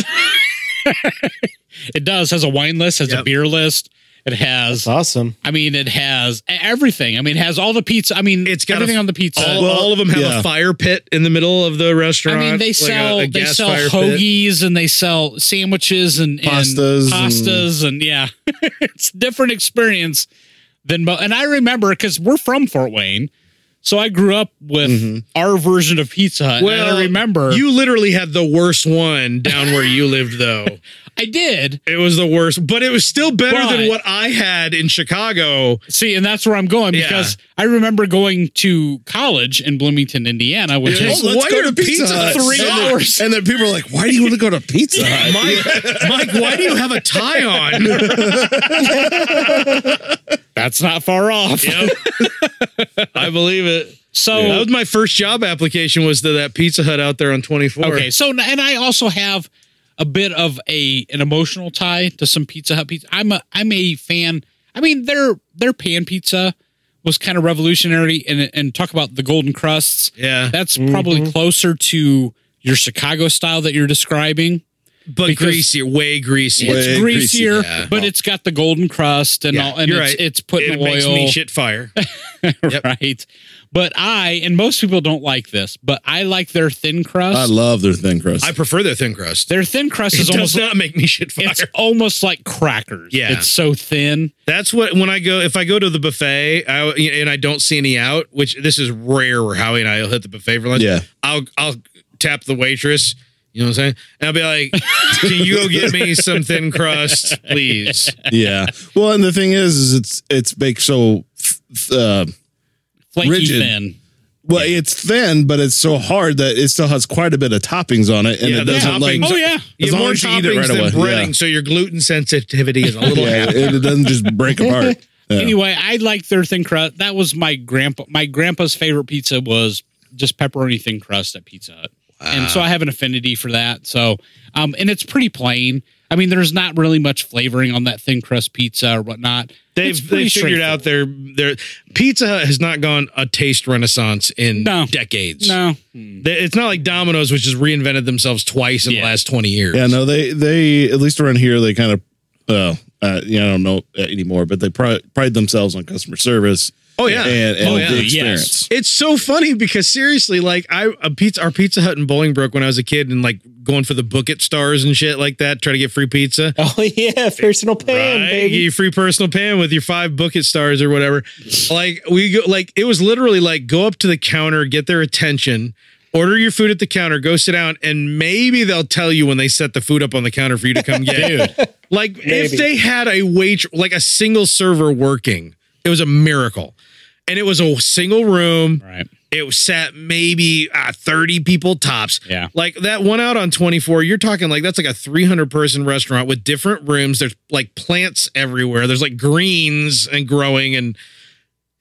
D: it does has a wine list, has
B: Yep.
D: a beer list. It has.
C: It's awesome. [LAUGHS]
D: I mean, it has e-, everything. I mean, it has all the pizza. I mean,
B: It's got
D: everything
B: a-
D: on the pizza.
B: all,
E: Well,
B: all of them have
E: yeah.
B: a fire pit in the middle of the
D: I
B: restaurant.
D: mean, they
B: like a-
D: sell
B: a
D: they
B: gas
D: sell
B: fire pit.
D: hoagies and they sell sandwiches and and
E: Pastas and-
D: pastas and, yeah, [LAUGHS] it's different experience than mo- and I remember because we're from Fort Wayne, so I grew up with our version of Pizza Hut. Well,
B: Mm-hmm. Well,
D: and I remember
B: you literally had the worst one down where you lived, though.
D: [LAUGHS] I did
B: It was the worst, but it was still better than
D: But-
B: what I had in Chicago.
D: see, and that's where I'm going
B: Yeah.
D: because I remember going to college in Bloomington, Indiana, which
B: Yeah.
D: is
B: Oh,
E: let's
B: why
E: go
B: are
E: to Pizza,
B: Pizza
E: Hut.
B: Hut
D: three
E: and then-
D: hours?
E: and then people are like, "Why do you want to go to Pizza Hut?"
B: Mike, [LAUGHS] Mike, why do you have a tie on?
D: [LAUGHS] that's not far off.
B: I believe it.
D: So
B: That was my first job application was to that Pizza Hut out there on 24.
D: Okay, so and I also have a bit of a an emotional tie to some Pizza Hut pizza. I'm a I'm a fan. I mean, their their pan pizza was kind of revolutionary, and and talk about the golden crusts.
B: Yeah.
D: that's probably closer to your Chicago style that you're describing.
B: but
D: because-
B: greasier, way greasier.
E: Way-
D: It's
E: greasy,
D: greasier,
B: yeah.
D: but it's got the golden crust and
B: Yeah,
D: all, and
B: you're
D: it's,
B: right.
D: it's put
B: it
D: in oil.
B: makes me shit
D: [LAUGHS]
B: fire. Yep.
D: right? But I and most people don't like this, but I like their thin crust.
E: I love their thin crust.
B: I prefer their thin crust.
D: their thin crust
B: it
D: is
B: does
D: almost
B: not make me shit fire.
D: It's almost like crackers.
B: Yeah.
D: It's so thin.
B: That's what when I go if I go to the buffet I, and I don't see any out, which this is rare where Howie and I will hit the buffet for lunch.
E: Yeah.
B: I'll I'll tap the waitress. You know what I'm saying? And I'll be like, "Can you go get
E: [LAUGHS]
B: me some thin crust, please?"
E: yeah. Well, and the thing is, is it's it's baked so. f- f- Uh,
D: Flaky
E: Rigid.
D: thin.
E: well, it's thin, but it's so hard that it still has quite a bit of toppings on it, and
B: Yeah,
E: it
B: the
E: doesn't like.
B: toppings-
D: Oh yeah.
B: You
E: As
B: have
E: long
B: more
E: as you eat it
B: toppings
E: right
B: than
E: away,
B: breading,
E: yeah.
B: so your gluten sensitivity is a little
E: Yeah,
B: half.
E: it, it doesn't just
B: [LAUGHS]
E: break apart. Yeah.
D: Anyway, I like their thin crust. That was my grandpa my grandpa's favorite pizza was just pepperoni thin crust at Pizza Hut. And so I have an affinity for that. So um and it's pretty plain. I mean, there's not really much flavoring on that thin crust pizza or whatnot. It's
B: They've
D: pretty
B: they figured out their their Pizza Hut has not gone a taste renaissance in
D: No.
B: decades.
D: straightforward. No.
B: They- It's not like Domino's, which has reinvented themselves twice in the
D: Yeah.
B: last twenty years.
E: Yeah, no, they they at least around here they uh, kind of uh, uh yeah, I don't know anymore, but they pride, pride themselves on customer service.
B: Oh yeah.
E: and, and
B: oh yeah.
E: the
D: yes.
E: experience.
B: It's so funny because seriously, like I a pizza, our Pizza Hut in Bolingbrook when I was a kid, and like going for the book it stars and shit like that, try to get free pizza.
C: Oh yeah, personal pan,
B: Right? Get [LAUGHS]
C: baby.
B: your free personal pan with your five bucket stars or whatever. Like we go, like it was literally like go up to the counter, get their attention, order your food at the counter, go sit down, and maybe they'll tell you when they set the food up on the counter for you to
C: [LAUGHS]
B: come get. it. Like if
C: Maybe.
B: they had a wait, like a single server working, it was a miracle, and it was a single room
D: Right.
B: it sat maybe uh, 30 people tops.
D: Yeah.
B: Like that one out on 24, you're talking like that's like a 300 person restaurant with different rooms. There's like plants everywhere. There's like greens and growing. And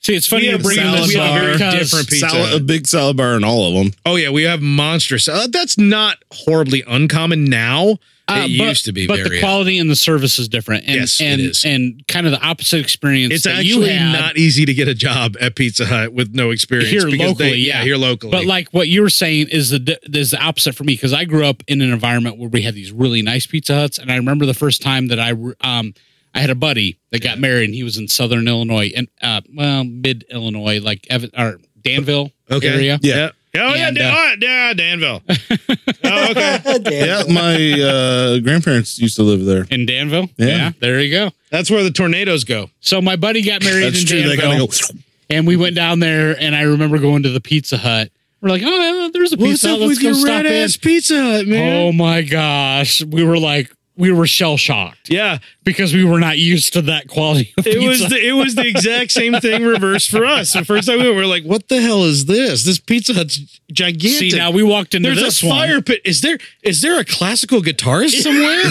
D: See, it's funny
B: We
D: you
B: have
D: bring
B: salad
D: this
B: bar,
D: up because
B: different pizza.
E: Salad, a big salad bar in all of them.
B: oh, yeah, we have monstrous. Uh, that's not horribly uncommon now.
D: Uh,
B: it
D: but-
B: used to be
D: but
B: very.
D: the quality and the service is different. And,
B: Yes, it
D: and,
B: is.
D: And kind of the opposite experience.
B: it's
D: that you
B: actually
D: had,
B: not easy to get a job at Pizza Hut with no experience
D: Here
B: because
D: locally,
B: they,
D: yeah.
B: here locally.
D: But like what you were saying is the is the opposite for me because I grew up in an environment where we had these really nice Pizza Huts, and I remember the first time that I re- um I had a buddy that got married, and he was in Southern Illinois and uh well mid Illinois like Evan, or Danville
B: Okay.
D: area.
E: Yeah.
B: oh yeah,
D: and,
B: Dan-
D: uh,
B: all right, yeah, Danville. oh, okay,
E: Yeah,
C: Damn.
E: my uh, grandparents used to live there.
D: In Danville,
E: Yeah.
D: there you go.
B: that's where the tornadoes go.
D: So my buddy got married
E: That's
D: in
E: true. They
D: Danville,
E: kind of
D: and we went down there, and I remember going to the Pizza Hut. We're like, oh, there's a Pizza Hut. Let's go stop in.
B: Pizza Hut,
D: Oh my gosh, we were like, we were shell shocked.
B: Yeah,
D: because we were not used to that quality. Of
B: it
D: pizza.
B: was the, it was the exact same thing reversed for us. The first time we went, we were like, "What the hell is this? This Pizza Hut's gigantic."
D: see now we walked into
B: there's
D: this
B: a fire
D: one.
B: pit. Is there is there a classical guitarist
D: [LAUGHS]
B: somewhere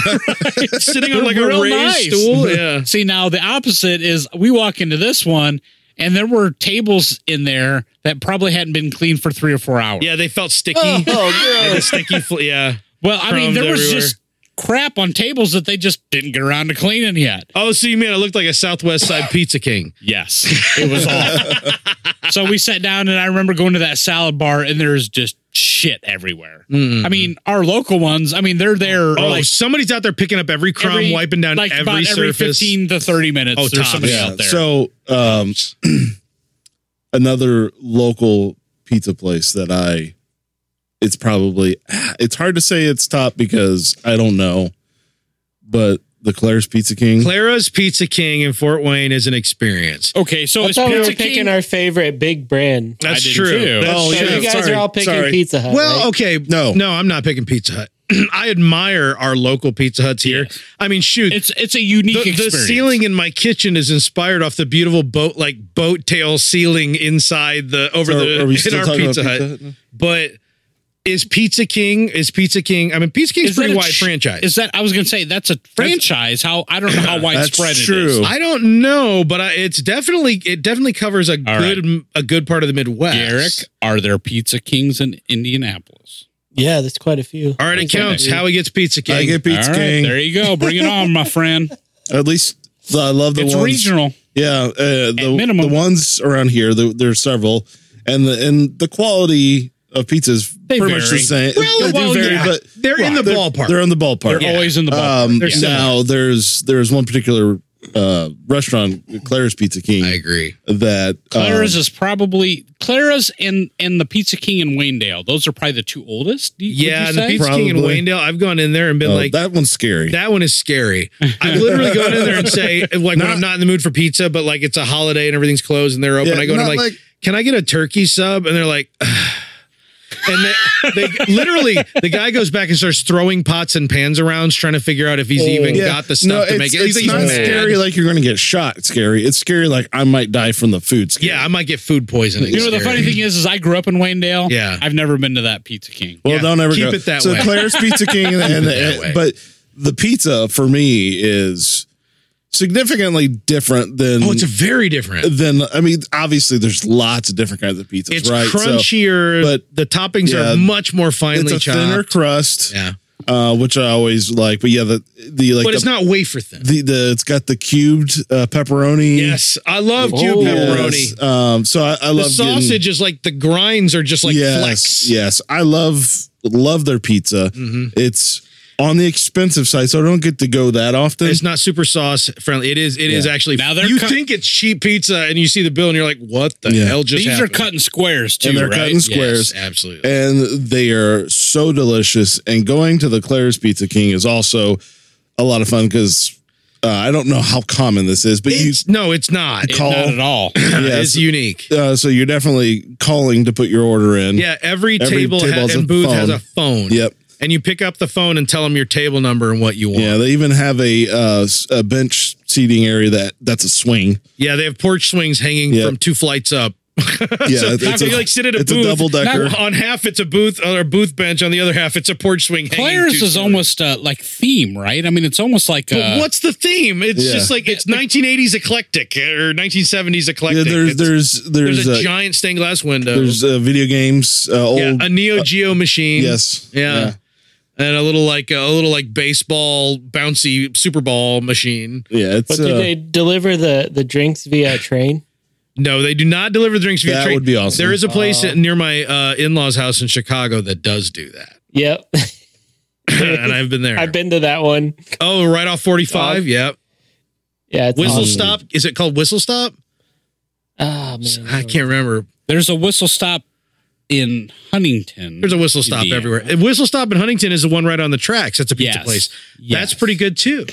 B: sitting on
D: They're
B: like a
D: real
B: raised
D: nice.
B: stool? Yeah,
D: See now the opposite is we walk into this one and there were tables in there that probably hadn't been cleaned for three or four hours.
B: yeah, they felt sticky.
C: Oh,
B: The sticky, fl- yeah.
D: Well, I mean
B: Crumbs
D: there was
B: everywhere.
D: just crap on tables that they just didn't get around to cleaning yet.
B: Oh, see, man, it looked like a Southwest Side Pizza King.
D: Yes, it was awful. so we sat down and I remember going to that salad bar and there's just shit everywhere. I mean our local ones. I mean they're there.
B: Oh,
D: like,
B: somebody's out there picking up every crumb,
D: every-
B: wiping down
D: like
B: every
D: about every
B: surface.
D: 15 to 30 minutes.
B: Oh,
D: there's
B: tops.
D: somebody out there.
E: So, um, [CLEARS THROAT] another local pizza place that I, it's probably, ah, it's hard to say it's top because I don't know, but the Claire's Pizza King.
B: Clara's Pizza King in Fort Wayne is an experience.
D: Okay, so
C: I
D: it's
C: thought we were
D: Pizza
C: picking
D: King.
C: our favorite big brand.
B: That's
D: did
B: true.
D: too.
B: That's
E: Oh,
C: So
E: yeah,
C: you guys
E: sorry,
C: are all picking
E: sorry.
C: Pizza Hut.
B: Well,
C: right?
B: okay.
E: No.
B: No, I'm not picking Pizza Hut. [CLEARS THROAT] I admire our local Pizza Huts here. I mean, shoot.
D: It's it's a unique
B: the, the
D: experience.
B: ceiling in my kitchen is inspired off the beautiful boat, like boat tail ceiling inside the over
E: So
B: the
E: are we
B: in
E: still
B: our
E: talking
B: Pizza
E: about
B: Hut.
E: Pizza Hut?
B: But is Pizza King? Is Pizza King? I mean, Pizza King's
D: Is that
B: pretty
D: a
B: wide
D: ch-
B: franchise.
D: Is that I was gonna say that's a franchise. How I don't know how widespread it is.
E: true.
B: I don't know, but I, it's definitely it definitely covers a
D: right.
B: good a good part of the Midwest.
D: Derek, are there Pizza Kings in Indianapolis?
C: Yeah, there's quite a few.
B: all right, it
D: Okay.
B: counts. How he gets Pizza King?
E: I get Pizza
D: All right,
E: King.
D: there you go. Bring it on, my friend.
E: At least I love the
D: It's
E: ones.
D: regional.
E: Yeah, uh, the,
D: minimum.
E: the ones around here. The, there's several, and the and the quality of pizza is
D: They
E: pretty much the
D: vary.
E: same.
B: Well,
E: They do
B: well,
E: vary,
B: yeah. They're in the ballpark.
E: They're in the ballpark.
D: They're always in the ballpark.
E: Um,
D: Yeah.
E: Now there's there's one particular uh, restaurant, Claire's Pizza King,
B: I agree.
E: that um,
D: Clara's is probably Clara's and and the Pizza King in Wayndale. Those are probably the two oldest. do you- would you
B: Yeah, the
D: say?
B: Pizza King in
E: Probably.
B: Wayndale. I've gone in there and been
E: oh,
B: like, that,
E: that one's scary.
B: one is scary. I've literally gone in there and
E: [LAUGHS]
B: say, like, when I'm not in the mood for pizza, but like it's a holiday and everything's closed and they're open.
E: Yeah,
B: I go in and
E: not
B: I'm like,
E: like-
B: can I get a turkey sub? And they're like, [SIGHS] and they, they literally, the guy goes back and starts throwing pots and pans around, trying to figure out if he's even
E: Oh. Yeah.
B: got the stuff to
E: it's,
B: make it.
E: It's
B: He's
E: not
B: mad.
E: scary like you're going to get shot. Scary. It's scary like I might die from the food. Scary.
B: Yeah, I might get food poisoning.
D: You know the
B: Scary.
D: funny thing is, is I grew up in Wayndale.
B: Yeah.
D: I've never been to that Pizza King.
E: Well,
B: Yeah,
E: don't ever
B: keep
E: go.
B: it that
E: so
B: way.
E: Claire's Pizza
B: [LAUGHS]
E: King, and, and-
B: that way.
E: but the pizza for me is significantly different than.
B: Oh, it's very different.
E: than I mean, obviously, there's lots of different kinds of pizzas,
B: It's
E: right? So
B: crunchier,
E: but-
B: but the toppings
E: yeah,
B: are much more finely
E: it's a thinner
B: chopped.
E: crust,
B: yeah,
E: uh, which I always like. But yeah, the the like
B: but
E: the,
B: it's not wafer thin.
E: the, the it's got the cubed uh, pepperoni.
B: Yes, I love cube
C: Oh,
B: pepperoni.
E: Yes. Um, so I, I
B: The
E: love
B: sausage
E: getting-
B: is like the grinds are just like
E: yes,
B: flecks. Mm-hmm.
E: yes, I love love their pizza. It's on the expensive side, so I don't get to go that often.
B: It's not super sauce friendly. It is. It is actually.
D: Now they're
B: you
D: cut-
B: think it's cheap pizza, and you see the bill, and you're like, "What the
E: Yeah.
B: hell just
D: These are
B: happened?
D: cutting squares too,
E: And they're
D: right?
E: cutting squares.
B: absolutely.
E: and they are so delicious. And going to the Claire's Pizza King is also a lot of fun because uh, I don't know how common this is, but you
B: It's, no, it's not.
E: It- [LAUGHS] Call.
D: Not
B: [CLEARS THROAT]
D: at all.
E: yeah,
B: It's unique.
E: uh, so you're definitely calling to put your order in.
B: Yeah, every,
E: Every
B: table,
E: table
B: ha-
E: has a
B: and booth has
E: phone.
B: a phone.
E: Yep.
B: And you pick up the phone and tell them your table number and what you want.
E: Yeah,
B: Yeah,
E: they even have a uh, s- a bench seating area that that's a swing.
B: they have porch swings hanging
E: Yeah.
B: from two flights up. [LAUGHS]
E: Yeah,
B: so
E: it's- it's
B: you
E: a-
B: like sit at a
E: it's a
B: booth.
E: double-decker.
B: not- On half, it's a booth or a booth bench. On the other half, it's a porch swing. hanging
D: Players
B: two
D: is
B: stories.
D: almost uh, like theme, right? I mean, it's almost like
B: But
D: uh,
B: what's the theme? It's
E: Yeah.
B: just like it's 1980s eclectic or 1970s
E: Yeah,
B: eclectic.
E: there's
B: It's-
E: there's
B: there's
E: there's
B: a
E: uh,
B: giant stained glass window.
E: there's uh, video games, uh, old
B: yeah, a Neo Geo machine.
E: yes,
B: Yeah. And a little like a little like baseball bouncy super ball machine.
E: yeah,
C: But
E: it's
C: do
E: uh,
C: they deliver the the drinks
B: [SIGHS]
C: via train?
B: No, they do not deliver drinks via
E: That
B: train.
E: would be awesome.
B: There is a place
C: Oh.
B: near my uh, in-laws house in Chicago that does do that. [LAUGHS]
C: Yep, [LAUGHS]
B: and I've been there.
C: I've been to that one.
B: oh, right off 45. yep.
C: Yeah, it's
E: Oh.
B: Whistle
C: awesome.
B: stop. Is it called whistle stop?
C: Ah, man.
B: I can't remember.
D: there's a whistle stop in Huntington.
B: There's a whistle stop
D: Indiana.
B: everywhere. And whistle stop in Huntington is the one right on the tracks. That's a pizza
D: Yes.
B: place. That's
D: Yes.
B: pretty good too.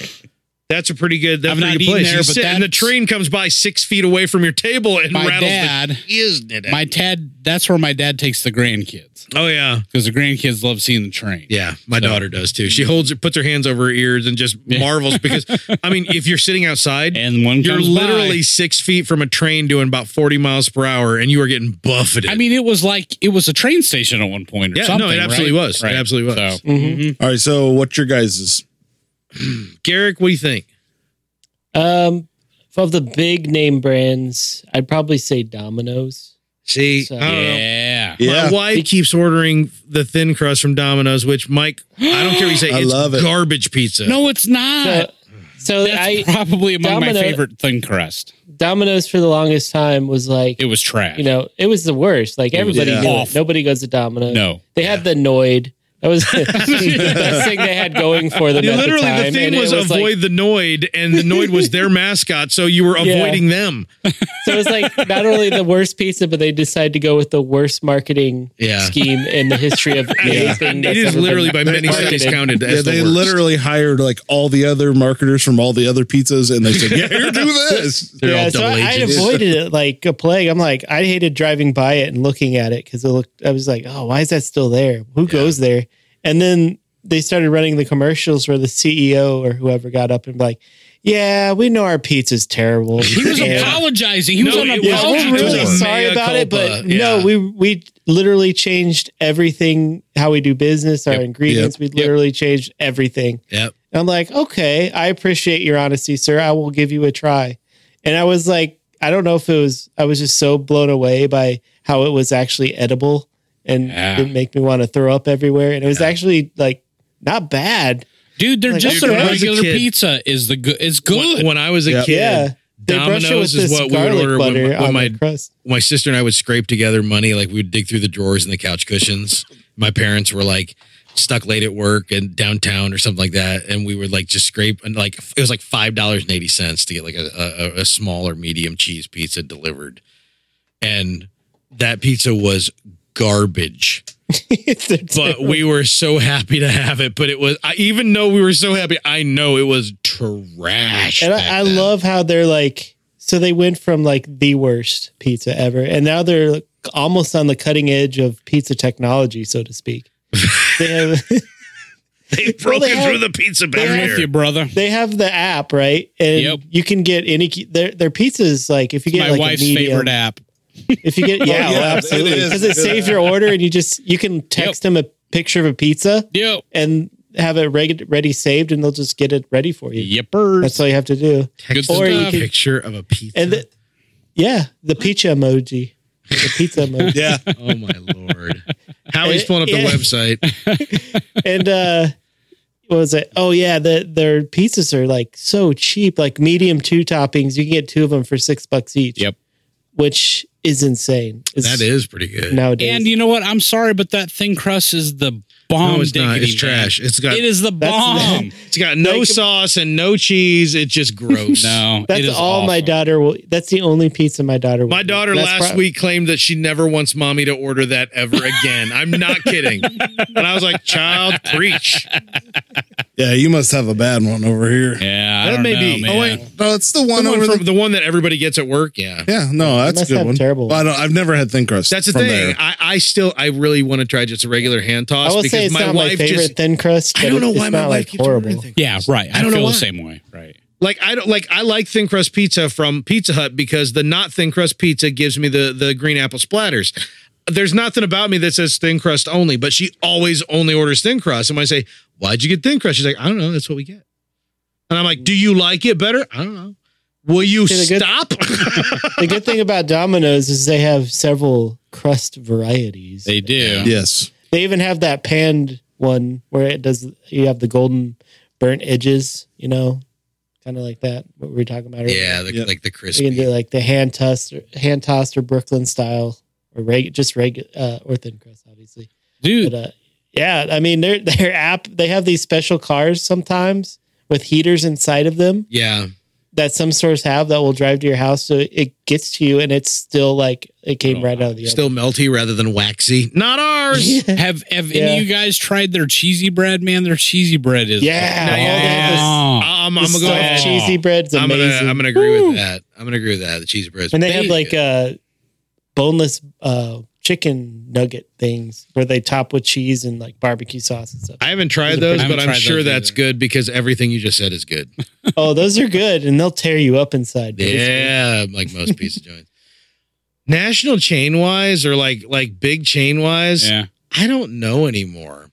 B: That's a pretty good. That's
D: I've
B: pretty
D: not
B: good
D: eaten
B: place.
D: there,
B: You
D: but
B: sit and the
D: that's-
B: train comes by six feet away from your table and
D: My
B: rattles
D: dad,
B: the isn't it?
D: my dad. That's where my dad takes the grandkids
B: oh yeah,
D: because the grandkids love seeing the train.
B: yeah. My daughter does too.
D: Mm-hmm.
B: She holds it, puts her hands over her ears, and just marvels because I mean, if you're sitting outside,
D: and one
B: you're
D: comes
B: literally
D: by.
B: six feet from a train doing about forty miles per hour, and you are getting buffeted.
D: I mean, it was like it was a train station at one point or
B: Yeah,
D: something.
B: no, it absolutely
D: right?
B: was. It
D: Right.
B: absolutely was.
D: So,
C: Mm-hmm.
D: mhm.
E: all right. So what's your guys's?
B: Garrick, what do you think?
C: Um, of the big name brands, I'd probably say Domino's.
B: See,
C: So-
B: I don't know.
D: mm-hmm. Yeah.
E: Yeah,
B: My wife kee's ordering the thin crust from Domino's, which Mike, I don't care what you say,
E: I
B: it's
E: love it.
B: garbage pizza.
D: No, it's not.
C: So, so
D: Hmm. That's [LAUGHS]
C: I
D: probably among my
C: Domino-
D: favorite thin crust.
C: Domino's for the longest time was like
D: It was trash.
C: you know it was the worst. Like everybody
E: yeah.
C: knew it.
D: Awful.
C: Nobody goes to Domino's.
D: no.
C: They had the Noid. That was [LAUGHS]
B: [LAUGHS]
C: the best thing they had going for them. at
B: literally,
C: the, time.
B: the thing
C: And it
B: was,
C: like-
B: avoid the Noid, and the Noid was
C: [LAUGHS]
B: their mascot, so you were
C: Yeah.
B: avoiding them.
C: so it
B: [LAUGHS]
C: was like not only the worst pizza, but they decided to go with the worst marketing
B: Yeah.
C: scheme in the
B: [LAUGHS]
C: history of anything.
B: It
C: that's
B: is
C: ever
B: literally by
C: been
B: many
C: marketed.
B: seconds counted
E: Yeah,
B: as the
E: they
B: worst.
E: literally hired like all the other marketers from all the other pizzas, and they said, "Yeah, here, do
B: [LAUGHS]
E: this."
B: They're all
C: so
B: double
C: I, I
B: agents. [LAUGHS]
C: avoided it like a plague. I'm like, I hated driving by it and looking at it because it looked. I was like, oh, why is that still there? Who goes there? And then they started running the commercials where the CEO or whoever got up and be like, yeah, we know our
B: [LAUGHS]
C: pizza's terrible.
D: He was
C: And-
D: apologizing. He was
B: No,
D: on
B: it
C: yeah,
B: was-
D: apology
C: we're
B: it was
D: tour.
C: really
B: a
C: sorry
B: mea
C: about it,
B: culpa.
C: but
B: Yeah.
C: no, we we literally changed everything how we do business, our
D: Yep.
C: ingredients. We literally changed everything.
B: Yep.
C: And I'm like, okay, I appreciate your honesty, sir. I will give you a try. And I was like, I don't know if it was, I was just so blown away by how it was actually edible and
D: Yeah.
C: didn't make me want to throw up everywhere. And it was actually like not bad.
D: Dude, they're
C: Like,
D: just
C: okay.
D: a
C: When I was
B: a
D: regular
B: kid-
D: pizza is the good is
B: When-
D: good.
B: When I was a
E: Yeah.
B: kid,
C: Yeah. They brush it
B: Domino's
C: with
B: is
C: this
B: what we would
C: garlic
B: order when,
C: butter
B: my- when
C: on
B: my
C: the crust. [LAUGHS]
B: my sister and I would scrape together money. Like we would dig through the drawers and the couch cushions. My parents were like stuck late at work and downtown or something like that. And we would like just scrape and like it was like five dollars and eighty cents to get like a, a, a small or medium cheese pizza delivered. And that pizza was garbage. But
C: [LAUGHS]
B: we were so happy to have it. But it was I, even though we were so happy, I know it was trash.
C: And
B: back
C: I, I
B: then.
C: love how they're like, so they went from like the worst pizza ever, and now they're like, almost on the cutting edge of pizza technology, so to speak. they have
B: they've broken
C: Well, they had-
B: through the pizza
D: I'm with you,
B: barrier.
D: brother.
C: they have the app, right? And
D: Yep.
C: you can get any their their pizzas like if you get
D: My
C: like
D: wife's
C: a medium,
D: favorite app.
C: If you get yeah,
E: yeah,
C: well,
E: it
C: absolutely,
E: is.
C: because it, saves your order, and you just you can text them a picture of a pizza
D: Yep.
C: and have it ready, ready saved, and they'll just get it ready for you.
D: Yippers.
C: That's all you have to do.
D: good
C: or you
D: stuff.
C: could-
B: Picture of a pizza.
C: And the, yeah, the pizza emoji, the pizza
B: [LAUGHS]
C: emoji.
E: Yeah,
B: Oh my lord! Howie's
C: It-
B: pulling up the
C: it-
B: website.
C: and uh what was it? Oh yeah, the their pizzas are like so cheap, like medium two toppings. You can get two of them for six bucks each.
D: Yep.
C: Which is insane. It's
B: That is pretty good.
C: nowadays.
D: And you know what? I'm sorry, but that thin crust is the bomb.
B: No, it's not.
D: diggity,
B: It's trash. It's got
D: man. It is
C: [LAUGHS]
D: the bomb.
B: it's got no
C: Like-
B: sauce and no cheese. It's
C: [LAUGHS]
B: just gross.
D: no, it
C: That's
D: is
C: all my
D: awful.
C: daughter will. That's the only pizza my daughter. Will
B: My
C: eat.
B: daughter
C: That's
B: last
C: prob-
B: week claimed that she never wants mommy to order that ever again. I'm not
C: [LAUGHS]
B: kidding. And I was like, child, preach.
E: Yeah, you must have a bad one over here.
D: Yeah, I
B: That
D: don't
B: may
D: know,
B: be-
D: man.
E: Oh wait, no, it's the one
B: The
E: over
B: one,
E: the.
B: from, the one that everybody gets at work. Yeah.
E: yeah, no, that's a
C: must
E: good
C: have
E: one.
C: terrible
E: Well, I don't, I've never had thin crust.
B: That's the
E: from
B: thing.
E: there.
B: I, I still, I really want to try just a regular hand
C: I
B: toss
C: will say it's not my favorite thin crust. But
B: I don't know
C: it's
B: why
C: not
B: my wife
C: like
B: keeps ordering
C: horrible.
B: thing.
D: Yeah, right. I,
B: I don't know
D: feel
B: why.
D: the same way. Right.
B: Like I don't like I like thin crust pizza from Pizza Hut because the not thin crust pizza gives me the the green apple splatters. There's nothing about me that says thin crust only, but she always only orders thin crust. And when I say, "Why'd you get thin crust?" She's like, "I don't know. That's what we get." And I'm like, "Do you like it better?" I don't know. Will you
C: Is it a good-
B: stop? [LAUGHS]
C: The good thing about Domino's is they have several crust varieties.
D: They do.
E: yes.
C: They even have that panned one where it does. You have the golden burnt edges. You know, kind of like that. What we were talking about. earlier.
B: the,
E: Yep.
B: like the
C: You can do like the hand tossed, or, hand tossed or Brooklyn style, or reg, just regular uh, or thin crust, obviously. But
D: Dude,
C: uh, yeah, I mean, their their app they have these special cars sometimes with heaters inside of them
B: Yeah,
C: that some stores have that will drive to your house, so it gets to you and it's still like it came right out of the
B: still melty rather than waxy. Not ours.
C: oven.
D: have have
C: [LAUGHS] Yeah.
D: any of you guys tried their cheesy bread, man? Their cheesy bread is
C: Yeah.
B: No, yeah,
D: Oh.
B: I'm,
C: The
B: I'm gonna go
C: stuffed
B: ahead.
C: Cheesy bread's
B: I'm
C: amazing.
B: gonna I'm gonna agree with that. I'm gonna agree with that. The cheese bread.
C: and they have like uh, boneless uh, chicken nugget things where they top with cheese and like barbecue sauce and stuff.
B: I haven't
C: Those
B: tried
C: are
B: those,
D: pretty- I haven't
B: but I'm
D: tried
B: sure
D: those
B: that's
D: either.
B: good because everything you just said is
D: [LAUGHS]
B: good.
C: Oh, those are good, and they'll tear you up inside. but it's
B: Yeah, like most pizza joints. National chain wise or like like big chain wise,
D: Yeah.
B: I don't know anymore.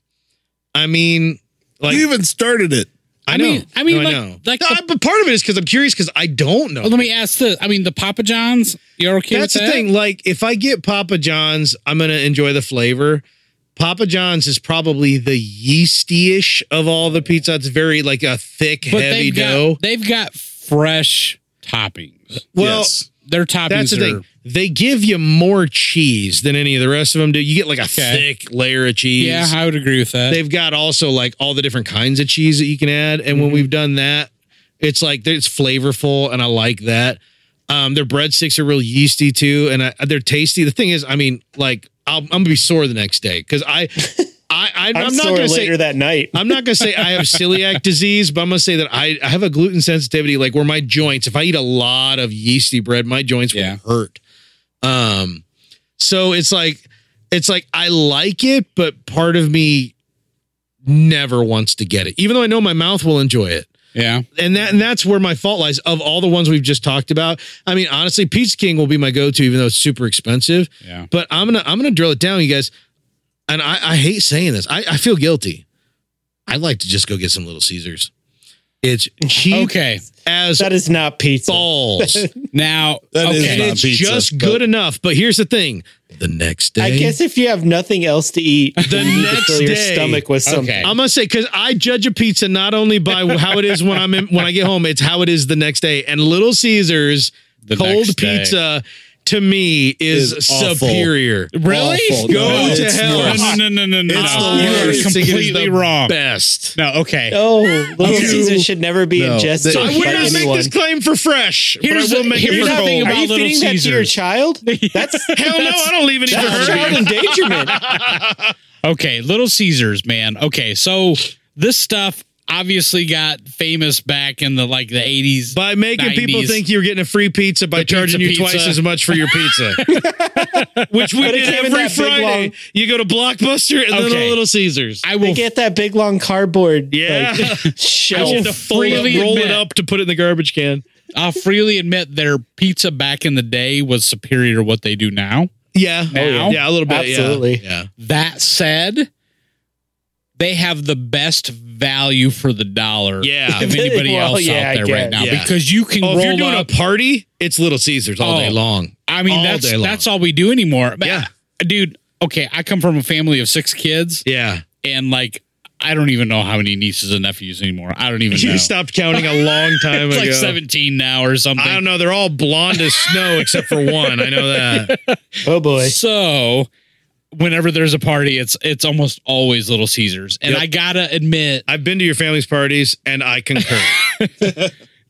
B: I mean, like
E: you even started it.
B: I,
D: I
B: know.
D: mean- I mean,
B: No,
D: like-
B: know.
D: like
B: No,
D: the-
B: I- but part of it is because I'm curious because I don't know.
D: Well, let me ask this. I mean, the Papa John's. You're okay
B: That's the
D: with that?
B: thing. Like, if I get Papa John's, I'm gonna enjoy the flavor. Papa John's is probably the yeasty-ish of all the pizza. It's very like a thick,
D: But
B: heavy
D: they've
B: dough.
D: got they've got fresh toppings.
B: well,
E: yes.
D: Their toppings
B: that's the
D: are
B: thing. They give you more cheese than any of the rest of them do. You get like a
D: Okay.
B: thick layer of cheese.
D: yeah, I would agree with that.
B: They've got also like all the different kinds of cheese that you can add. And
D: Mm-hmm.
B: when we've done that, it's like it's flavorful and I like that. Um, their breadsticks are real yeasty too, and I, they're tasty. The thing is, I mean, like I'll, I'm gonna be sore the next day because
D: [LAUGHS]
B: I, I, I I'm,
C: I'm,
B: not
C: sore
B: gonna
C: later
B: say
C: that night.
B: I'm not gonna say I have celiac disease, but I'm gonna say that I, I have a gluten sensitivity, like where my joints, if I eat a lot of yeasty bread, my joints
D: Yeah.
B: will hurt. Um, so it's like it's like I like it, but part of me never wants to get it, even though I know my mouth will enjoy it.
D: yeah,
B: And that and that's where my fault lies. Of all the ones we've just talked about, I mean, honestly, Pizza King will be my go-to, even though it's super expensive.
D: yeah.
B: But I'm gonna I'm gonna drill it down, you guys. And I, I hate saying this. I, I feel guilty. I'd like to just go get some Little Caesars. It's cheap
D: Okay,
B: as
C: That is not pizza.
B: balls, and
D: now
E: That is
D: okay.
E: not
B: it's
E: pizza,
B: just
E: but-
B: good enough. But here's the thing: the next day,
C: I guess if you have nothing else to eat, the you need to
B: next
C: fill your
B: day.
C: stomach with something.
D: Okay.
B: I'm gonna say because I judge a pizza not only by how it is when I'm in, when I get home, it's how it is the next day. And Little Caesars
D: The
B: cold
D: next day.
B: pizza to me is,
E: Is awful.
B: superior.
D: Really?
E: Awful.
B: Go
E: No,
B: to
E: it's
B: hell.
E: not.
D: No, no, no, no, no.
E: It's
D: no.
E: the
D: You are
E: worst.
B: Pizza King is
D: completely
B: the
D: wrong.
B: Best.
D: No, okay.
C: Oh, Little Caesars should never be
E: No,
C: ingested
E: they-
B: I
E: I
B: would
C: by
E: would
B: not make
C: anyone.
B: this claim for fresh,
D: Here's
B: but I will
D: the-
B: make it
D: here's
B: for
D: the
B: cold.
D: thing
C: Are
D: about
C: you
D: Little
C: feeding that to your
B: [LAUGHS]
D: Caesars.
C: child? That's
B: Hell no, I don't leave any for
C: that's
B: her.
C: child
B: [LAUGHS]
C: endangerment.
D: Okay, Little Caesars, man. Okay, so this stuff obviously got famous back in the like the eighties.
B: By making people
D: 90s.
B: think you're getting a free pizza by
D: pizza
B: charging you
D: pizza.
B: twice as much for your pizza, which [LAUGHS] we
C: But
B: did
C: it came in
B: every
C: that big
B: Friday.
C: long-
B: You go to Blockbuster and then
D: Okay.
B: a Little Caesars.
D: I
C: They
D: will
C: get that big long cardboard
B: Yeah.
C: like,
B: I
C: shelf.
B: have to fold it,
D: freely
B: roll it
D: admit-
B: up to put it in the garbage can.
D: I'll freely admit their pizza back in the day was superior to what they do now.
B: Oh, Yeah,
D: yeah.
B: yeah, a little bit. yeah.
C: Absolutely.
B: yeah.
D: That said, they have the best value for the dollar
B: Yeah. [LAUGHS]
D: of anybody
C: Well,
D: else
C: yeah, I
D: out there
C: guess.
D: right now
B: Yeah.
D: because you can
B: Oh, if you're
D: roll
B: doing
D: up.
B: a party, it's Little Caesars all
D: Oh.
B: day long.
D: I mean,
B: all
D: that's
B: day long.
D: that's all we do anymore. But,
B: Yeah.
D: dude. Okay, I come from a family of six kids,
B: Yeah,
D: and like I don't even know how many nieces and nephews anymore.
B: [LAUGHS]
D: I don't even know.
B: you stopped counting a long [LAUGHS] time
D: It's
B: ago.
D: like seventeen now or something.
B: I don't know. [LAUGHS]
D: [LAUGHS]
B: They're all blonde as snow except for one. I know that.
C: Oh boy.
D: So whenever there's a party, it's it's almost always Little Caesars, and
B: Yep.
D: I gotta admit,
B: I've been to your family's parties and I concur.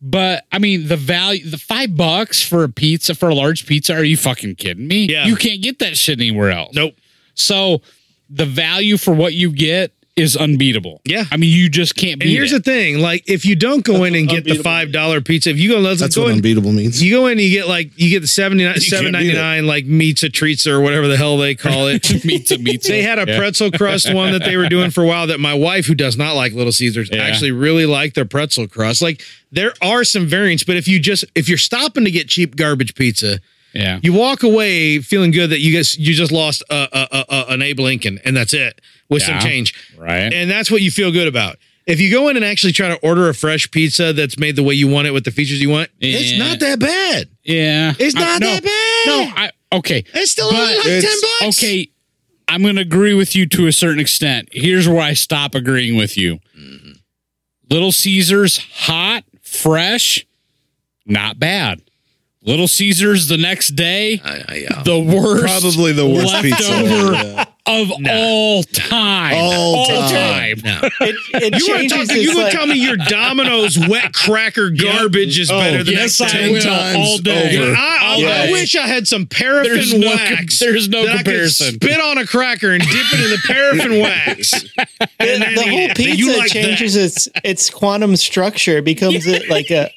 D: but I mean the value, the five bucks for a pizza for a large pizza. Are you fucking kidding me?
B: Yeah.
D: you can't get that shit anywhere
B: [LAUGHS]
D: else.
B: nope.
D: So the value for what you get is unbeatable.
B: Yeah.
D: I mean you just can't. Beat
B: And here's
D: it.
B: the thing: like, if you don't go in and get the
E: unbeatable.
B: five dollar pizza, if you go, let's
E: That's
B: go
E: what
B: in,
E: unbeatable means.
B: you go in and you get like you get the seventy nine,
E: [LAUGHS] You can't beat
B: seven
E: it.
B: ninety nine, like meats or treats or whatever the hell they call
E: [LAUGHS]
B: it.
D: [LAUGHS] Pizza,
B: [LAUGHS]
D: pizza.
B: They had a
D: Yeah.
B: pretzel crust one that they were doing for a while that my wife, who does not like Little Caesars,
D: Yeah.
B: actually really liked their pretzel crust. Like there are some variants, but if you just if you're stopping to get cheap garbage pizza,
D: yeah.
B: you walk away feeling good that you guys you just lost uh, uh, uh, uh, an Abe Lincoln and that's it with
D: Yeah.
B: some change,
D: Right.
B: and that's what you feel good about. If you go in and actually try to order a fresh pizza that's made the way you want it with the features you want, it's
D: Yeah.
B: not that bad.
D: Yeah.
B: It's
D: I-
B: not
D: no,
B: that bad.
D: No, I okay.
B: It's still only like
E: it's-
B: ten bucks.
D: Okay. I'm going to agree with you to a certain extent. Here's where I stop agreeing with you.
B: Mm-hmm.
D: Little Caesars hot, fresh, not bad. Little Caesars the next day,
B: I- I, uh,
D: the worst
E: Probably the worst pizza.
D: Leftover.
E: Yeah.
D: of all time.
E: All time.
B: no.
C: It, it
B: You want to
C: changes.
B: talk? You
C: it's
B: gonna
C: like-
B: tell me your Domino's wet cracker garbage is better than
D: yes,
B: that?
D: I
B: thing?
D: will all day.
B: I,
E: over.
B: I- I
C: Yeah.
B: wish I had some paraffin
D: There's no com-
B: wax.
D: there's no
B: that I could
D: comparison.
B: spit on a cracker and dip it in the paraffin wax.
C: the,
B: And
C: the
B: then
C: whole
B: you- then you
C: pizza
B: like that.
C: changes its its quantum structure It becomes it like a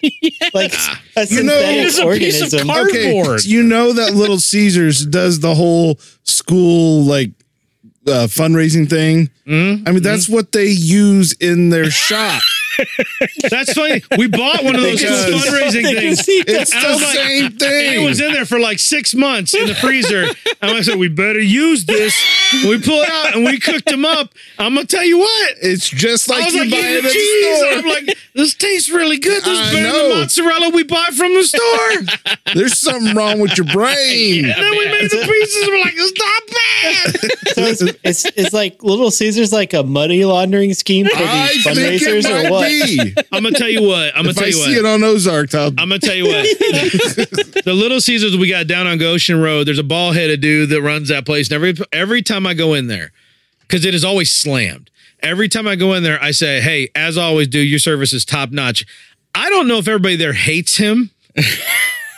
C: like a synthetic
E: You know- It
D: is a piece of
C: organism.
D: cardboard. Cardboard.
E: you know that Little Caesars does the whole school like uh, fundraising thing.
B: Mm-hmm.
E: I mean, that's what they use in
B: [LAUGHS]
E: their shop.
B: That's funny. We bought one of those
E: Because-
B: fundraising
C: They can
B: things.
C: see
E: It's
B: I
E: the
B: was like-
E: same
B: And
E: thing.
B: it was in there for like six months in the freezer. And I said, we better use this. We pull it out and we cooked them up. I'm going to tell you what.
E: it's just
B: I
E: like
B: was
E: you
B: like,
E: buy
B: eating
E: it at
B: cheese.
E: the
B: And I'm like, this tastes really good. This is
E: I
B: better than the
E: know.
B: mozzarella we buy from the store.
E: store. There's something wrong with your
B: [LAUGHS]
E: brain.
B: And then we made the pieces. and We're like, it's not bad.
C: So it's, it's it's like Little Caesars like a money laundering scheme for
E: I
C: these
E: think it
C: fundraisers or
B: [LAUGHS]
C: what?
E: might be.
B: I'm gonna tell you what. I'm gonna
E: If
B: tell
E: I
B: you
E: see
B: what.
E: it on Ozark, I'll
B: I'm gonna tell you what. the Little Caesars we got down on Goshen Road. There's a ball headed dude that runs that place. And every every time I go in there, because it is always slammed. Every time I go in there, I say, "Hey, as always, dude, your service is top notch." I don't know if everybody there hates him,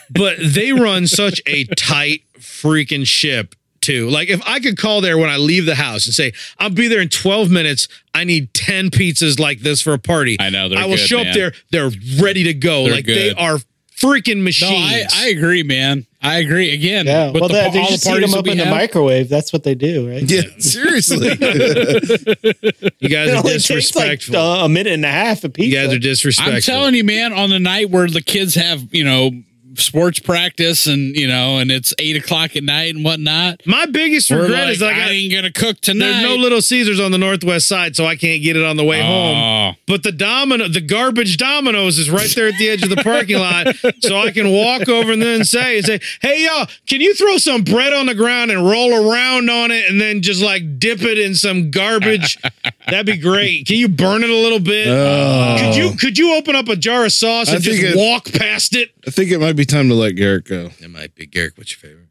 B: but they run such a tight freaking ship. Too. Like if I could call there when I leave the house and say I'll be there in 12 minutes, I need 10 pizzas like this for a party.
D: I know, they're
B: I will
D: good,
B: show up
D: man.
B: there they're ready to go.
D: They're
B: like they
D: good.
B: are freaking
D: No,
B: machines.
D: I, [LAUGHS] I agree, man. I agree. Again,
C: Yeah,
D: with
C: well,
D: the,
C: they, they
D: all the
C: just heat
D: parties
C: them
D: that
C: up
D: we
C: in the
D: have.
C: microwave. That's what they do, right?
E: [LAUGHS] Yeah,
B: [LAUGHS]
E: seriously.
B: you guys
C: [LAUGHS] It
B: are
C: only takes like
B: disrespectful.
C: uh, a minute and a half a
B: you
C: pizza.
B: guys are disrespectful.
D: I'm telling you, man, on the night where the kids have, you know, sports practice and, you know, and it's eight o'clock at night and whatnot.
B: My biggest
D: We're
B: regret
D: like,
B: is like I,
D: I, ain't gonna cook tonight.
B: there's no Little Caesars on the northwest side, so I can't get it on the way home.
D: Oh.
B: But the domino, the garbage dominoes is right there at the edge of the
D: [LAUGHS]
B: parking lot, so I can walk over and then say, "Say, hey y'all, can you throw some bread on the ground and roll around on it, and then just like dip it in some garbage? That'd be great. Can you burn it a little
D: [LAUGHS]
B: bit?
D: Uh,
E: Oh.
B: Could you could you open up a jar of sauce
E: I
B: and just
E: think it-
B: walk past it?
E: I think it might be time to let Garrett go.
B: It might be Garrick. What's your favorite?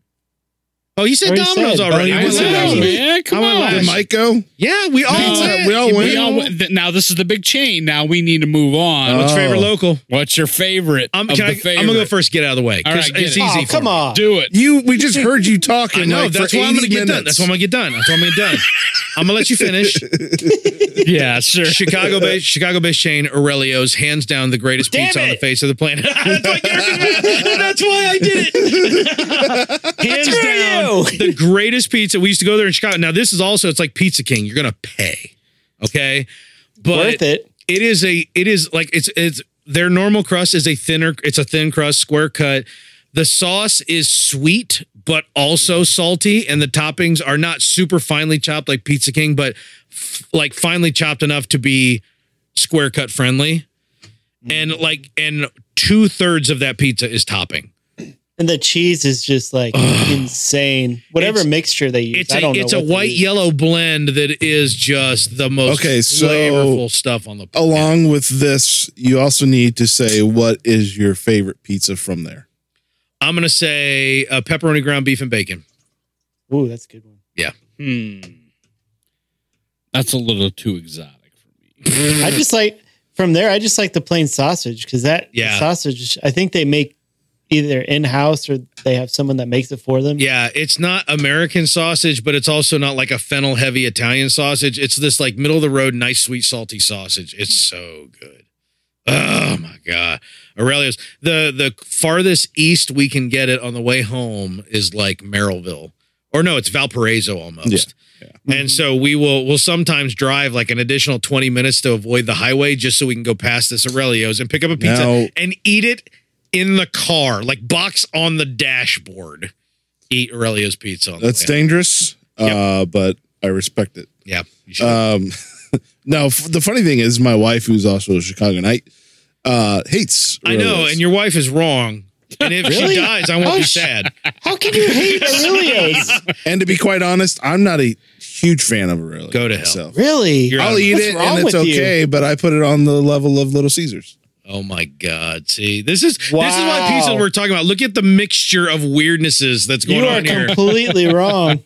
B: Oh, you said
C: Already
B: Domino's
C: said.
B: already.
E: Oh,
B: I
E: you
B: went
E: said
B: last.
E: Domino's.
D: man. Come
B: I went
D: on.
E: Did Mike go?
B: Yeah, we all
E: Pizza,
B: went.
E: we all
B: You-
E: went.
D: We all went- th- now this is the big chain. Now we need to move on.
E: Oh.
B: What's your favorite local?
D: What's your favorite?
B: Uh, I'm,
D: of
B: can
D: the
B: I,
D: favorite?
B: am gonna go first. Get out of the way. 'cause
D: All right, get
B: it's
D: it.
B: easy.
C: oh,
B: for
C: come
B: me.
C: on.
D: Do it.
E: You we just heard you talking.
B: I know.
E: like,
B: that's
E: for
B: why I'm
E: 80
B: gonna get done.
E: minutes.
B: That's why I'm gonna get done. That's why I'm gonna get done. I'm gonna let you finish.
D: yeah, sure.
B: Chicago based Chicago based chain Aurelio's, hands down the greatest
C: Damn
B: pizza on
C: it.
B: the face of the planet. that's, why Garrick- that's why I did it. [LAUGHS] hands
C: Screw
B: down
C: you.
B: the greatest pizza. We used to go there in Chicago. Now this is also it's like Pizza King. You're gonna pay. Okay. But
C: Worth it.
B: it is a it is like it's it's their normal crust is a thinner it's a thin crust square cut the sauce is sweet but
C: Mm-hmm.
B: also salty and the toppings are not super finely chopped like pizza king but f- like finely chopped enough to be square cut friendly
C: Mm-hmm.
B: and like and two-thirds of that pizza is topping
C: And the cheese is just like
B: [SIGHS]
C: insane. Whatever
B: It's-
C: mixture they use,
B: it's
C: I
B: a,
C: don't know.
B: it's a
C: what they
B: white
C: use.
B: yellow blend that is just the most
E: Okay, so- Oh.
B: flavorful stuff on the planet.
E: Along with this, you also need to say what is your favorite pizza from there.
B: i'm gonna say uh, pepperoni ground beef and bacon
C: Ooh, that's a good one.
B: Yeah.
D: Hmm. That's a little too exotic for me.
C: I just like from there. I just like the plain sausage because that
B: Yeah.
C: sausage. I think they make either in house or they have someone that makes it for them.
B: Yeah, it's not American sausage, but it's also not like a fennel heavy Italian sausage. It's this like middle of the road, nice, sweet, salty sausage. It's so good. Oh my god, Aurelio's the the farthest east we can get it on the way home is like Merrillville, or no, it's Valparaiso almost. And so we will will sometimes drive like an additional 20 minutes to avoid the highway just so we can go past this Aurelio's and pick up a pizza
E: Now-
B: and eat it in the car, like box on the dashboard. Eat Aurelio's pizza. On
E: That's
B: the way.
E: dangerous, uh, but I respect it.
B: yeah. you should.
E: Um, [LAUGHS] now, f- the funny thing is, my wife, who's also a Chicagoanite, uh, hates.
B: I know,
E: Oreos.
B: and your wife is wrong. And if she
C: Really?
B: dies, I won't
C: Oh,
B: be
C: sh-
B: sad.
C: How can
B: [LAUGHS]
C: you hate Aurelio's?
E: And to be quite honest, I'm not a huge fan of Aurelio.
B: Go to hell.
C: Really?
B: You're-
E: I'll eat
C: What's
E: it
C: wrong
E: and it's
C: with you?
E: okay, but I put it on the level of Little Caesars.
B: Oh my God! See, this is this is
C: Wow.
B: why pizza we're talking about. Look at the mixture of weirdnesses that's going
C: you are
B: on here. [LAUGHS]
C: completely wrong.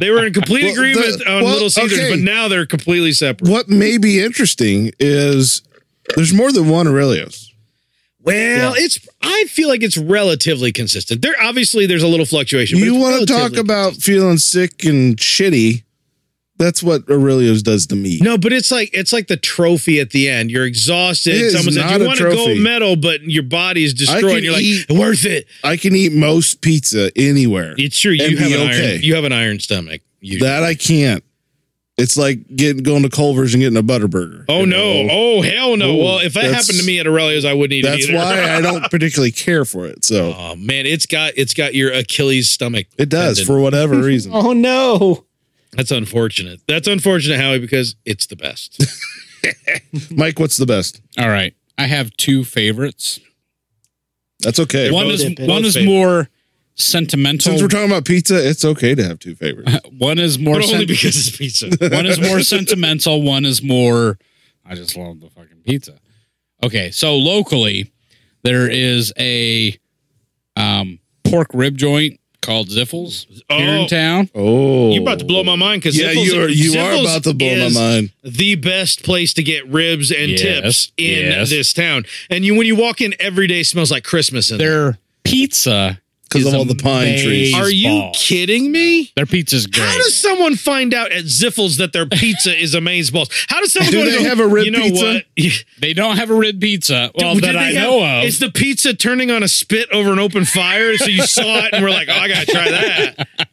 B: they were in complete
E: Well,
B: agreement
E: the-
B: on
E: well,
B: Little Caesars,
E: okay.
B: but now they're completely separate.
E: What may be interesting is there's more than one Aurelio's.
B: Well, it's I feel like it's relatively consistent. There obviously there's a little fluctuation. but
E: you
B: it's
E: want to
B: relatively-
E: talk about feeling sick and shitty? That's what Aurelio's does to me.
B: No, but it's like it's like the trophy at the end. You're exhausted.
E: It is
B: Someone said
E: not
B: you
E: a
B: want a gold
E: trophy.
B: medal, but your body is
E: can
B: destroyed. You're like
E: eat-
B: worth it.
E: I can eat most pizza anywhere.
B: It's true. You
E: And
B: have
E: be
B: an
E: okay.
B: iron. You have an iron stomach. You,
E: That I can't. It's like getting going to Culver's and getting a Butterburger.
B: oh
E: you
B: no!
E: know?
B: Oh hell no!
E: Ooh,
B: well, if that
E: that's-
B: happened to me at Aurelio's, I wouldn't eat
E: That's
B: it either.
E: why I don't particularly care for it. So
B: [LAUGHS] Oh man, it's got it's got your Achilles stomach.
E: it does
B: Tendon.
E: for whatever reason.
C: Oh no.
B: That's unfortunate. That's unfortunate, Howie, because it's the
E: [LAUGHS]
B: best.
E: Mike, what's the best?
D: All right. I have two favorites.
E: That's okay.
D: One
B: both-
D: is
C: they're both
D: one is
B: favorites.
D: more sentimental.
E: Since we're talking about pizza, it's okay to have
B: [LAUGHS]
E: two favorites.
D: [LAUGHS] one is more
B: but only
D: sen-
B: because it's pizza.
E: [LAUGHS]
D: one
B: [LAUGHS]
D: is more sentimental. One is more. I just love the fucking pizza. Okay, so locally, there is a um, pork rib joint called Ziffles here
B: Oh.
D: in town.
E: Oh,
B: You're about to blow my mind because
E: Yeah, you are. You are about to blow my mind.
B: The best place to get ribs and
D: Yes,
B: tips in
D: yes.
B: this town, and you when you walk in every day smells like Christmas in there.
D: Their pizza
E: 'Cause
D: is
E: of all the pine trees.
D: amazing.
B: Are you
D: Balls.
B: kidding me?
D: Their pizza's great.
B: How does someone find out at Ziffles that their pizza is amaze balls? How does someone
E: Do
B: go to
E: they
B: go,
E: have a rib
B: you know
E: pizza?"
B: What?
D: they don't have a rib pizza.
B: [LAUGHS]
D: Well,
B: Did
D: that
B: they
D: I
B: have-
D: know of.
B: Is the pizza turning on a spit over an open fire? So you saw it and we're like, oh, I gotta try
E: [LAUGHS]
B: that.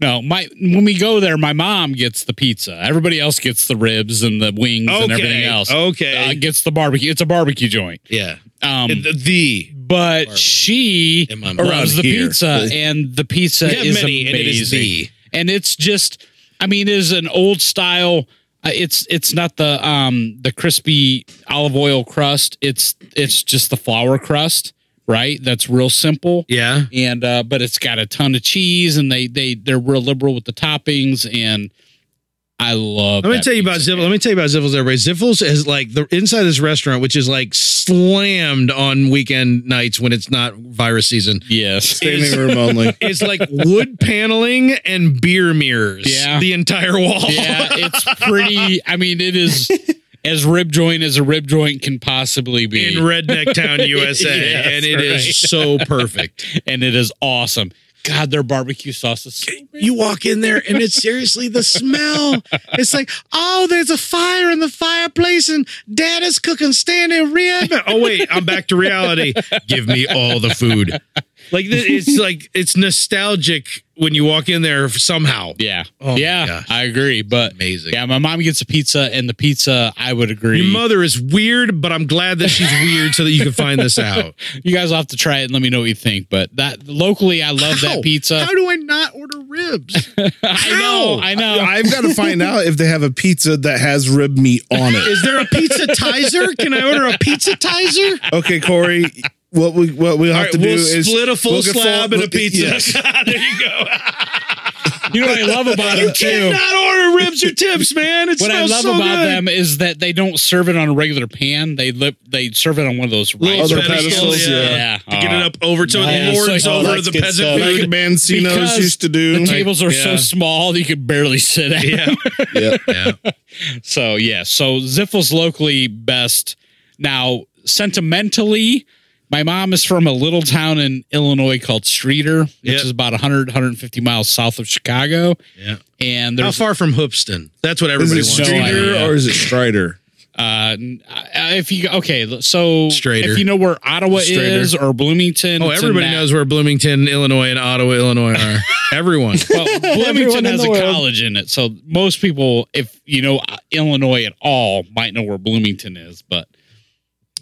D: No, my when we go there, my mom gets the pizza. Everybody else gets the ribs and the wings and
B: Okay,
D: everything else.
B: okay.
D: uh, gets the barbecue. It's a barbecue joint.
B: Yeah,
D: Um,
B: the, the
D: but she
B: in my mind.
D: loves the
E: Around here.
D: pizza, and the pizza
B: Yeah,
D: is
B: many,
D: amazing.
B: and it is the.
D: And it's just, I mean, it is an old style. Uh, it's it's not the um the crispy olive oil crust. It's it's just the flour crust, right? That's real simple
B: yeah.
D: and uh, but it's got a ton of cheese, and they they they're real liberal with the toppings, and I love.
B: Let me
D: that
B: tell you about
D: pizza.
B: Ziffles. Let me tell you about Ziffles, everybody. Ziffles is like the inside this restaurant, which is like slammed on weekend nights when it's not virus season.
D: Yes,
E: standing room
B: [LAUGHS]
E: only.
B: It's
D: [LAUGHS]
B: like wood paneling and beer mirrors.
D: Yeah.
B: The entire wall.
D: yeah, it's pretty. I mean, it is as rib joint as a rib joint can possibly
B: [LAUGHS]
D: be,
B: In Redneck Town, USA.
D: [LAUGHS] Yes,
B: and it is
D: right.
B: so perfect.
D: and it is awesome. God, their barbecue sauce is so
B: You walk in there and it's seriously the smell. It's like, oh, there's a fire in the fireplace and dad is cooking standing rib. [LAUGHS] Oh, wait, I'm back to reality. Give me all the food. Like th- it's like it's nostalgic when you walk in there somehow.
D: yeah,
B: Oh my
D: yeah.
B: gosh.
D: I agree, but
B: Amazing.
D: yeah, my mom gets a pizza, and the pizza I would agree.
B: Your mother is weird, but I'm glad that she's weird so that you can find this out.
D: you guys will have to try it and let me know what you think. But that locally, I love
B: How?
D: that pizza.
B: [LAUGHS] How do I not order [LAUGHS] ribs?
D: [LAUGHS] I know, I know.
E: I've got to find out if they have a pizza that has rib meat on it.
B: Is there a pizza tizer? Can I order a pizza tizer?
E: Okay, Corey. What we what we have
B: All right,
E: to do
B: we'll
E: is
B: split a full [LAUGHS]
E: we'll get
B: slab
E: full-
B: and a pizza.
E: Yes.
B: there you go.
D: You know what I love about them too.
B: Cannot order ribs or
D: [LAUGHS]
B: tips, man. It
D: What I
B: smells
D: love
B: so
D: about
B: good.
D: them is that they don't serve it on a regular pan. They lip, they serve it on one of those
B: Little
E: Other
D: rice
E: pedestals,
D: pedestals.
E: yeah.
D: Yeah,
F: to get it
D: Uh,
F: up over to
D: Yeah,
F: it lords
D: so-
F: over
C: that's
F: the
C: good
F: peasant
C: stuff.
E: Like
F: food.
E: Mancino's
D: Because
E: used to do.
D: Uh-huh. The tables are
F: yeah.
D: so small that you could barely sit at.
F: Yeah,
B: [LAUGHS]
E: yeah.
F: yeah.
D: So yeah, so Ziffel's locally best. Now, sentimentally, my mom is from a little town in Illinois called Streeter, which
B: Yeah.
D: is about 100 150 miles south of Chicago.
B: Yeah.
D: And
B: How
D: there's
B: far from Hoopston? That's what
E: Is
B: everybody
E: it
B: wants.
D: Street-
E: Streeter
D: idea.
E: or is it Strider?
D: uh if you okay, so
B: Strader.
D: if you know where Ottawa
E: Strader.
D: is or Bloomington,
B: oh,
D: it's in
B: everybody
D: that-
B: knows where Bloomington, Illinois, and Ottawa, Illinois are. Everyone.
D: Well,
C: [LAUGHS] Everyone in
D: Bloomington has
C: the
D: a
C: world.
D: college in it, so most people, if you know uh, Illinois at all, might know where Bloomington is. But [LAUGHS]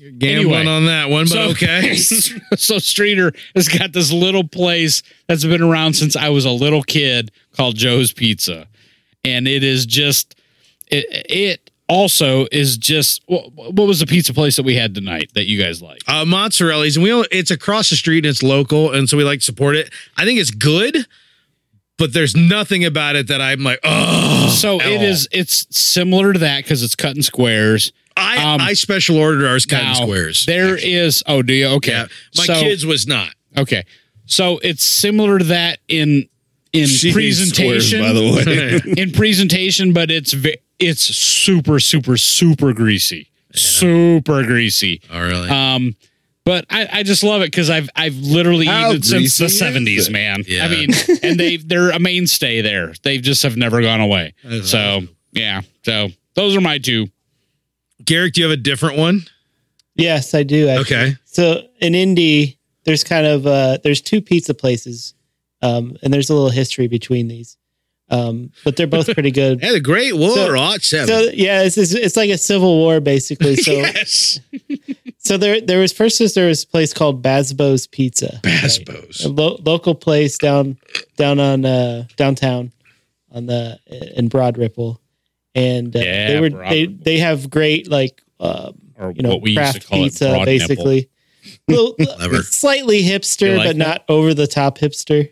B: Gambling
D: Anyway.
B: on that one, but okay.
D: so Streeter has got this little place that's been around since I was a little kid called Joe's Pizza, and it is just it. it also is just what, what was the pizza place that we had tonight that you guys like?
B: uh, mozzarella's and we only, it's across the street and it's local and so we like to support it i think it's good but there's nothing about it that i'm like oh
D: So it is. It's similar to that because it's cut in squares.
B: i
D: um,
B: i special ordered ours cut in
D: Now,
B: squares
D: There is. Oh, do you? Okay.
B: yeah my
D: So-
B: kids was not
D: Okay. So it's similar to that in in
E: She hates
D: presentation,
E: squares, by
B: [LAUGHS]
E: the
D: [LAUGHS]
E: way.
D: in presentation, but it's ve- it's super super super greasy, super greasy.
B: oh really
D: Um, but I, I just love it because I've I've literally
E: How
D: eaten since
E: greasy
D: the
E: is
D: seventies,
E: it?
D: man.
B: Yeah.
D: I mean,
B: [LAUGHS]
D: and they they're a mainstay there. They just have never gone away.
B: That's
D: So yeah, so those are my two.
B: garrick do you have a different one
C: Yes, I do. Actually.
B: okay
C: So in Indy, there's kind of uh, there's two pizza places, um, and there's a little history between these, um, but they're both pretty good.
B: and the great war
C: So-
B: ought seven
C: so yeah, it's, it's it's like a civil war basically.
D: [LAUGHS]
C: So
B: yes
C: so there there was first is there was a place called Basbo's Pizza,
B: Basbos.
C: a lo- local place down down on uh, downtown on the in Broad Ripple, and uh,
D: Yeah,
C: they were
D: Broad
C: they
D: Ripple.
C: they have great like. Um,
D: Or
C: you know,
D: what we
C: craft
D: used to call
C: pizza,
D: it broad nipple. [LAUGHS]
C: basically. Little-
B: Clever.
C: slightly
D: You
C: hipster,
D: like
C: but
D: that?
C: not over the top hipster.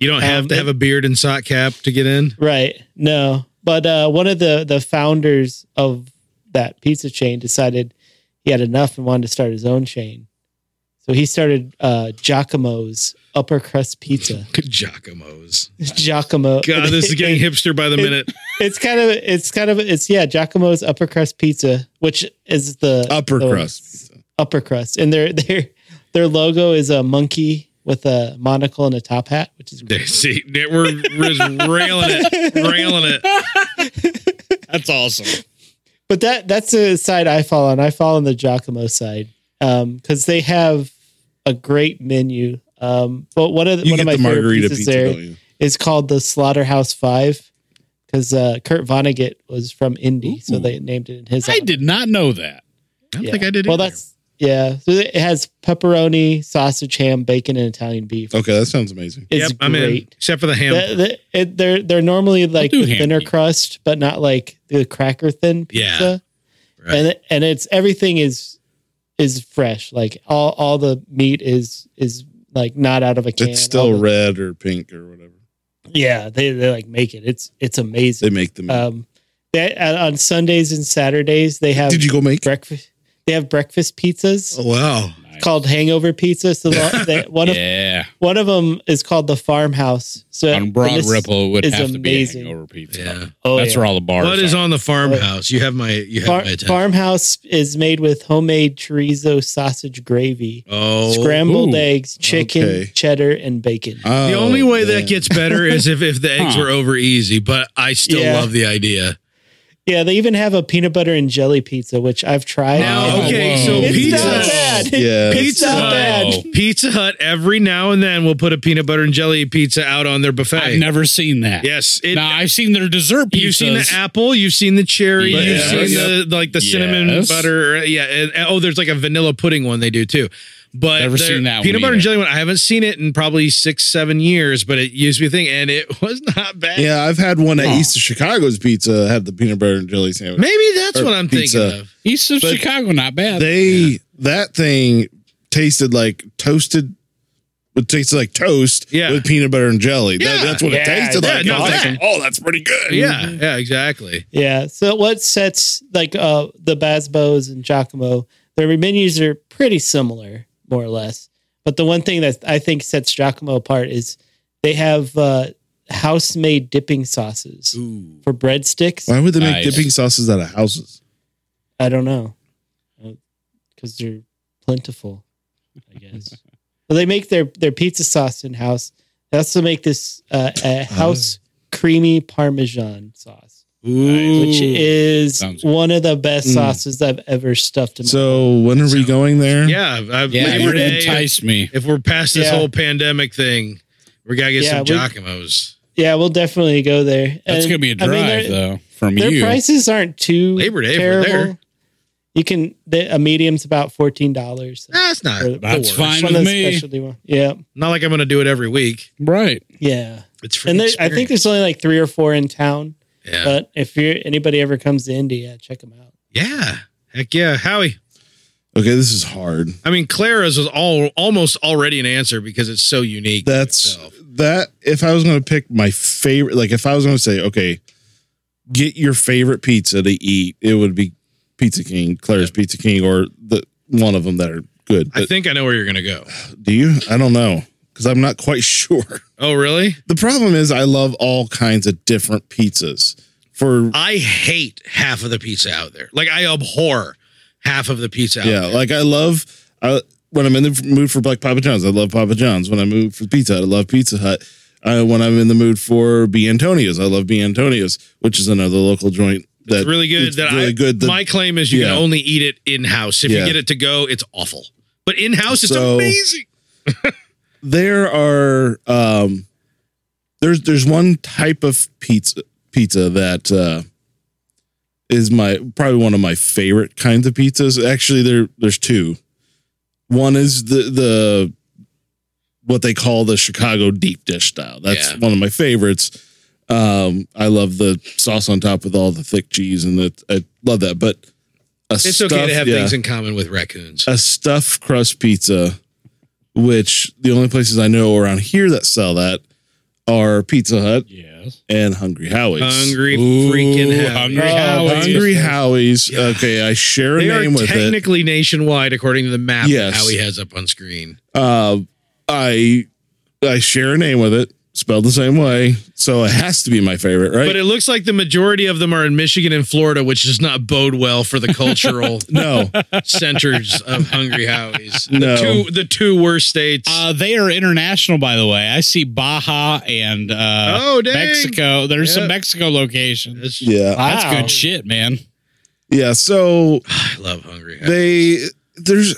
B: you don't have
C: Um,
B: to have a beard and sock cap to get in
C: Right. No. But uh, one of the, the founders of that pizza chain decided he had enough and wanted to start his own chain. So he started uh, Giacomo's Upper Crust Pizza. [LAUGHS]
B: Giacomo's.
C: Giacomo.
B: God, this
C: [LAUGHS]
B: is getting hipster by the minute.
C: It's kind of, it's kind of, it's, yeah, Giacomo's Upper Crust Pizza, which is the
E: Upper
C: the-
E: crust.
C: upper crust, and their their their logo is a monkey with a monocle and a top hat, which is
B: They- See, they- we're, we're just railing it, railing it.
D: That's awesome.
C: but that that's a side I fall on. I fall on the Giacomo side because they have a great menu. Um, but one of the,
E: You
C: one
E: get
C: of my
E: the
C: favorite
E: margarita
C: pieces
E: pizza,
C: there
E: don't you?
C: is called the Slaughterhouse Five because uh, Kurt Vonnegut was from Indy, so
E: Ooh.
C: they named it in his.
D: I
C: honor.
D: did not know that.
B: I don't
C: Yeah.
B: think I did.
C: Well,
B: either.
C: that's yeah. So it has pepperoni, sausage, ham, bacon, and Italian beef.
E: Okay, that sounds amazing.
C: It's
B: yep, I'm in. Except for the ham.
C: The- the- it- they're they're normally like
D: do
C: the
D: ham
C: thinner
D: pizza.
C: crust, but not like the cracker thin
B: Yeah,
C: pizza.
B: right.
C: And and it's everything is is fresh. Like all all the meat is is like not out of a can.
E: It's
C: All
E: still
C: the-
E: red or pink or whatever.
C: Yeah, they they like make it. It's it's
E: They
C: amazing.
E: make them.
C: Um, they, on Sundays and Saturdays they have
E: Did you go make?
C: breakfast. They have breakfast pizzas
B: oh, wow.
C: called Hangover Pizza. So the,
E: [LAUGHS]
C: they, one of
D: yeah,
C: one of them is called the Farmhouse. So
D: on Broad
C: and this-
D: Ripple it would
C: is
D: have to be a
C: amazing.
D: hangover pizza.
B: Yeah.
C: Oh,
D: That's
C: yeah.
D: where all the bars.
B: What is
D: are.
B: on the farmhouse? You have my. You have
C: Far-
B: my attention.
C: farmhouse is made with homemade chorizo sausage gravy,
B: oh, Uh,
C: scrambled
D: ooh.
C: eggs, chicken,
E: Okay.
C: cheddar, and bacon.
E: Oh,
B: the only way that
E: man.
B: gets better is if [LAUGHS] if the eggs
D: Huh.
B: were over easy. But I still
C: Yeah.
B: love the idea.
C: yeah, they even have a peanut butter and jelly pizza, which I've tried.
B: Now,
D: Oh,
B: okay,
D: whoa.
B: so
C: it's
B: pizza.
C: not bad.
E: Yeah.
C: It's
B: Pizza
C: not
B: Hut.
C: bad.
D: Wow.
B: Pizza Hut every now and then will put a peanut butter and jelly pizza out on their buffet.
D: I've never seen that.
B: yes, it,
D: now I've seen their dessert pizzas.
B: You've seen the apple, you've seen the cherry,
D: Yes.
B: you've seen the, the- like the cinnamon
D: Yes.
B: butter. Yeah, and, and- oh, there's like a vanilla pudding one they do too. But
D: Never
B: the
D: seen that
B: peanut
D: one
B: butter and
D: either.
B: jelly one. I haven't seen it in probably six, seven years, but it used to be a thing, and it [LAUGHS] was not bad.
E: Yeah, I've had one at
C: Oh.
E: East of Chicago's Pizza. Had the peanut butter and jelly sandwich.
B: Maybe that's
E: Or
B: what I'm
E: pizza.
B: thinking of.
D: East of
E: But
D: Chicago, not bad.
E: They that thing tasted like toasted it tasted like toast
B: Yeah.
E: with peanut butter and jelly. That-
B: Yeah.
E: that's what it
C: Yeah,
E: tasted
B: yeah,
E: like.
B: no,
E: I was like,
B: that-
E: oh, that's pretty good.
B: Yeah, yeah, exactly.
C: Yeah. So what sets like uh the Bazbos and Giacomo, their menus are pretty similar, more or less. But the one thing that I think sets Giacomo apart is they have uh house made dipping sauces for breadsticks.
E: Why would they make
D: Nice.
E: dipping sauces out of houses?
C: I don't know. Because they're plentiful, I
D: [LAUGHS]
C: guess. but they make their, their pizza sauce in house. They also make this uh,
D: Oh.
C: a house creamy parmesan sauce, which is
D: Sounds good.
C: one of the best
E: Mm.
C: sauces I've ever stuffed in my
E: So when are we going there?
B: Yeah, I've,
D: Yeah,
B: Labor
D: you
B: Day,
D: enticed me.
B: If we're past this
C: Yeah.
B: whole pandemic thing, we gotta get
C: Yeah,
B: some
C: we-
B: Giacomos.
C: Yeah, we'll definitely go there. And,
D: That's gonna be a
C: I
D: drive
C: mean, their-
D: though from
C: Their
D: you.
C: prices aren't too
B: Labor Day, if we're
C: terrible.
B: there.
C: You can the, a medium's about fourteen dollars.
B: That's not.
C: Or-
B: the
D: That's
B: worst.
D: fine.
C: One
D: with
C: of the
D: me.
C: specialty one. Yeah,
B: Not like I'm gonna do it every week.
D: Right.
C: yeah.
B: It's free.
C: And there, I think there's only like three or four in town.
B: yeah.
C: But if you're anybody ever comes to India, check them out.
B: yeah, heck yeah, Howie.
E: Okay, this is hard.
B: I mean, Clara's was all almost already an answer because it's so unique.
E: That's
B: So,
E: that. If I was going to pick my favorite, like if I was going to say, okay, get your favorite pizza to eat, it would be Pizza King, Claire's Pizza King, or the one of them that are good.
B: I
E: But
B: think I know where you're gonna go.
E: do you? I don't know because I'm not quite [LAUGHS] sure.
B: Oh, really?
E: The problem is, I love all kinds of different pizzas. For
B: I hate half of the pizza out there. Like I abhor half of the pizza. Out
E: yeah,
B: there.
E: like I love I, when I'm in the mood for like Papa John's, I love Papa John's. When I move for Pizza Hut, I love Pizza Hut. I, when I'm in the mood for B Antonio's, I love B Antonio's, which is another local joint that's
B: it's really good. that
E: really
B: I,
E: good. that-
B: my claim is you
E: yeah.
B: can only eat it in house. If you
E: Yeah.
B: get it to go, it's awful. But in house, it's
E: So-
B: amazing.
E: there are um, there's there's one type of pizza pizza that uh, is my probably one of my favorite kinds of pizzas. Actually, there there's two. One is the the what they call the Chicago deep dish style. That's
B: Yeah.
E: one of my favorites. Um, I love the sauce on top with all the thick cheese, and it, I love that. But a
B: It's okay
E: stuffed-
B: to have
E: yeah
B: things in common with raccoons.
E: a stuffed crust pizza, which the only places I know around here that sell that are Pizza Hut
D: Yes.
E: and Hungry Howie's.
B: Hungry
D: Ooh,
B: freaking hell.
D: hungry
C: Oh,
D: Howie's.
E: Hungry Howie's. Okay, I share a
B: They
E: name
B: are
E: with it.
B: technically nationwide according to the map
E: Yes.
B: that Howie has up on screen.
E: Uh, I I share a name with it, spelled the same way, so it has to be my favorite, right?
B: But it looks like the majority of them are in Michigan and Florida, which does not bode well for the [LAUGHS] cultural
E: no,
B: centers of Hungry Howie's. The
E: No.
B: two, the two worst states.
D: Uh, they are international, by the way. I see Baja and uh,
B: Oh, dang.
D: Mexico. There's some
B: Yep.
D: Mexico locations.
B: That's-
E: yeah,
D: That's
C: Wow.
D: good shit, man.
E: yeah. So
B: I love Hungry Howie's.
E: they there's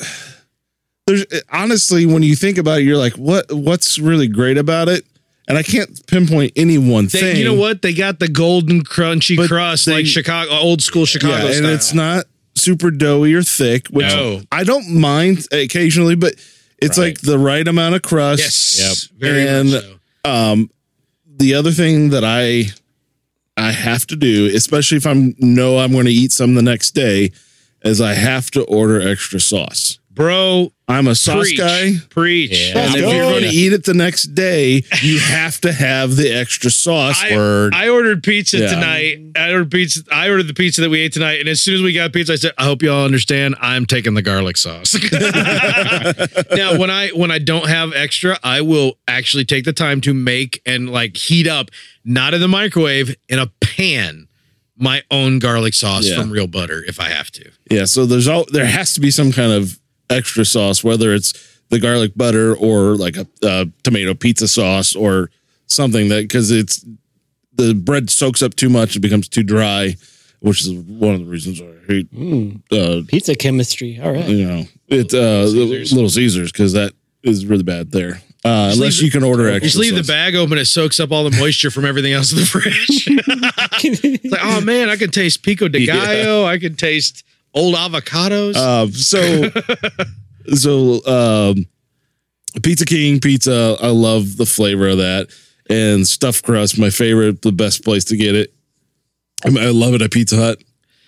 E: there's honestly when you think about it you're like what what's really great about it and i can't pinpoint any one
B: They-
E: thing
B: you know what? They got the golden crunchy
E: But
B: crust,
E: they-
B: like Chicago, uh, old school
E: yeah,
B: Chicago
E: and
B: style.
E: it's not super doughy or thick which
B: No.
E: i don't mind occasionally but it's
D: Right.
E: like the right amount of crust
B: yes, very
E: And-
B: much so.
E: um the other thing that i i have to do especially if i'm know i'm going to eat some the next day is i have to order extra sauce
B: bro.
E: i'm a sauce
B: preach,
E: guy
B: preach.
D: Yeah.
E: And if
C: Let's
E: you're
C: go.
E: going to eat it the next day, you have to have the extra sauce.
B: I-
E: word.
B: I ordered pizza
E: Yeah.
B: tonight. I ordered pizza. I ordered the pizza that we ate tonight, and as soon as we got pizza, I said, "I hope y'all understand. I'm taking the garlic sauce." [LAUGHS] now, when I when I don't have extra, I will actually take the time to make and like heat up, not in the microwave, in a pan, my own garlic sauce
E: Yeah.
B: from real butter if I have to.
E: yeah. So there's all there has to be some kind of extra sauce, whether it's the garlic butter or like a, uh tomato pizza sauce or something that because it's the bread soaks up too much, it becomes too dry, which is one of the reasons why I hate.
B: Hmm.
E: Uh,
C: Pizza chemistry. All right.
E: you know, it's uh, Little Caesars because that is really bad there. Uh,
B: Just
E: unless
B: leave-
E: you can order extra.
B: Just leave
E: sauce.
B: the bag open; it soaks up all the moisture from everything else in the fridge. It's like, oh man, I can taste pico de gallo. I can taste old avocados. [LAUGHS]
E: Um, so, so um, Pizza King pizza. I love the flavor of that and stuffed crust. My favorite, the best place to get it. I, mean, I love it at Pizza Hut,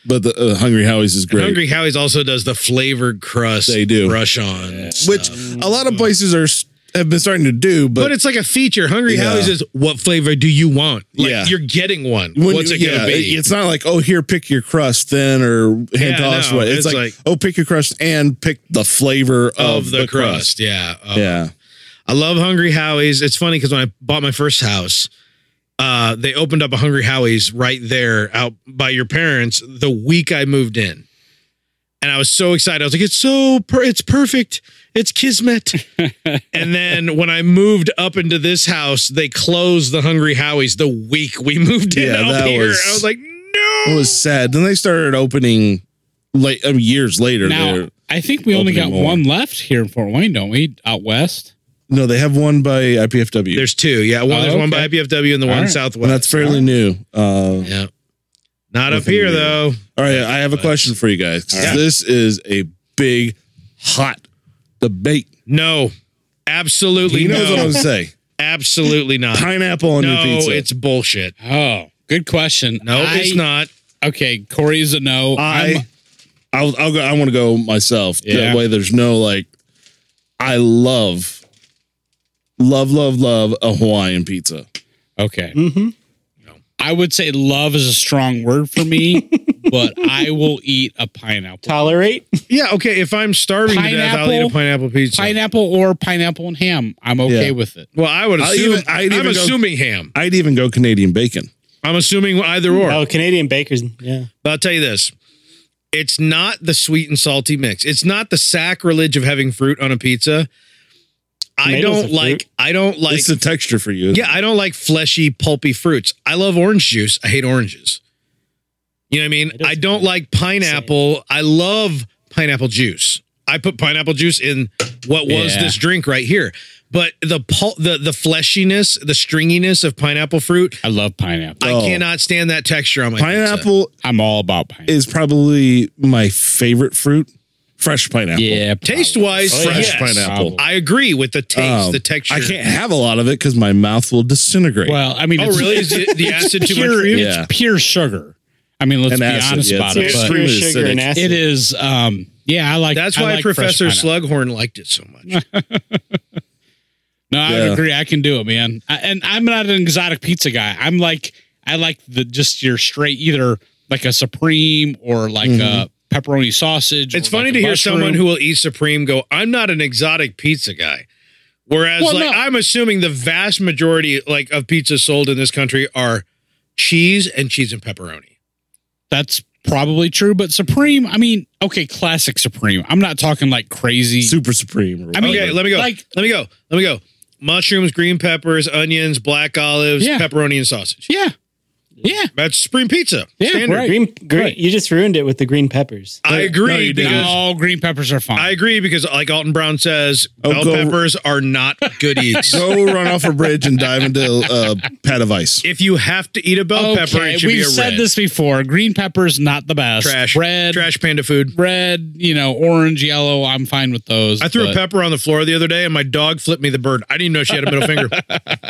E: but the uh, Hungry Howie's is great.
B: Hungry Howie's also does the flavored crust.
E: They do.
B: brush on,
E: which a lot of places are s- have been starting to do, but,
B: But it's like a feature. Hungry
E: Yeah.
B: Howie's is what flavor do you want? Like
E: Yeah.
B: you're getting one.
E: when
B: What's
E: you-
B: it gonna
E: yeah,
B: be?
E: It's not like oh here pick your crust thin or hand
B: Yeah,
E: toss
B: no,
E: what. It's,
B: it's
E: like,
B: like-
E: oh pick your crust and pick the flavor of,
B: of the, crust. Yeah. Oh,
E: Yeah,
B: I love Hungry Howie's. It's funny because when I bought my first house, uh, they opened up a Hungry Howie's right there out by your parents the week I moved in. And I was so excited. I was like, it's so, per- it's perfect. It's [LAUGHS] kismet. and then when I moved up into this house, they closed the Hungry Howie's the week we [LAUGHS] moved in
E: Yeah,
B: up
E: that
B: here.
E: was-
B: I was like,
E: it
B: no.
E: was sad. Then they started opening late I mean, years later.
D: Now,
E: They're-
D: I think we only got
E: opening more.
D: one left here in Fort Wayne, don't we? Out west.
E: no, they have one by IPFW.
B: There's two. Yeah. One,
D: Oh,
B: there's one
D: okay.
B: by IPFW and the
D: All
B: one
D: right.
E: and
B: Southwest.
E: that's fairly new. Uh,
B: yeah. Not up
E: Nothing
B: here,
E: weird.
B: though.
E: All right, I have a question for you guys. 'cause
B: Yeah.
E: This is a big, hot debate.
B: No. Absolutely
E: He knows
B: no.
E: what I'm going to say.
B: Absolutely not.
E: Pineapple on
B: no,
E: your pizza.
B: it's bullshit.
D: Oh, good question.
B: No,
D: I-
B: it's not.
D: Okay, Corey's a no.
E: I,
D: I'm-
E: I'll, I'll go, I want to go myself.
D: Yeah.
E: That way, there's no like. I love, love, love, love a Hawaiian pizza.
D: okay.
C: Mm-hmm.
D: I would say love is a strong word for me, but I will eat a pineapple.
C: Tolerate.
B: Yeah, okay. If I'm starving to death, I'll eat a
D: Pineapple-
B: pineapple pizza.
D: Pineapple or pineapple and ham. I'm okay
E: Yeah.
D: with it.
B: well, I would
E: I'll
B: assume.
E: even-
B: i
E: I'd
B: am
E: even go-
B: assuming ham.
E: I'd even go Canadian bacon.
B: I'm assuming either or.
C: Oh, Canadian bakers. Yeah.
B: But I'll tell you this: it's not the sweet and salty mix. It's not the sacrilege of having fruit on a pizza. I
C: Tomatoes
B: don't
C: are
B: like.
C: fruit.
B: I don't like.
E: it's the texture for you.
B: yeah, I don't like fleshy, pulpy fruits. I love orange juice. I hate oranges. You know what I mean?
C: Tomatoes
B: I
C: are
B: don't
C: good.
B: like pineapple. I love pineapple juice. I put pineapple juice in what was
D: Yeah.
B: this drink right here. But the pul- the the fleshiness, the stringiness of pineapple fruit,
D: I love pineapple.
E: Oh.
B: I cannot stand that texture on my pizza.
E: pineapple
D: I'm all about pineapple.
E: is probably my favorite fruit. Fresh pineapple.
D: yeah.
B: Taste
D: probably.
B: wise,
E: Fresh
B: yes.
E: pineapple.
B: I agree with the taste,
E: Oh, Um,
B: the texture.
E: I can't have a lot of it because my mouth will disintegrate.
D: Well, I mean,
B: Oh,
E: [LAUGHS]
B: really? Is it the acid too much for you?
E: Yeah.
D: It's pure sugar. I mean, let's
E: And
D: be
E: acid,
D: honest
E: yeah,
D: about
E: it's
D: it.
E: just
D: But
E: extremely
C: sugar and
E: acidic.
C: acid.
D: it is. Um, yeah, I like.
B: That's
D: I
B: why
D: like fresh
B: Professor
D: pineapple.
B: Slughorn liked it so much.
D: No, I
E: Yeah.
D: agree. I can do it, man. I, and I'm not an exotic pizza guy. I'm like I like the just your straight either like a supreme or like a
E: Mm-hmm.
D: pepperoni sausage.
B: It's
D: or
B: funny
D: like
B: to
D: a
B: hear
D: mushroom.
B: someone who will eat Supreme go, I'm not an exotic pizza guy. Whereas,
D: Well,
B: like,
D: no.
B: I'm assuming the vast majority, like, of pizzas sold in this country are cheese and cheese and pepperoni.
D: that's probably true, but supreme. I mean, okay, classic supreme. I'm not talking like crazy.
E: Super supreme.
D: I mean,
B: Okay, let me go.
D: like-
B: let me go. Let me go. Mushrooms, green peppers, onions, black olives,
D: Yeah.
B: pepperoni, and sausage.
D: yeah, yeah,
B: That's Supreme Pizza.
D: Yeah,
B: Standard.
D: right.
C: Green, green
D: Right.
C: You just ruined it with the green peppers.
B: I agree.
E: No, you didn't.
B: because-
D: all green peppers are fine.
B: I agree because, like Alton Brown says,
E: Oh,
B: bell
E: go-
B: peppers are not
D: [LAUGHS]
B: good eats. [LAUGHS]
E: go run off a bridge and dive into a pat of ice.
B: if you have to eat a bell pepper,
D: okay,
B: it should
D: we've
B: be a
D: said
B: red.
D: this before. Green peppers not the best.
B: trash,
D: red,
B: trash panda food.
D: red. You know, orange, yellow. I'm fine with those.
B: I threw
D: but-
B: a pepper on the floor the other day, and my dog flipped me the bird. I didn't know she had a middle finger. [LAUGHS]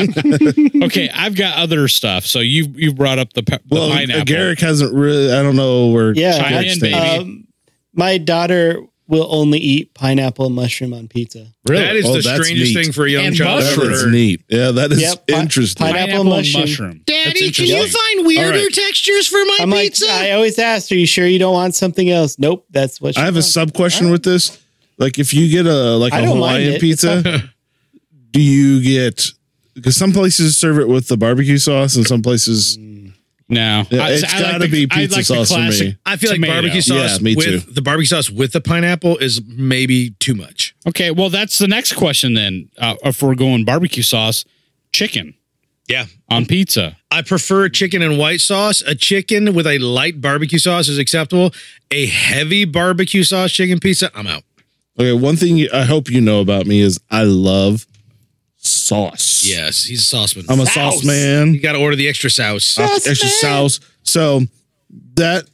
D: Okay, I've got other stuff. So you you brought up the, pe- the
E: Well, uh,
D: pineapple.
E: Garrick hasn't really. I don't know where.
C: Yeah,
E: Chuck
D: chime in,
E: stands.
D: baby.
C: Um, my daughter will only eat pineapple and mushroom on pizza.
E: [LAUGHS] Really?
B: That is
E: Oh,
B: the
E: that's
B: strangest
E: neat.
B: thing for a young
D: And
B: child.
E: That
B: to
D: mushroom.
E: is
B: order.
E: neat. Yeah, that is
C: Yeah, pi-
E: interesting.
C: pineapple
D: pineapple,
C: and
D: and
C: mushroom.
D: mushroom.
B: Daddy, can you
C: interesting.
B: find weirder
E: All right.
B: textures for my
C: I'm like,
B: pizza?
C: I always asked, "Are you sure you don't want something else?" Nope, that's what she
E: I have a
C: wants.
E: sub question with this. Like, if you get a like
C: I
E: a
C: don't mind
E: Hawaiian
B: [LAUGHS]
C: it.
E: pizza, do you get? Because some places serve it with the barbecue sauce, and some places
D: No,
E: Yeah,
D: I-
E: it's
D: I
E: gotta
D: the-
E: be
D: I
E: pizza sauce for me.
B: I feel
D: tomato.
B: like barbecue
E: Yeah,
B: sauce
E: me too.
B: with the barbecue sauce with the pineapple is maybe too much.
D: Okay, well that's the next question then. Uh, if we're going barbecue sauce, chicken
B: Yeah,
D: on
E: Hmm?
D: pizza.
B: I prefer chicken and white sauce. A chicken with a light barbecue sauce is acceptable. A heavy barbecue sauce chicken pizza, I'm out.
E: Okay, one thing you- I hope you know about me is I love sauce.
B: Yes, he's a sauceman.
E: I'm a
C: Sauce.
E: sauce man.
B: you got to order the extra sauce.
E: extra sauce. So that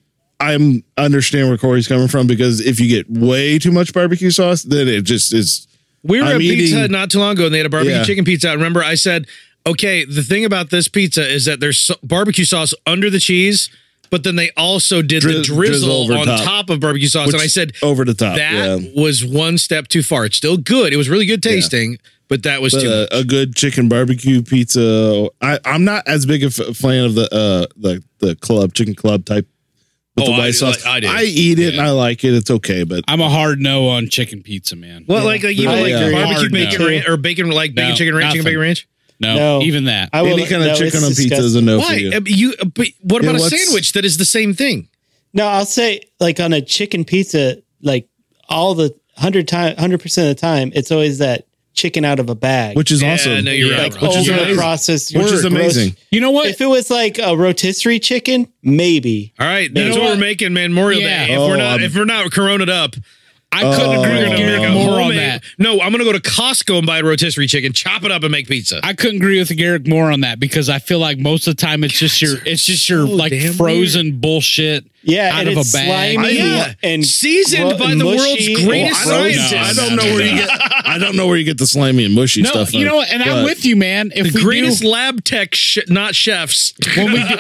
E: I'm understand where Corey's coming from because if you get way too much barbecue sauce, then it just is.
B: We were
E: I'm
B: at Pizza
E: eating-
B: Hut not too long ago, and they had a barbecue
E: Yeah.
B: chicken pizza. out. remember I said, "Okay, the thing about this pizza is that there's so- barbecue sauce under the cheese, but then they also did the
E: Dri- drizzle
B: drizzle
E: over
B: on
E: top.
B: top, of barbecue sauce."
E: which
B: and I said,
E: over the top.
B: "That
E: yeah.
B: was one step too far. It's still good. It was really good tasting, but but that was
E: But,
B: too
E: uh,
B: much.
E: a good chicken barbecue pizza. I, I'm not as big a f- fan of the uh, the the club chicken club type with
B: Oh,
E: the
B: I
E: white
B: do-
E: sauce.
B: I- I do.
E: eat it and
D: Yeah.
E: I like it. It's okay, but
D: I'm a hard no on chicken pizza, man.
B: well, like, like even
C: I
B: like
E: agree.
B: barbecue
D: Hard
B: bacon
C: no.
B: ranch or bacon like bacon
D: No,
B: chicken ranch, chicken
D: nothing.
B: bacon ranch.
D: No,
C: No.
D: even that.
C: I
E: any kind of
C: no,
E: chicken
C: it's
E: on pizza
C: disgusting.
E: is a no for
B: Why?
E: you.
B: Uh, you uh, but what
E: Yeah,
B: about a
E: what's-
B: sandwich that is the same thing?
C: No, I'll say like on a chicken pizza, like all the hundred time, hundred percent of the time, it's always that chicken out of a bag,
E: Which is
B: Yeah,
E: awesome.
B: no, you're
D: Yeah,
B: right.
C: like oh,
B: Rob.
E: which is
C: over
E: amazing.
C: processed,
E: Which is amazing.
D: You know what?
C: If it was like a rotisserie chicken, maybe.
B: All right,
D: You
B: that's
D: know
B: what,
D: what?
B: we're making Memorial
D: Yeah.
B: Day. If we're
E: Oh,
B: not
E: I'm-
B: if we're not coronaed up,
D: I couldn't
E: Oh.
D: agree
E: You're
D: with
E: gonna
D: Garrett
E: make
B: a
D: more on
B: homemade-
D: that.
B: No, I'm gonna go to Costco and buy a rotisserie chicken, chop it up, and make pizza.
D: I couldn't agree with Garrick more on that because I feel like most of the time it's just your it's just your like
B: Oh, damn
D: frozen bullshit.
C: Yeah,
D: out
C: and
D: of
C: it's
D: a bag.
C: slimy
B: Yeah.
C: and
B: Seasoned
C: gro-
B: by the
C: mushy
B: world's
C: and
B: greatest
E: I
D: No,
E: don't,
B: scientist.
E: I
D: no,
E: don't know
D: no,
E: where
D: no.
E: you get. I don't know where you get the slimy and mushy
D: No,
E: stuff.
D: you
E: from.
D: know what? And I'm
E: But
D: with you, man. If we
B: Greatest
D: do,
B: lab tech, sh- not chefs.
D: when we do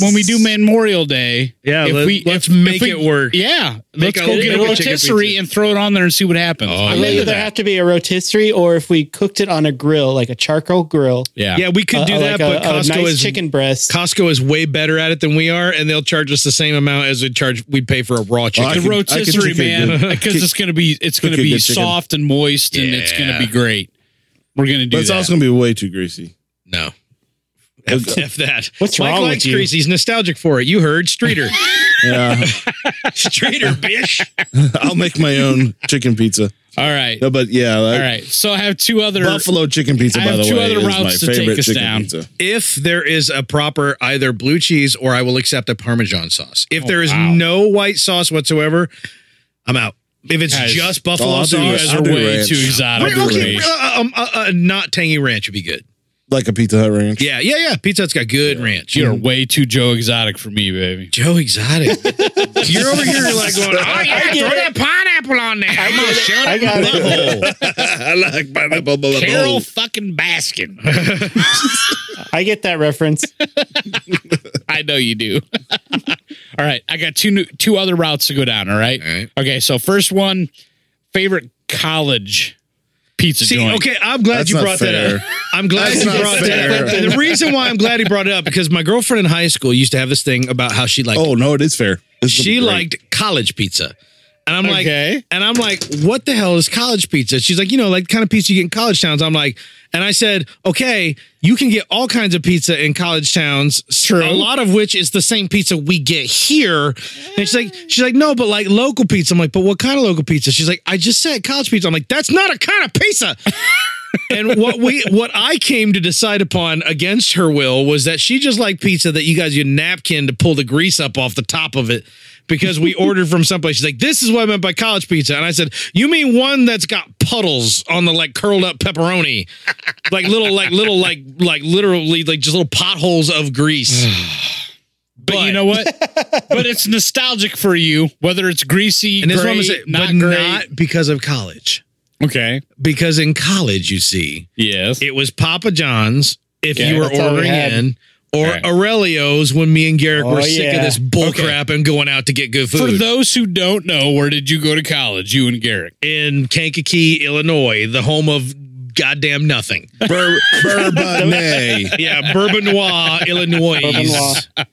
D: when we do Memorial Day,
B: Yeah, let- let's make it work.
D: Yeah,
B: Make
D: let's
B: a-
D: go
B: make
D: get a
B: a chicken
D: rotisserie
B: pizza.
D: and throw it on there and see what happens.
B: Oh,
D: I'm
B: yeah.
C: It'll
D: into
C: either
D: that.
C: have to be a rotisserie or if we cooked it on a grill, like a charcoal grill.
D: yeah,
B: Yeah, we could
C: uh,
B: do
C: uh,
B: that,
C: like a-
B: but
C: a
B: Costco
C: nice
B: is
C: chicken breast.
B: Costco is way better at it than we are, and they'll charge us the same amount as we charge we'd pay for a raw
E: I
D: the
B: chicken.
E: could- I could
D: rotisserie,
E: cook a
D: man, [LAUGHS]
E: good-
D: because it's gonna be it's gonna
E: cook a
D: be
E: good chicken.
D: soft and moist, and it's gonna
B: Yeah.
D: be great. We're gonna do
E: But it's
D: that.
E: also gonna be way too greasy.
B: no. F, F that.
C: What's
B: Mike
C: wrong with
B: likes
C: you?
B: grease. He's nostalgic for it. You heard Streeter.
C: [LAUGHS]
E: Yeah,
B: Streeter, bitch.
E: I'll make my own chicken pizza.
D: All right,
E: No, but yeah,
D: all
E: like,
D: right. So I have two other
E: buffalo chicken pizza.
D: I
E: By
D: have
E: the
D: two
E: way,
D: other
E: is my
D: routes to take
E: favorite
D: us
E: chicken
D: down.
E: pizza.
B: if there is a proper either blue cheese or I will accept a Parmesan sauce. If
D: Oh,
B: there is
D: wow.
B: no white sauce whatsoever, I'm out. If it's
D: Guys,
B: just buffalo
E: oh, I'll do
B: sauce,
D: guys
E: I'll
D: are
E: do
D: way
E: ranch.
D: too exotic
B: Wait,
D: for
B: okay,
D: me.
B: uh, um, uh, uh, not tangy ranch would be good.
E: Like a Pizza Hut ranch.
B: Yeah, yeah, yeah. Pizza Hut's got good ranch.
D: You're
E: Mm-hmm.
D: way too Joe exotic for me, baby.
B: [LAUGHS] Joe Exotic. You're over here like
E: [LAUGHS]
B: going, oh yeah,
C: I
B: throw
C: get
B: that
C: it.
B: pineapple on there. I'm gonna shut
C: I
B: up.
C: got it.
E: [LAUGHS] I like pineapple. blah, blah, blah.
D: Carol fucking Baskin.
C: I get that reference.
D: I know you do. [LAUGHS] all right, I got two new, two other routes to go down. All right.
B: All right.
D: Okay, so first one, favorite college pizza
B: See,
D: joint.
B: okay, I'm glad
E: That's
B: you
E: not
B: brought that
E: fair.
B: up. I'm glad
E: That's
B: you
E: not
B: brought that
E: fair.
B: up. And the reason why I'm glad he brought it up because my girlfriend in high school used to have this thing about how she liked
E: Oh no, it is fair. This is
B: she
E: great.
B: liked college pizza. And I'm like,
D: Okay.
B: and I'm like, what the hell is college pizza? She's like, you know, like the kind of pizza you get in college towns. I'm like, and I said, okay, you can get all kinds of pizza in college towns.
D: True.
B: A lot of which is the same pizza we get here. And she's like, she's like, no, but like local pizza. I'm like, but what kind of local pizza? She's like, I just said college pizza. I'm like, that's not a kind of pizza. and what we what I came to decide upon against her will was that she just liked pizza that you guys use a napkin to pull the grease up off the top of it because we ordered from someplace. She's like, "This is what I meant by college pizza," and I said, "You mean one that's got puddles on the like curled up pepperoni, like little like little like like literally like just little potholes of
D: [SIGHS]
B: grease."
D: but, you know [LAUGHS] what? but it's nostalgic for you, whether it's greasy,
B: and this
D: great,
B: one was it,
D: not
B: but
D: great.
B: not because of college.
D: okay.
B: Because in college, you see,
D: Yes.
B: It was Papa John's if
D: Okay.
B: you were
C: That's all we
B: ordering
C: had.
B: in, or
D: Right.
B: Aurelio's when me and Garrick were
C: Oh,
B: sick of
C: yeah.
B: this bull
D: Okay.
B: crap and going out to get good
D: For
B: food.
D: those who don't know, where did you go to college? You and Garrick.
B: in Kankakee, Illinois, the home of goddamn nothing.
C: [LAUGHS]
E: Bur- Bourbonnais.
B: Yeah, Bourbonnois, Illinois.
C: Bourbonnois.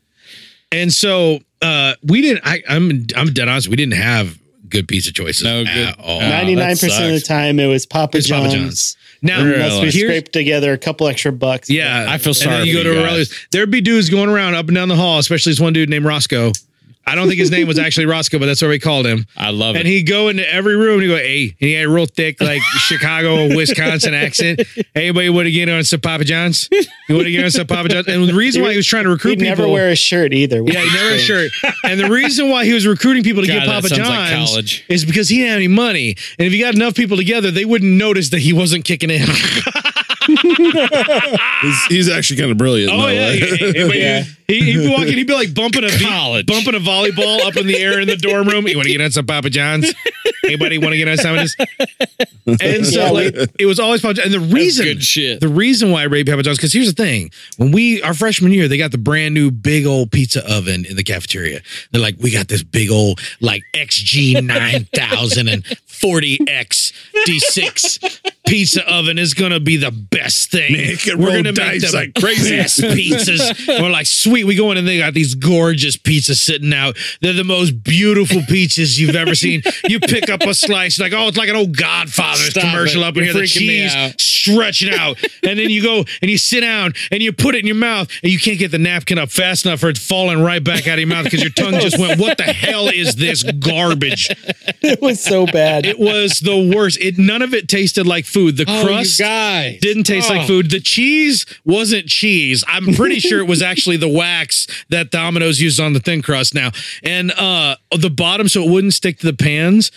B: And so uh, we didn't. I, I'm I'm dead honest. We didn't have good pizza choices.
D: No good-
B: At all.
D: no.
C: Ninety nine percent of the
D: sucks.
C: time, it was Papa
B: It's
C: John's.
B: Papa John's. Now
C: Unless we
B: here's-
C: scraped together a couple extra bucks.
B: Yeah,
D: I feel
B: And
D: sorry
B: then you
D: for
B: go
D: you
B: to
D: guys.
B: Aurelio's. There'd be dudes going around up and down the hall, especially this one dude named Roscoe. I don't think his name
D: [LAUGHS]
B: was actually Roscoe, but that's what we called him.
D: I love
B: And
D: it.
B: he'd go into every room and he'd go, hey, and he had a real thick,
D: [LAUGHS]
B: like Chicago, Wisconsin accent. Anybody want to get on some Papa John's? You want to get on some Papa John's? And the reason why he was trying to recruit
C: He'd
B: people.
C: never wear a shirt either.
B: yeah, he
C: [LAUGHS]
B: never had a shirt. And the reason why he was recruiting people to
D: God,
B: get
D: that
B: Papa
D: sounds like
B: John's
D: college.
B: is because he didn't have any money. And if you got enough people together, they wouldn't notice that he wasn't kicking in.
E: He's, he's actually kind of brilliant.
B: Oh
E: though,
B: yeah,
E: like-
B: yeah, yeah, but
C: Yeah.
B: He, he'd be walking. He'd be like bumping
E: [LAUGHS]
B: a
D: College.
B: bumping a volleyball up in the air in the dorm room. You want to get on some Papa
E: [LAUGHS]
B: John's? Anybody want to get on some of this? And so
C: Yeah,
B: like, it was always Papa John's. And the reason,
D: good shit.
B: the reason why I rated Papa John's because here's the thing: when we our freshman year, they got the brand new big old pizza oven in the cafeteria. They're like, we got this big old like XG nine thousand and forty X D six pizza oven is gonna be the best thing.
E: Man, it can roll dice like
B: [LAUGHS]
E: crazy.
B: best pizzas. We're like, sweet. We go in and they got these gorgeous pizzas sitting out. They're the most beautiful pizzas you've ever seen. You pick up a slice, like, oh, it's like an old Godfather's
D: Stop
B: commercial
D: it.
B: up in
D: You're
B: here. The
D: freaking me
B: cheese
D: out.
B: stretching out, and then you go and you sit down and you put it in your mouth, and you can't get the napkin up fast enough for it falling right back out of your mouth because your tongue just went, "What the hell is this garbage?"
C: It was so bad.
B: It was the worst. It none of it tasted like food. The
D: Oh,
B: crust
D: you guys.
B: didn't taste
D: Oh.
B: like food. The cheese wasn't cheese. I'm pretty sure it was actually the wax that Domino's used on the thin crust now. And uh the bottom so it wouldn't stick to the pans.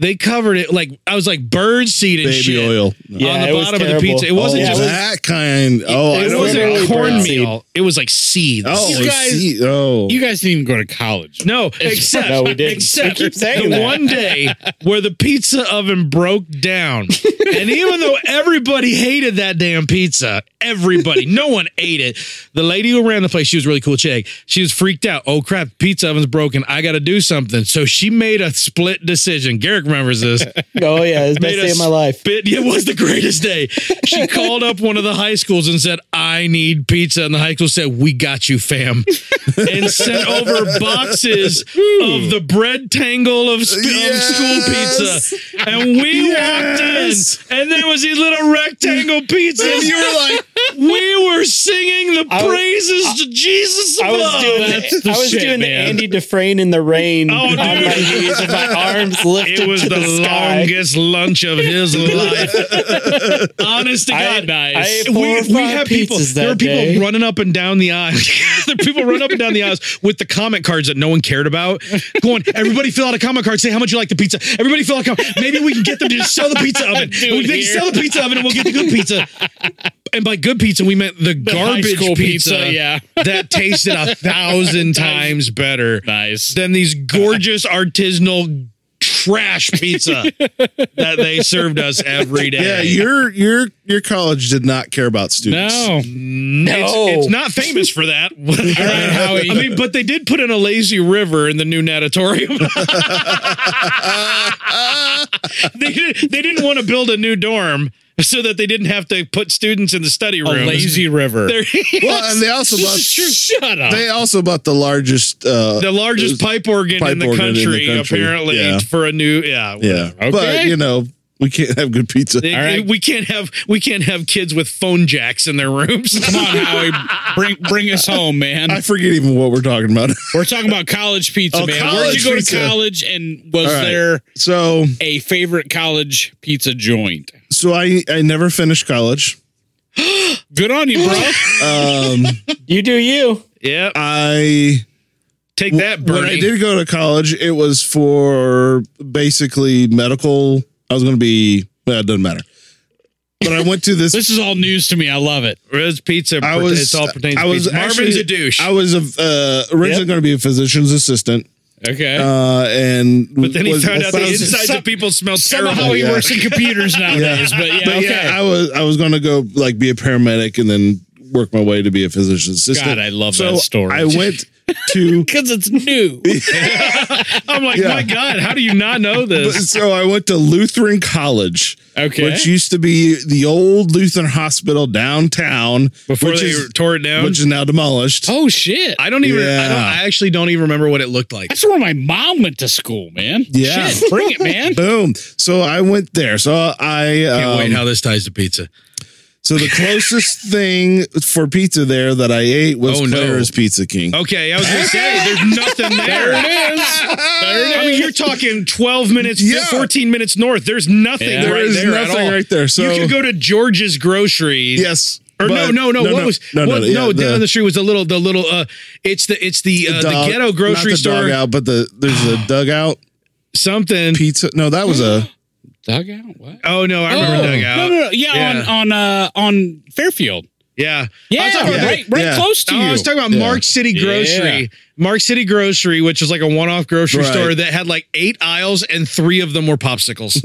B: They covered it like I was like bird seed and
E: baby
B: shit
E: oil.
C: Yeah,
B: on the
C: it was
B: bottom of the
C: terrible.
B: pizza. It wasn't
E: oh,
C: yeah,
B: just
E: that kind. Oh, I
B: it wasn't
E: know what you're
C: really
E: talking about.
B: cornmeal. It was like seeds.
E: Oh,
D: You guys-
E: see, oh,
D: You guys didn't even go to college.
B: [LAUGHS] No, except
C: No, we didn't.
B: except
C: We keep saying
B: the
C: that.
B: one day where the pizza oven broke down,
C: [LAUGHS]
B: and even though everybody hated that damn pizza, everybody, no one ate it. The lady who ran the place, she was a really cool chick. She was freaked out. Oh crap, pizza oven's broken. I got to do something. So she made a split decision. Garrick remembers this.
C: Oh yeah, it was the best
B: Made
C: day
B: us
C: of my life.
B: Bit, it was the greatest day. She
C: [LAUGHS]
B: called up one of the high schools and said, I need pizza. And the high school said, We got you,
C: [LAUGHS]
B: fam. and sent over boxes of the bread tangle of, sp-
E: Yes.
B: of school pizza. And we
E: Yes.
B: walked in, and there was these little rectangle pizzas.
E: you were like,
B: we were singing the
C: I was-
B: praises to Jesus.
C: I was
B: above.
C: doing
D: that's
C: the,
D: the
C: I was
D: shit,
C: doing the
D: man.
C: Andy Dufresne in the rain
B: Oh,
C: on
B: dude.
C: my
B: [LAUGHS]
C: knees with my arms lifted
B: It was
C: to
B: the,
C: the, sky.
B: longest lunch of
D: [LAUGHS]
B: his life. Honest to
C: I
B: God,
C: had- I ate four
B: we,
C: or
B: we
C: five
B: had people.
C: pizzas
B: There
C: that
B: were people
C: day.
B: running up and down the aisles. [LAUGHS] there were people running up and down the aisles with the comment cards that no one cared about. Going, everybody fill out a comment card. Say how much you like the pizza. Everybody fill out a comment. Maybe we can get them to just sell the pizza oven.
D: [LAUGHS] Do
B: we
D: it
B: can
D: here.
B: sell the pizza oven and we'll get the good pizza. And by good pizza, we meant the,
D: high
B: garbage
D: school
B: pizza,
D: pizza, yeah.
B: that tasted a thousand times
D: [LAUGHS]
B: better
D: Nice.
B: than these
E: [LAUGHS]
B: gorgeous artisanal trash pizza that they served us every day.
E: yeah, your your your college did not care about students.
D: No.
B: It's, it's not famous for
E: [LAUGHS]
B: that. [LAUGHS]
D: Howie.
B: I mean, but they did put in a lazy river in the new natatorium. [LAUGHS] they, did, they didn't want to build a new dorm so that they didn't have to put students in the study
D: A
B: rooms. [LAUGHS]
D: lazy river.
B: They're-
E: [LAUGHS] Well, and they also bought
D: Shut up.
E: they also bought the largest uh
B: the largest pipe organ,
E: Pipe
B: in, the
E: organ in the
B: country,
E: country.
B: apparently,
E: Yeah.
B: for a new yeah.
E: yeah.
D: Okay.
E: But you know, we can't have good pizza.
B: They-
D: All right.
B: We can't have we can't have kids with phone jacks in their rooms.
D: Come on, Howie. Bring bring us home, man.
E: I forget even what we're talking about. [LAUGHS]
D: We're talking about college pizza,
E: Oh,
D: man. Where'd
E: college
D: you go
E: pizza.
D: to college and was
E: All right.
D: there
E: so
D: a favorite college pizza joint?
E: so I I never finished college.
D: Good on you, bro. [LAUGHS]
E: Um
C: You do you.
B: Yep.
E: I
B: Take that,
E: when
B: Bernie.
E: I did go to college, it was for basically medical. I was going to be. Well, it doesn't matter. But I went to
D: [LAUGHS]
E: this.
D: this is all news to me. I love it.
B: Rose pizza.
E: I was.
B: it's all pertains.
E: I
B: to
E: was
B: pizza.
E: actually-
B: Marvin's a douche.
E: I was uh, originally
C: Yep.
E: going to be a physician's assistant,
D: Okay.
E: uh, and
B: but then he
E: was-
B: found out
E: but
B: the
E: I was-
B: insides of people smell
D: Somehow
B: terrible.
D: he
E: yeah.
D: works
B: [LAUGHS]
D: in computers nowadays, but yeah,
E: [LAUGHS] But
D: okay.
E: yeah, I was I was going to go like be a paramedic and then work my way to be a physician's assistant.
D: God, I love
E: So
D: that story.
B: [LAUGHS]
E: I went to
D: because it's new.
B: I'm like,
E: [LAUGHS] Yeah.
B: Oh my God, how do you not know
E: But-
B: this?
E: so I went to Lutheran College.
D: Okay.
E: Which used to be the old Lutheran Hospital downtown.
B: Before
E: which
B: they
E: is,
B: tore it down.
E: which is now demolished.
D: oh shit!
B: I don't even. I, don't,
E: Yeah.
B: I actually don't even remember what it looked like.
D: That's where my mom went to school, man.
E: Yeah.
D: Shit, bring it, man. [LAUGHS]
E: Boom. So I went there. So I
B: Can't
E: um,
B: wait how this ties to pizza.
E: so the closest
B: [LAUGHS]
E: thing for pizza there that I ate was
B: Oh, no. Oh,
E: Clara's Pizza King.
B: Okay, I was gonna say there's nothing
E: [LAUGHS]
B: there.
D: There it is.
B: I mean, you're talking 12 minutes,
E: Yeah.
B: 14 minutes north. There's nothing
D: Yeah.
B: right
E: There is
B: there at
E: nothing
B: all.
E: right there. So
B: you could go to George's grocery.
E: yes.
B: Or no,
E: but-
B: no, no, What was
E: no,
B: what-
E: no, yeah,
B: down the, street was the little, the little. uh It's the, it's the, uh,
E: dog-
B: the ghetto
E: not
B: grocery
E: the
B: store.
E: dugout, but the there's a
B: [GASPS]
E: dugout
B: Something.
E: pizza. No, that
B: [LAUGHS]
E: was a
D: Dugout? What?
B: Oh no, I remember dugout.
D: No, no, no. Yeah,
B: Yeah.
D: on on uh on Fairfield.
B: Yeah, I
D: Yeah,
B: was talking about
D: right, right
E: Yeah.
D: close to
B: Oh,
D: you.
B: I was talking about
E: Yeah.
B: Mark City Grocery.
D: Yeah.
B: Mark City Grocery, which is like a one-off grocery
E: Right.
B: store that had like eight aisles and three of them were popsicles.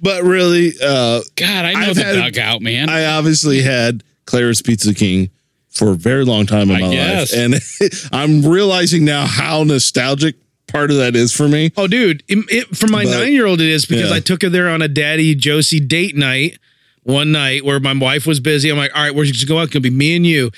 E: but really uh
D: God, I know
E: I've
D: the
E: had-
D: dugout, man.
E: I obviously had Claire's Pizza King for a very long time in
D: I
E: my
D: guess.
E: [LAUGHS] life, and I'm realizing now how nostalgic part of that is for me.
B: Oh, dude, it, it, for my
E: But-
B: nine year old, it is because
E: yeah.
B: I took her there on a daddy Josie date night one night where my wife was busy. I'm like, all right, we're just going out. It's gonna be me and you.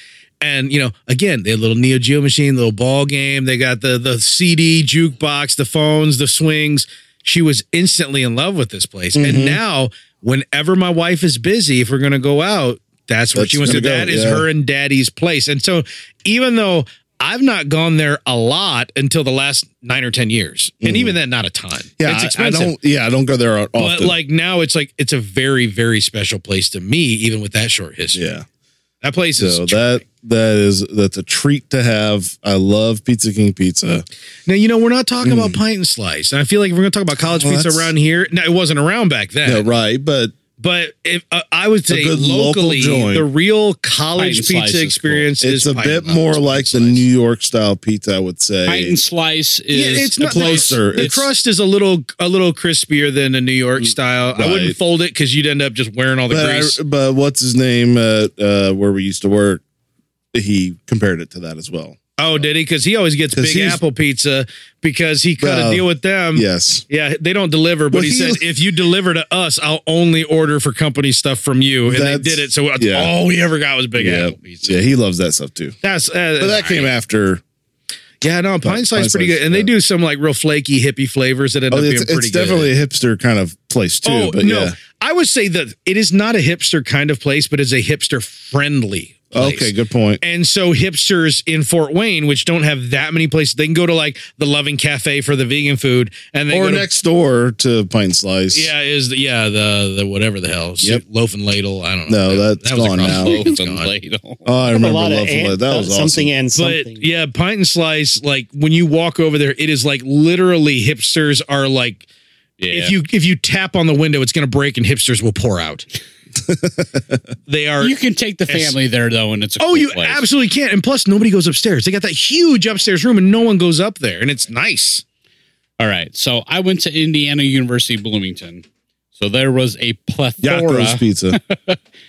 B: And you know, again, they had a little Neo Geo machine, little ball game. They got the the CD jukebox, the phones, the swings. She was instantly in love with this place.
E: Mm-hmm.
B: And now, whenever my wife is busy, if we're gonna go out, that's where
E: That's
B: she wants to.
E: gonna go,
B: That is
E: yeah.
B: her and daddy's place. And so, even though I've not gone there a lot until the last nine or ten years, and even then, not a ton.
E: Mm-hmm. Yeah,
B: it's
E: I, I
B: expensive.
E: don't. Yeah, I don't go there often.
B: but like now, it's like it's a very, very special place to me, even with that short history.
E: yeah.
B: That place is
E: So that that is that's a treat to have. I love Pizza King pizza.
B: Now you know we're not talking about pint and slice, and I feel like if we're going to talk about college
E: Mm. Well,
B: pizza
E: that's-
B: around here. Now it wasn't around back then,
E: Yeah, right. But
B: but if uh, I would say
E: good local
B: locally,
E: joint.
B: the real
D: Pint and
B: college
D: slice
B: pizza
D: is cool.
B: experience
E: it's
B: is
E: a
B: pint
E: bit
B: and
E: more
B: slice.
E: like the New York style pizza, I would say.
D: Pint and slice is
B: Yeah, it's
D: the
B: not
E: closer.
B: The
E: It's- Mm,
B: crust is a little a little crispier than a New York style. I wouldn't
E: Right.
B: fold it because you'd end up just wearing all the
E: but, I-
B: grease.
E: but what's his name? Uh, uh, where we used to work, he compared it to that as well.
B: oh, did he? Because he always gets
E: 'Cause
B: Big
E: he's-
B: Apple pizza because he cut
E: Well,
B: a deal with them.
E: Yes.
B: Yeah, they don't deliver, but
E: Well,
B: he,
E: he-
B: said if you deliver to us, I'll only order for company stuff from you, and they
E: That's-
B: did it. So uh,
E: yeah.
B: all we ever got was Big Apple pizza.
E: Yeah, he loves that stuff too.
B: That's uh,
E: But that came after.
B: Yeah, no, pine slice is
E: Pine
B: pretty
E: Slice,
B: good, and they
E: yeah.
B: do some like real flaky hippie flavors that end
E: Oh,
B: up being
E: it's,
B: pretty
E: it's
B: good.
E: definitely a hipster kind of place too.
B: oh
E: but
B: no,
E: yeah.
B: I would say that it is not a hipster kind of place, but is a hipster friendly.
E: Okay, good point.
B: And so hipsters in Fort Wayne, which don't have that many places, they can go to like the Loving Cafe for the vegan food, and they
E: Or
B: go to-
E: next door to Pint Slice.
B: yeah, is the yeah the the whatever the hell
E: Yep.
B: loaf and ladle. I don't know.
E: No,
B: That-
E: that's
B: that was
E: gone
B: across
E: now.
B: the street.
D: loaf
B: It's
D: and
B: gone.
D: ladle.
E: Oh, I
C: I have
E: remember
C: a lot
E: Love
C: of and,
E: Live. That was
C: something
E: awesome.
C: and
B: But
C: something.
B: yeah, pint and slice. Like when you walk over there, it is like literally hipsters are like.
D: Yeah.
B: If you if you tap on the window, it's going to break and hipsters will pour
E: [LAUGHS]
B: out. they are.
D: you can take the family there though, and it's a
B: oh,
D: cool
B: you
D: place.
B: absolutely can't. And plus, nobody goes upstairs. They got that huge upstairs room, and no one goes up there, and it's nice.
D: All right, so I went to Indiana University Bloomington. So there was a plethora.
E: Yakko's Pizza.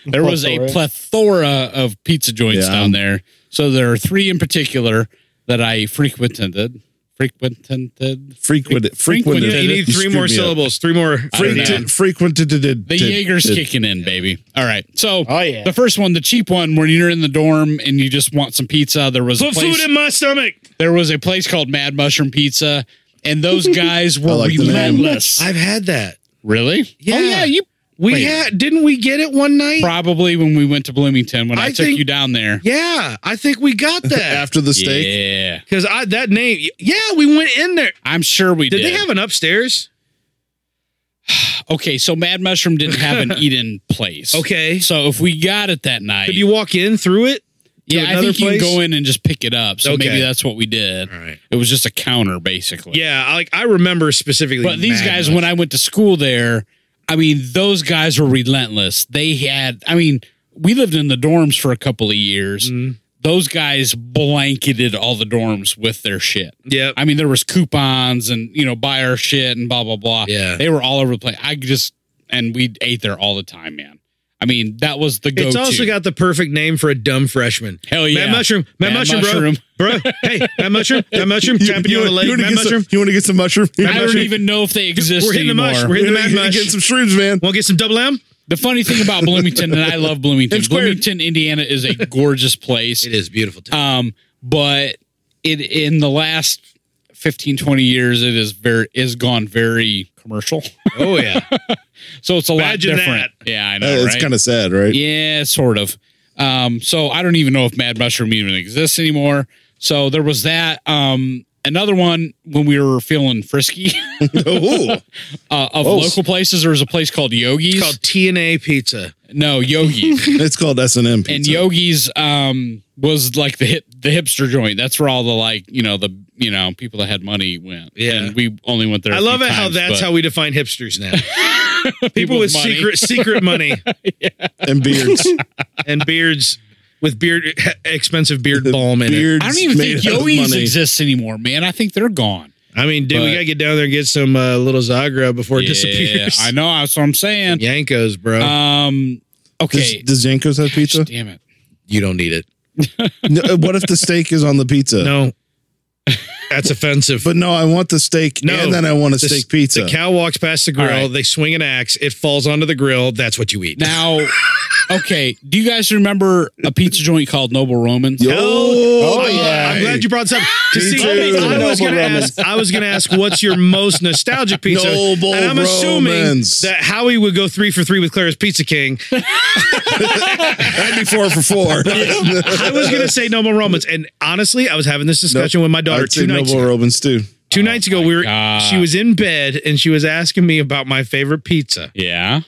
D: There was a
C: Plethora.
D: plethora of pizza joints
E: Yeah.
D: down there. So there are three in particular that I frequented. Frequented.
B: [LAUGHS]
E: Frequented. Frequented.
B: You, you need
E: You
B: three
E: screwed
B: more
E: me up.
B: syllables. Three more.
D: don't
B: three-
D: know.
E: Frequented. Frequented.
D: The Jaeger's kicking in, baby. All right. So
C: Oh, yeah.
D: the first one, the cheap one, when you're in the dorm and you just want some pizza, there was a
B: Put
D: place,
B: food in my stomach.
D: there was a place called Mad Mushroom Pizza,
B: [LAUGHS]
D: and those guys were
E: like the name.
D: relentless.
B: I've had that.
D: really?
B: Yeah.
D: Oh yeah, you
B: We
D: Wait.
B: had didn't we get it one night?
D: probably when we went to Bloomington when I,
B: I
D: took
B: think-
D: you down there.
B: yeah, I think we [LAUGHS] got that
E: After the steak.
D: Yeah.
B: because I that name. Yeah, we went in there.
D: I'm sure we
B: Did
D: did.
B: they have an upstairs?
D: Okay, so Mad Mushroom didn't
B: [LAUGHS]
D: have an eat-in place.
B: Okay.
D: so if we got it that night,
B: Could you walk in through it?
D: yeah, I
B: another
D: think you
B: place?
D: can go in and just pick it up. So
B: Okay.
D: maybe that's what we did.
B: right.
D: It was just a counter, basically.
B: Yeah, I, like I remember specifically.
D: but these
B: Mad
D: guys,
B: Mushroom.
D: when I went to school there, I mean, those guys were relentless. They had, I mean, we lived in the dorms for a couple of years.
B: Mm-hmm.
D: Those guys blanketed all the dorms with their shit.
B: Yep.
D: I mean, there was coupons and you know buy our shit and blah blah blah.
B: Yeah.
D: they were all over the place. I just and we ate there all the time, man. I mean, that was the go.
B: It's also got the perfect name for a dumb freshman.
D: Hell yeah.
B: Mad mushroom, mad,
D: Mad
B: mushroom,
D: mushroom.
B: bro, bro. Hey, mad
D: [LAUGHS]
B: mushroom, mad mushroom, tapping you, on the leg,
E: wanna
B: mad
E: get some-
B: mushroom.
E: you want to get some mushroom?
D: I don't even know if they exist
B: We're hitting the
D: anymore.
B: mush. We're
E: You
B: hitting the
E: wanna
B: mad
E: get-
B: mush.
E: Get some shrooms, man.
B: Want to get some double M?
D: the funny thing about Bloomington, and I
B: [LAUGHS]
D: love Bloomington.
E: M squared.
D: Bloomington, Indiana, is a gorgeous place.
B: is beautiful.
D: Um, but it in the last 15, 20 years, it is very is gone very commercial. [LAUGHS]
B: Oh yeah.
D: so it's a lot
B: Imagine
D: different. Yeah, I know.
E: Uh, It's
D: right?
E: kind of sad, right?
D: Yeah, sort of. Um, so I don't even know if Mad Mushroom even exists anymore. So there was that. Um, another one when we were feeling frisky [LAUGHS]
E: [LAUGHS] Ooh.
D: uh, of local places. There was a place called
B: [LAUGHS]
D: Yogi's.
B: It's called TNA Pizza.
D: no, Yogi's.
E: It's called S and M
D: and
E: pizza.
D: Yogi's um, was like the hip, the hipster joint. That's where all the like you know the you know people that had money went.
B: Yeah.
D: and we only went there.
B: I love it how that's how we define hipsters
D: [LAUGHS]
B: now. People with
D: money.
B: secret secret
D: [LAUGHS]
B: money
E: and beards.
B: and beards with beard [LAUGHS] expensive [LAUGHS] beard balm in it.
E: beards
D: I don't even
E: made
D: think
E: out of
D: Yogi's
E: money.
D: exists anymore, man. I think they're gone.
B: I mean, dude, we
D: But-
B: gotta get down there and get some uh, little Zagra before it disappears.
D: I know. That's what I'm saying.
B: [LAUGHS] Yankos, bro.
D: Um.
E: Does,
D: Okay.
E: does Yanko's have pizza?
D: Damn it.
B: you don't need it.
E: No, uh, what if the steak is on the pizza?
B: No. That's offensive.
E: But no, I want the steak
B: No.
E: and then I want a
B: The-
E: steak pizza.
B: The cow walks past the grill.
D: All right.
B: They swing an axe. It falls onto the grill. That's what you eat.
D: Now, okay, do you guys remember a pizza joint called Noble Romans?
E: Yo.
B: Oh, I'm-
C: yeah.
B: I'm glad you brought this up. 'Cause
E: Me
B: see,
E: too.
B: I was going to
C: Noble
B: ask. I was going to ask, what's your most nostalgic pizza?
E: Noble
B: and I'm assuming
E: Romans.
B: that Howie would go three for three with Clara's Pizza King.
E: That'd be four
D: [LAUGHS]
E: for four.
B: I was going to say Noble Romans, and honestly, I was having this discussion
E: Nope.
B: with my daughter
E: I'd say
B: two nights.
E: Noble
B: ago.
E: Robins too.
B: Two nights ago, we were.
D: God.
B: She was in bed and she was asking me about my favorite pizza.
D: Yeah.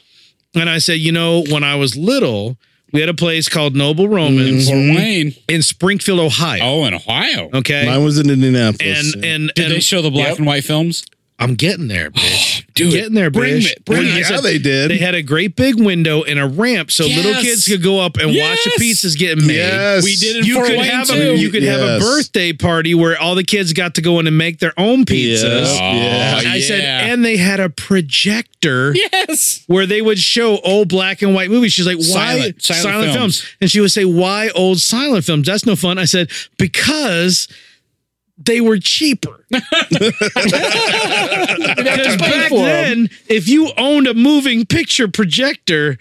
B: And I said, you know, when I was little, we had a place called Noble Romans
E: Mm-hmm.
D: Fort Wayne.
B: in Springfield, Ohio.
D: Oh, in Ohio.
B: Hmm. Okay.
E: Mine was in Indianapolis.
B: and and
D: Did
B: and
D: they show the black
B: Yep.
D: and white films?
B: I'm getting there, bitch.
D: Do it.
B: getting there,
D: Bring
B: bitch.
D: it. Bring
B: And I
E: yeah,
B: said
E: they did.
B: They had a great big window and a ramp, so little
D: Yes.
B: kids could go up and watch the
D: Yes.
B: pizzas getting made.
E: yes,
D: We did it in
B: You
D: Fort
B: could
D: Wayne
B: have
D: too.
B: a you could have
E: Yes.
B: a birthday party where all the kids got to go in and make their own pizzas.
E: Yes. Yeah.
B: I said,
D: Oh, yeah.
B: and they had a projector
D: yes.
B: where they would show old black and white movies. She's like, why
D: Silent- silent films.
B: And she would say, why old silent films? That's no fun. I said, because they were
D: [LAUGHS]
B: cheaper. Because
C: pay
B: back
C: for 'em.
B: then, if you owned a moving picture projector,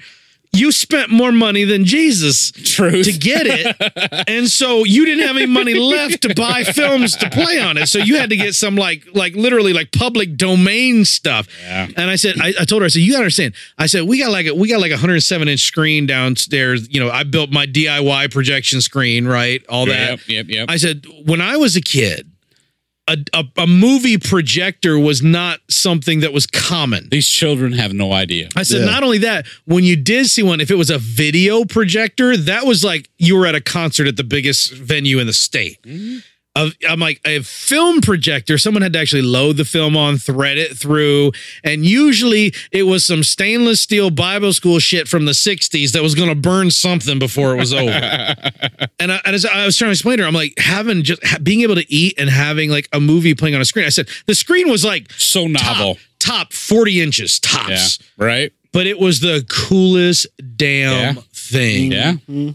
B: you spent more money than Jesus
D: Truth.
B: to get it. and so you didn't have any money left to buy films to play on it. So you had to get some like like literally like public domain stuff.
D: Yeah.
B: And I said, I, I told her, I said, you gotta understand. I said, we got like a we got like a 107 inch screen downstairs. You know, I built my DIY projection screen, right? All that.
D: Yep, yep, yep.
B: I said, when I was a kid, a, a, a movie projector was not something that was common.
D: These children have no idea.
B: I said,
E: Yeah.
B: not only that, when you did see one, if it was a video projector, that was like you were at a concert at the biggest venue in the state.
D: Mm-hmm.
B: Of- I'm like a film projector. Someone had to actually load the film on, thread it through, and usually it was some stainless steel Bible school shit from the '60s that was going to burn something before it was
D: [LAUGHS]
B: over. and I, and as I was trying to explain to her, I'm like having just ha- being able to eat and having like a movie playing on a screen. I said the screen was like
D: So novel.
B: top, top 40 inches tops
D: Yeah. Right?
B: but it was the coolest damn
D: Yeah.
B: thing
D: Yeah.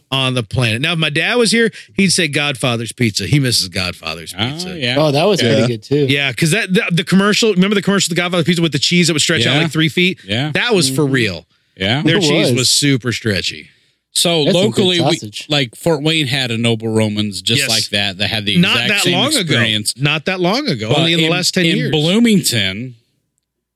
B: on the planet. Now, if my dad was here, he'd say Godfather's Pizza. He misses Godfather's
D: Oh,
B: Pizza.
D: yeah.
C: Oh, that was
E: Yeah.
C: pretty good too.
B: Yeah, because that the, the commercial. Remember the commercial, the Godfather's Pizza with the cheese that would stretch out
D: Yeah. Mm-hmm.
B: like three feet.
D: Yeah.
B: that was for real.
D: yeah.
B: Their
C: It
B: cheese
C: was.
B: was super stretchy.
D: So
C: That's some good
D: locally, we,
C: sausage.
D: like Fort Wayne had a Noble Romans just
B: Yes.
D: like that that had the exact
B: Not that
D: same
B: long
D: experience.
B: ago. Not that long ago.
D: But
B: Only in, the last ten
D: in
B: years.
D: Bloomington.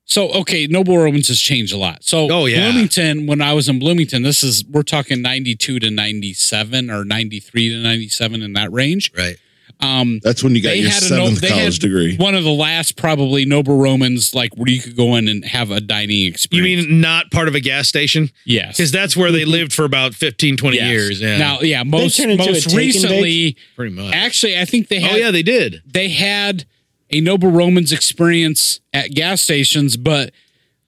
D: So okay, Noble Romans has changed a lot. So
B: Oh, yeah.
D: Bloomington. When I was in Bloomington, this is we're talking ninety two to ninety seven or ninety three to ninety seven in that range.
B: right.
D: Um,
E: That's when you got
D: they
E: your
D: had a no-
E: seventh
D: they
E: college
D: had
E: degree.
D: One of the last probably Noble Romans, like where you could go in and have a dining
B: You
D: experience.
B: mean not part of a gas station?
D: yes? Mm-hmm.
B: Because that's where they lived for about 15, 20
D: Yes.
B: years. Yeah,
D: Now, yeah, most
C: turned into a
D: most
C: take and bake?
D: recently,
B: pretty much.
D: actually, I think they had
B: oh yeah, they did.
D: they had a Noble Romans experience at gas stations, but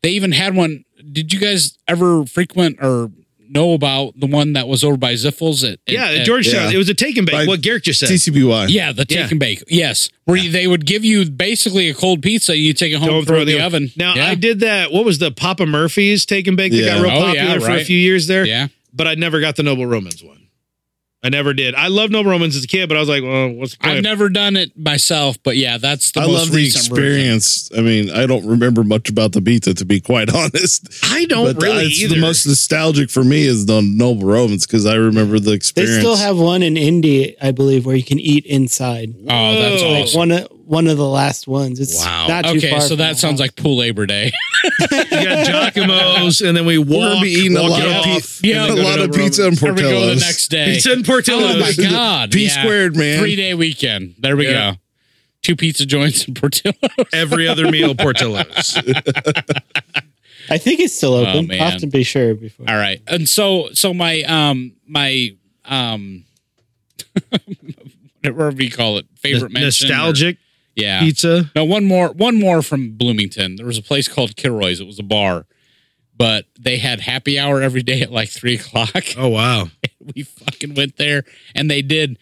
D: they even had one. Did you guys ever frequent or know about the one that was over by Ziffles? At,
B: Yeah,
D: at-
B: at Georgetown.
E: yeah.
B: It was a take and bake.
E: By
B: What Garrick just said.
E: TCBY.
D: Yeah, the take
B: Yeah.
D: and bake. Yes, where you- they would give you basically a cold pizza. You take it home,
B: Don't
D: throw it in the oven.
B: Now
D: yeah.
B: I did that. What was the Papa Murphy's take and bake that
E: Yeah.
B: got real
D: Oh,
B: popular
D: yeah,
B: for a
D: right.
B: few years there?
D: Yeah,
B: But I never got the Noble Romans one. I never did. I loved Noble Romans as a kid, but I was like, well, what's the
D: I've
B: point?
D: never done it myself, but yeah, that's the
E: I
D: most
E: love the
D: recent version.
E: experience. I mean, I don't remember much about the pizza, to be quite [LAUGHS] honest.
B: I don't
E: But
B: really
E: it's
B: either.
E: the most nostalgic for me is the Noble Romans because I remember the
C: They
E: experience.
C: still have one in Indy, I believe, where you can eat inside.
D: Oh, that's
B: Whoa.
D: awesome.
C: Like one of one of the last ones. It's
B: Wow.
C: not too
D: Okay,
C: far
D: so
C: from
D: that
C: the
D: sounds
C: house.
D: like pool Labor Day.
B: we got Giacomo's, and then we walk.
E: We're gonna be eating a
B: walk
E: lot
B: it
E: of
B: off.
E: pizza.
D: Yeah,
E: a
D: go to
E: lot of
B: Noble
E: pizza and
D: Here we go the
E: portillos.
D: next day.
B: Pizza and Portillo's.
D: Oh
E: [LAUGHS]
D: my god!
E: P
D: yeah.
E: squared, man.
D: Three day weekend. There we
B: Yeah.
D: go. Two pizza joints [LAUGHS] and Portillo.
B: [LAUGHS] Every other meal, Portillo's.
C: I think it's still
E: Oh,
C: open.
D: man.
C: I'll have to be sure before.
D: All right. And so so my um my um [LAUGHS] whatever you call it, [LAUGHS] favorite mention. or-
B: Nostalgic
D: yeah.
B: pizza.
D: No, one more one more from Bloomington. There was a place called Kilroy's. It was a bar. But they had happy hour every day at like three o'clock.
B: Oh wow!
D: [LAUGHS] we fucking went there and they did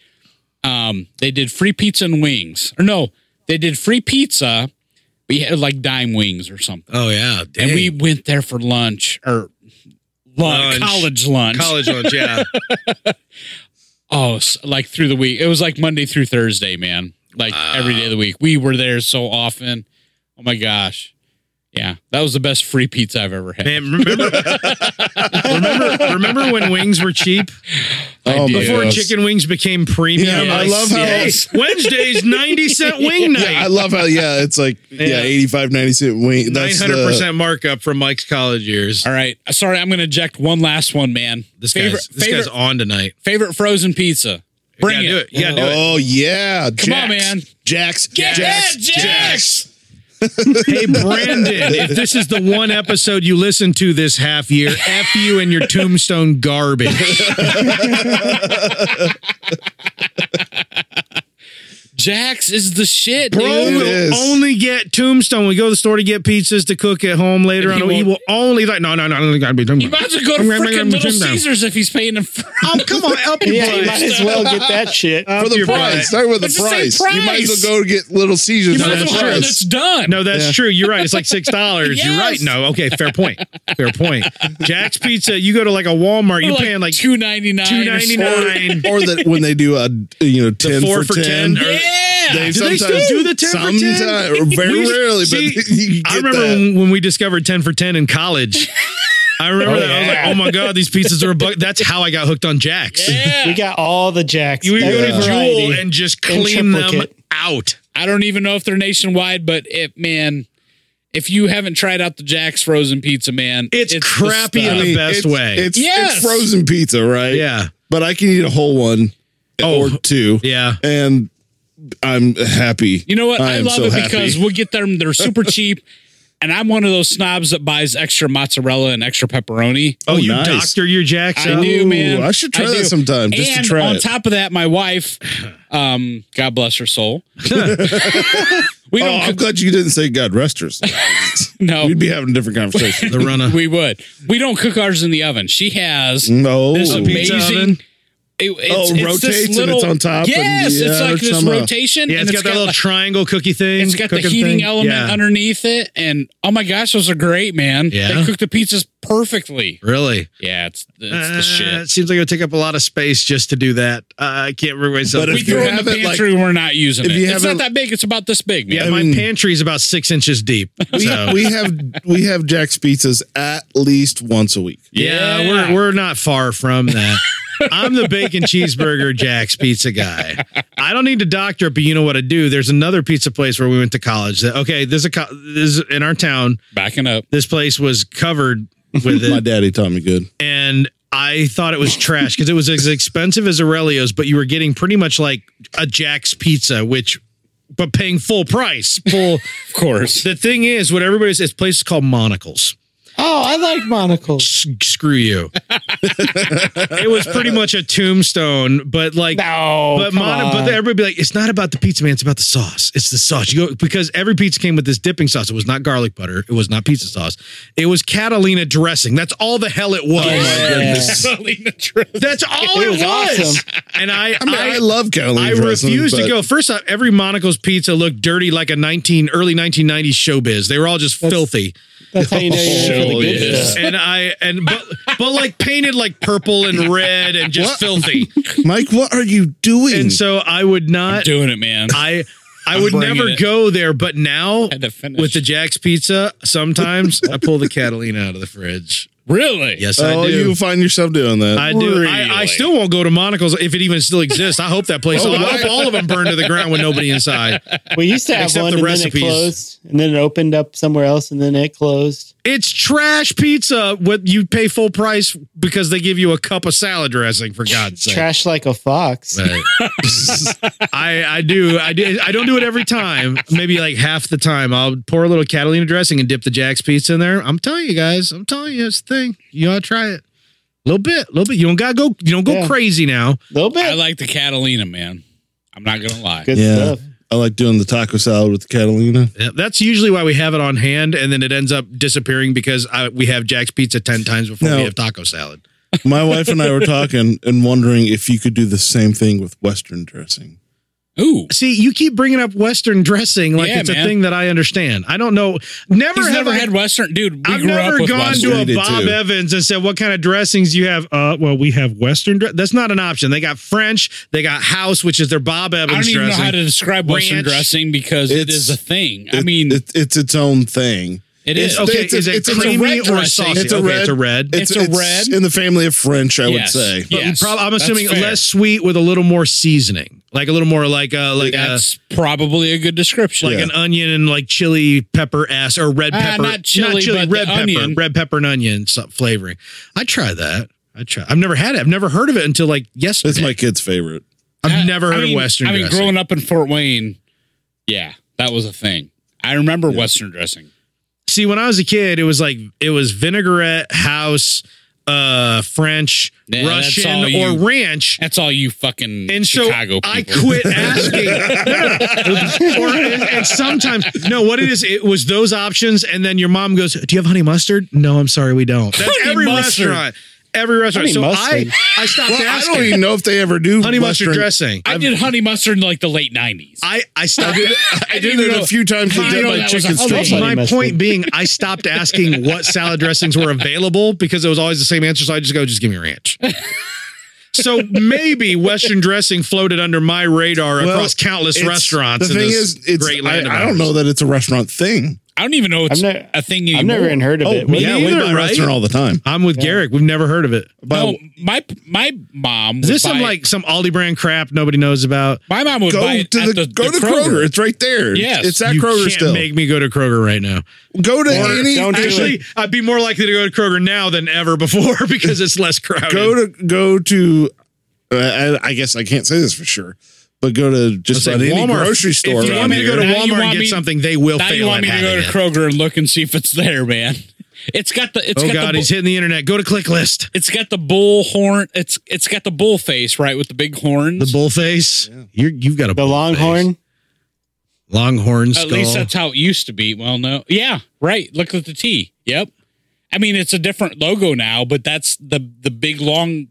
D: um they did free pizza and wings or no they did free pizza we had like dime wings or something
B: Oh yeah! Dang.
D: and we went there for lunch or lunch,
B: Lunch.
D: college lunch
B: college lunch. Yeah.
D: oh s- like through the week it was like monday through thursday man like every day of the week. We were there so often. Oh my gosh. Yeah. That was the best free pizza I've ever had.
B: Man, remember,
D: [LAUGHS]
B: remember, remember when wings were cheap
E: Oh, my
B: before
E: gosh.
B: chicken wings became premium?
E: Yeah, I love how-
B: Hey, [LAUGHS] Wednesday's ninety cent wing night.
E: Yeah, I love how yeah,
D: [LAUGHS]
E: it's like yeah,
B: Yeah.
E: 85 90 cent wing.
B: Nine
E: That's the-
B: hundred percent markup from Mike's college years.
D: All right. Uh, Sorry, I'm gonna eject one last one, man.
B: This
D: favorite
B: guy's this
D: favorite,
B: guy's on tonight.
D: favorite frozen pizza. Bring
B: yeah,
D: it.
B: do it. Yeah, do it.
E: Oh yeah. Come
D: on, man.
E: Jax.
D: Get
E: Jax.
D: it, Jax!
B: Hey Brandon, if this is the one episode you listen to this half year, f you and your tombstone garbage.
D: Jax is the shit,
B: Bro
D: dude.
E: It is.
B: will only get tombstone. We go to the store to get pizzas to cook at home later
D: And
B: on.
D: he
B: He will
D: won't-
B: only like no no no. no gotta be
D: You
B: tombstone.
D: might as well go to
B: I'm gonna- I'm
D: freaking
B: gonna
D: Little
B: jump down.
D: Caesars if he's paying in front.
B: Oh come on, help your
C: Yeah, you might as well get that shit.
E: For the price. Start with the
D: It's the same
E: price. You might
D: price.
E: as well go get Little Caesars
D: You
E: for
D: might
E: the
D: as well
E: price. [LAUGHS]
D: hurry, that's done.
B: No, that's true. You're right. It's like six dollars. You're right.
D: Yes.
B: No, okay, fair point. Fair point. Jack's Pizza. You go to like a Walmart. You're
D: like
B: paying like
D: two ninety nine.
B: two ninety nine.
E: or that when they do a you know 10
B: four
E: for
B: for
E: 10,
B: 10, or-
D: Yeah.
E: they
B: Do they
E: sometimes
B: still do the 10 for 10?
E: sometimes, or very
B: We-
E: rarely
B: see,
E: but [LAUGHS] you get
B: I remember
E: that.
B: when, when we discovered 10 for 10 in college. I remember that. I was like, oh my God, these pizzas are a buck. That's how I got hooked on Jack's.
D: Yeah.
C: We got all the jacks.
B: You would
C: every
B: go to
C: variety.
B: Jewel and just clean them
C: triplicate.
B: out.
D: I don't even know if they're nationwide, but it man, if you haven't tried out the Jack's frozen pizza, man,
B: It's
D: the
B: crappy
D: stuff.
B: in the best
E: it's,
B: way.
E: It's,
D: Yes.
E: it's frozen pizza, right?
B: Yeah.
E: But I can eat a whole one
B: Oh,
E: or two.
B: yeah.
E: And I'm happy.
D: You know what? I,
E: am
D: love
E: so
D: it
E: happy.
D: because we'll get them.
B: [LAUGHS]
D: They're super cheap. And I'm one of those snobs that buys extra mozzarella and extra pepperoni.
B: Oh,
E: Oh,
B: you
E: nice.
B: doctor your Jack's?
D: I
B: up?
D: do, man.
E: I should try that
D: do.
E: sometime, just to
D: And
E: try
D: on
E: it.
D: top of that, my wife, um, God bless her
E: [LAUGHS]
D: soul. we
E: Oh,
D: don't
E: I'm glad you didn't say God rest her soul.
D: [LAUGHS]
B: Oh.
D: no,
E: We'd be uh. having a different
B: [LAUGHS]
E: conversation.
B: The runner.
D: we would. We don't cook ours in the oven. She has
E: no.
D: There's a
B: Pizza
D: [LAUGHS] amazing.
B: oven.
D: It,
E: Mm. Oh,
D: it's, it's
E: rotates
D: this
E: and it's
D: little,
E: on top and-
D: Yes,
E: yeah,
D: it's
E: or
D: like this
E: somehow.
D: rotation.
B: Yeah,
D: and
B: it's got that little
D: like-
B: triangle cookie thing.
D: It's got the
B: cooking
D: heating
B: thing.
D: element
B: Yeah.
D: underneath it, and oh my gosh, those are great, man.
B: Yeah.
D: They cook the pizzas perfectly.
B: Really?
D: Yeah, it's it's
B: Uh,
D: the
B: It
D: shit.
B: seems like it would take up a lot of space just to do that. Uh, I can't remember myself.
E: But
D: We
E: if you
D: throw it in the
E: have it, like-
D: pantry and we're not using
E: if
D: it.
E: you
D: It's
E: have
D: not
E: it-
D: that big. It's about this big, man.
B: yeah,
E: I
B: my
E: mean-
B: pantry is about six inches deep.
E: [LAUGHS] we,
B: so-
E: we have we have Jack's pizzas at least once a week.
B: Yeah,
D: Yeah.
B: we're we're not far from
D: [LAUGHS]
B: that. I'm the bacon cheeseburger Jack's pizza guy. I don't need to doctor it, but you know what I do. There's another pizza place where we went to college. That okay, there's a co- this is in our town.
D: Backing up.
B: This place was covered
E: [LAUGHS]
B: with
E: My
B: it,
E: daddy taught me good.
B: and I thought it was trash because it was as expensive as Aurelio's, but you were getting pretty much like a Jack's pizza, which but paying full price.
C: [LAUGHS]
B: Full.
D: Of course.
B: the thing is, what everybody's this place is called Monocles.
C: Oh, I like monocles.
B: S- screw you. it was pretty much a tombstone, but like,
C: No,
B: but
C: Oh, come
B: Mon-
C: on.
B: but everybody be like, it's not about the pizza, man. It's about the sauce. It's the sauce. You go because every pizza came with this dipping sauce. It was not garlic butter. It was not pizza sauce. It was Catalina dressing. That's all the hell it
C: Oh
B: was.
D: [LAUGHS]
E: goodness.
B: That's all
C: It
B: it, was.
C: was awesome.
B: And I,
E: I mean, I, love Catalina
B: I
E: dressing,
B: refuse to
E: but-
B: go. First off, every Monocle's pizza looked dirty like a 19 early 1990s showbiz. They were all just
C: That's- Oh,
B: filthy.
C: That's how you know you're in for the good
D: Sure is.
C: stuff.
B: and I and but but like painted like purple and red and just
E: What?
B: filthy.
E: Mike, what are you doing?
B: And so I would not
D: Doing it, man.
B: I I
D: I'm
B: would
D: bringing
B: never
D: it.
B: go there, but now
D: had to finish.
B: with the Jack's pizza, sometimes I pull the Catalina out of the fridge.
D: really?
B: Yes,
E: oh,
B: I do.
E: you find yourself doing that.
B: I do. I, I
D: Really?
B: still won't go to Monocle's if it even still exists. I hope that place.
E: Oh,
B: I hope
E: I-
B: all of them burn to the ground with nobody inside.
C: We used to have
B: Except
C: one,
B: the
C: and
B: recipes.
C: then it closed, and then it opened up somewhere else, and then it closed.
B: It's trash pizza. What you pay full price because they give you a cup of salad dressing for God's sake.
C: Trash like a fox.
B: Right. [LAUGHS] I I do I do I don't do it every time. Maybe like half the time. I'll pour a little Catalina dressing and dip the Jack's pizza in there. I'm telling you guys. I'm telling you, it's the thing. You ought to try it. A little bit, little bit. You don't gotta go. You don't go
C: Yeah.
B: crazy now.
C: little bit.
D: I like the Catalina, man. I'm not gonna lie.
C: good
E: Yeah.
C: stuff.
E: I like doing the taco salad with Catalina.
B: Yeah, That's usually why we have it on hand, and then it ends up disappearing because I, we have Jack's pizza ten times before
E: No.
B: we have taco salad.
E: My wife and I were talking and wondering if you could do the same thing with Western dressing.
D: Ooh,
B: See, you keep bringing up Western dressing like
D: Yeah,
B: it's
D: man.
B: a thing that I understand. I don't know. Never
D: he's
B: have
D: never
B: I-
D: had Western, dude. We
B: I've
D: grew up
B: never
D: with
B: gone
D: Western.
B: to
E: We
B: a
E: did
B: Bob
E: too.
B: Evans and said, "What kind of dressings do you have?" Uh, well, we have Western. Dre- That's not an option. They got French. They got house, which is their Bob
D: I
B: Evans
D: don't even know
B: dressing.
D: how to describe Western
B: Ranch.
D: dressing because it
E: It's-
D: is a thing. I
E: It-
D: mean,
E: it- it's its own thing.
D: it is.
E: it's-
B: okay,
E: it's a-
B: is it
E: it's a
B: creamy
D: red
B: or
D: dressing.
B: saucy?
E: It's a
B: okay,
E: red-
B: it's a red.
E: It's,
D: It's a red-
E: in the family of French, I
D: Yes.
E: would say.
D: Yeah. Yes,
B: Prob- I'm
D: that's
B: assuming
D: fair.
B: less sweet with a little more seasoning, like a little more like a like a,
D: That's probably a good description.
B: like
E: Yeah.
B: an onion and like chili pepper ass or red
D: Ah,
B: pepper,
D: not chili, but the
B: red pepper,
D: onion.
B: red pepper and onion so- flavoring. I try that. I try. I've never had it. I've never heard of it until like yesterday.
E: It's my kid's favorite.
B: I've
D: I-
B: never
D: I
B: heard
D: mean-
B: of Western.
D: I mean,
B: dressing.
D: growing up in Fort Wayne, yeah, that was a thing. I remember Western dressing.
B: See, when I was a kid, it was like it was vinaigrette, house, uh, French,
D: Yeah, that's
B: Russian,
D: all you-
B: or ranch.
D: That's all you fucking
B: And so
D: Chicago people.
B: I quit asking. No, no. Or- and, and sometimes, no, what it is, it was those options. And then your mom goes, Do you have honey mustard? No, I'm sorry, we don't. That's
D: Honey
B: every
D: mustard.
B: restaurant. Every restaurant.
C: Honey
B: so
C: mustard.
B: I, I stopped
E: Well, I
B: asking.
E: don't even know if they ever do
B: honey mustard,
E: Western-
B: dressing.
D: I did honey mustard in like the late nineties.
B: I, I stopped.
E: I did it a few times.
D: I
E: I did
D: know
E: my
D: that was
E: chicken
D: a- I love
E: strip.
C: honey
B: my
C: mustard.
B: point being, I stopped asking what salad dressings were available because it was always the same answer. So I just go, just give me
E: [LAUGHS]
B: ranch. so maybe Western dressing floated under my radar
E: Well,
B: across countless
E: It's-
B: restaurants.
E: The
B: in
E: thing
B: this
E: is, it's
B: great land. of
E: I, I don't
B: ours.
E: know that it's a restaurant thing.
D: I don't even know it's
C: I've ne-
D: a thing
C: I've
D: anymore.
C: never even heard of it.
B: me
C: What-
B: neither.
E: yeah, we buy
B: right?
E: restaurant all the time.
B: I'm with Garrick. We've never heard of it.
D: No, my my mom.
B: Is
D: would
B: this some
D: buy-
B: like some Aldi brand crap nobody knows about?
D: my mom would
E: Go
D: buy it
E: to the,
D: at the
E: go
D: the
E: to Kroger. It's right there.
D: Yes.
E: Yes, it's at
B: you
E: Kroger
B: can't
E: still.
B: make me go to Kroger right now.
E: go to any.
C: don't do
E: actually,
B: Actually, I'd be more likely to go to Kroger now than ever before [LAUGHS] because it's less crowded.
E: go to go to. Uh, I, I guess I can't say this for sure, but go to just
B: Let's
E: about
B: say
E: any
B: Walmart.
E: grocery store.
B: If you
E: around
B: want me to go
E: here.
B: to
D: Now
B: Walmart
D: you want
B: and get
D: me-
B: something, they will
D: Now
B: fail.
D: you want me
B: at
D: to go to
B: having it.
D: Kroger and look and see if it's there, man. It's got the it's
B: Oh
D: got
B: God,
D: the
B: he's hitting the internet. Go to click list.
D: it's got the bull horn. It's it's got the bull face right with the big horns.
B: The bullface. You're, you've got a
C: The
B: bull face.
C: Longhorn.
B: Longhorn skull.
D: At least that's how it used to be. Well, no, yeah, right. Look at the T. Yep. I mean, it's a different logo now, but that's the the big long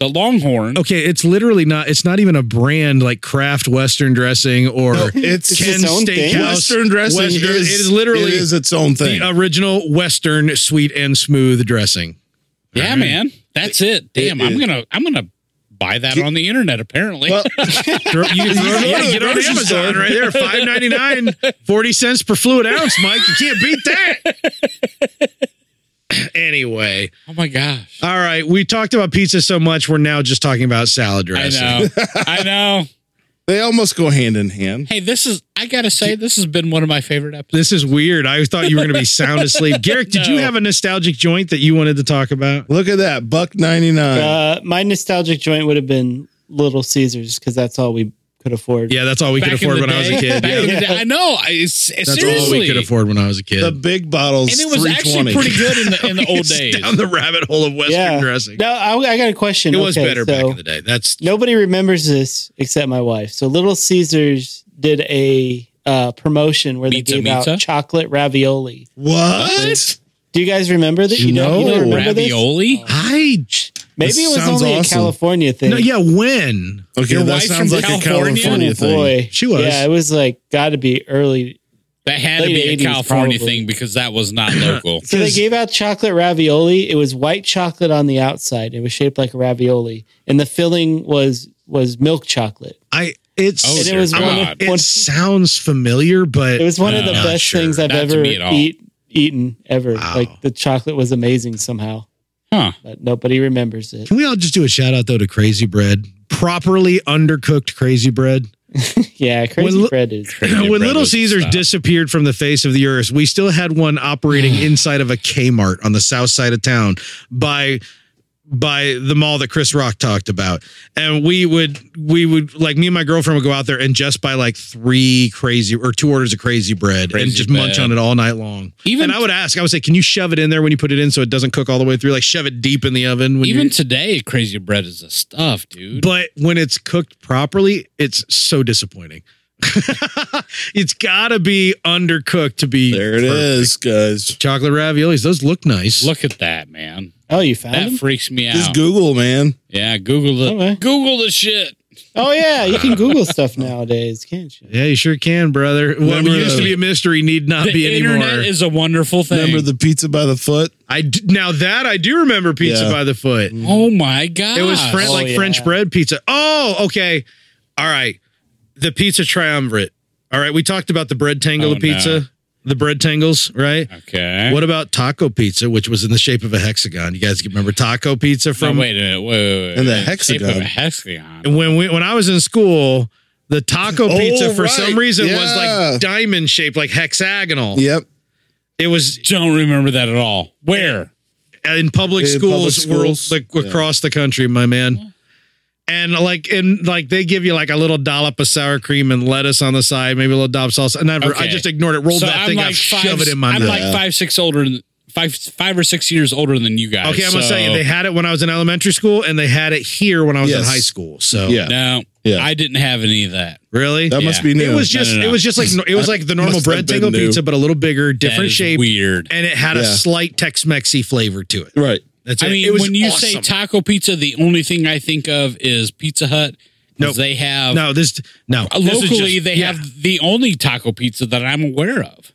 D: the Longhorn.
B: okay, it's literally not. It's not even a brand like Kraft Western dressing or
E: it's
C: It's
B: Ken's
C: its own thing.
B: Steakhouse.
E: Western dressing.
B: Western-
E: is,
B: it is literally
E: it is its own thing.
B: the original Western sweet and smooth dressing.
D: yeah, man, that's it. Damn, I'm gonna I'm gonna buy that on the internet. Apparently,
E: Well,
B: Throw- you can throw it-
E: go
B: yeah,
E: to the
B: get on
E: grocery
B: Amazon
E: store.
B: right there, five ninety nine, forty cents per fluid ounce. Mike, you can't beat that.
D: [LAUGHS]
B: anyway.
D: oh my gosh,
B: All right, we talked about pizza so much, we're now just talking about salad
D: I
B: dressing.
D: know, [LAUGHS] I know.
E: they almost go hand in hand.
D: Hey, this is I gotta say, this has been one of my favorite episodes.
B: This is weird. I thought you were going to be sound
D: [LAUGHS]
B: asleep. Garrick, did you
D: No.
B: have a nostalgic joint that you wanted to talk about?
E: Look at that, buck ninety nine.
C: Uh, my nostalgic joint would have been Little Caesars because that's all we could afford.
B: Yeah, that's all we could
D: Back in
B: afford
D: the
B: when I was a
D: day-
B: kid.
D: back
B: Yeah.
D: in the day- I know. I, it's,
B: That's all
D: seriously,
B: we could afford when I was a kid.
E: the
B: [LAUGHS]
E: big bottles,
D: and it was actually
E: 320.
D: pretty good in the in the old days.
B: Down the rabbit hole of Western
C: Yeah.
B: dressing.
C: No, I, I got a question.
B: It was
C: Okay,
B: better
C: so-
B: back in the day. That's
C: nobody remembers this except my wife. So Little Caesars did a uh, promotion where they
D: Pizza,
C: gave
D: pizza?
C: out chocolate ravioli.
E: What?
C: Do you guys remember that? You, don't, you
E: No.
C: don't remember this? Oh.
D: Ravioli.
B: I
C: Maybe
E: This
C: it was
E: sounds
C: only a
E: awesome.
C: California thing.
B: no, yeah. When
E: [LAUGHS] Okay,
D: Your
E: that
D: wife's
E: sounds
D: from
E: like
D: California?
E: a California
C: Oh,
E: thing.
C: boy.
B: She was.
C: Yeah, it was like got to be early.
D: That had to
C: Late
D: be a
C: 80s,
D: California
C: probably.
D: thing because that was not
B: [LAUGHS]
D: local.
C: So they gave out chocolate ravioli. It was white chocolate on the outside. It was shaped like a ravioli, and the filling was was milk chocolate.
B: I it's
D: Oh,
C: And it
D: dear
C: was
D: God.
C: one of,
B: it
C: one,
B: sounds familiar, but
C: It was one of the
B: Not
C: best
B: sure.
C: things I've
D: Not to
C: ever
D: me at all.
C: eat, eaten ever.
B: Wow.
C: Like the chocolate was amazing somehow,
D: Huh.
C: but nobody remembers it.
B: can we all just do a shout out though to Crazy Bread? Properly undercooked Crazy Bread.
C: Yeah, crazy
B: When li-
C: bread is.
D: Crazy
B: when
D: Bread
B: Little
D: was the
B: Caesars
D: stuff.
B: disappeared from the face of the earth, we still had one
D: [SIGHS]
B: operating inside of a Kmart on the south side of town by by the mall that Chris Rock talked about. And we would we would like me and my girlfriend would go out there and just buy like three crazy or two orders of crazy bread and
D: Crazy
B: just munch
D: bread.
B: on it all night long.
D: Even-
B: and I would ask, I would say, can you shove it in there when you put it in so it doesn't cook all the way through? Like shove it deep in the oven when
D: Even
B: you
D: today, crazy bread is the stuff, dude.
B: but when it's cooked properly, it's so disappointing. [LAUGHS] it's got to be undercooked to be
E: There it
B: perfect.
E: is, guys.
B: Chocolate raviolis, those look nice.
D: Look at that, man.
C: Oh, you found
D: That
C: them?
D: freaks me out.
E: Just Google, man.
D: yeah, Google the
C: Okay.
D: Google the shit.
C: Oh yeah, you can Google stuff nowadays, can't you?
B: Yeah, you sure can, brother. What
E: Remember
B: used
E: the-
B: to be a mystery need not
D: The
B: be
D: internet
B: anymore.
D: is a wonderful thing.
E: Remember the pizza by the foot?
B: I d- now that I do remember pizza
E: Yeah.
B: by the foot.
D: oh my god!
B: It was French,
C: Oh,
B: like
C: yeah.
B: French bread pizza. Oh, okay. All right. The pizza triumvirate. All right. We talked about the bread tangle
D: Oh,
B: of pizza,
D: no.
B: the bread tangles, right?
D: Okay.
B: What about taco pizza, which was in the shape of a hexagon? You guys can remember taco pizza
D: From
B: from
D: wait a minute. Wait, wait, wait.
E: And the
D: Shape of
E: hexagon.
D: a hexagon.
B: when we, when I was in school. The taco
E: Oh,
B: pizza, for
E: right.
B: some reason, was
E: Yeah.
B: like diamond shaped, like hexagonal.
E: Yep.
B: It was
D: Don't remember that at all. Where?
B: in public
E: In public
B: schools, world,
E: schools.
B: like
E: Yeah.
B: across the country, my man. And like, and like, they give you like a little dollop of sour cream and lettuce on the side, maybe a little dollop sauce. And I, never, I
D: Okay.
B: just ignored it, rolled
D: So
B: that thing up, shove it in my
D: I'm
B: mouth.
D: like five six older than five five or six years older than you guys.
B: okay, I'm gonna
D: so-
B: tell you, they had it when I was in elementary school, and they had it here when I was in
E: Yes.
B: high school. So
E: Yeah.
D: no.
E: Yeah.
D: I didn't have any of that.
B: really,
E: That
D: Yeah.
E: must be new.
B: it was just,
D: no, no.
B: it was just like it was
D: [LAUGHS]
B: like the normal
E: Must have
B: bread
E: been
B: tangle
E: new.
B: pizza, but a little bigger,
D: That
B: different
D: is
B: shape,
D: Weird.
B: and it had a
E: Yeah.
B: slight Tex-Mexy flavor to it.
E: right.
B: That's
D: I
B: it.
D: mean,
B: it was
D: when you say
B: awesome.
D: taco pizza, the only thing I think of is Pizza Hut.
B: Nope.
D: 'cause They have
B: no, this no
D: Uh,
B: This is
D: locally
B: just-
D: they
B: yeah.
D: have the only taco pizza that I'm aware of.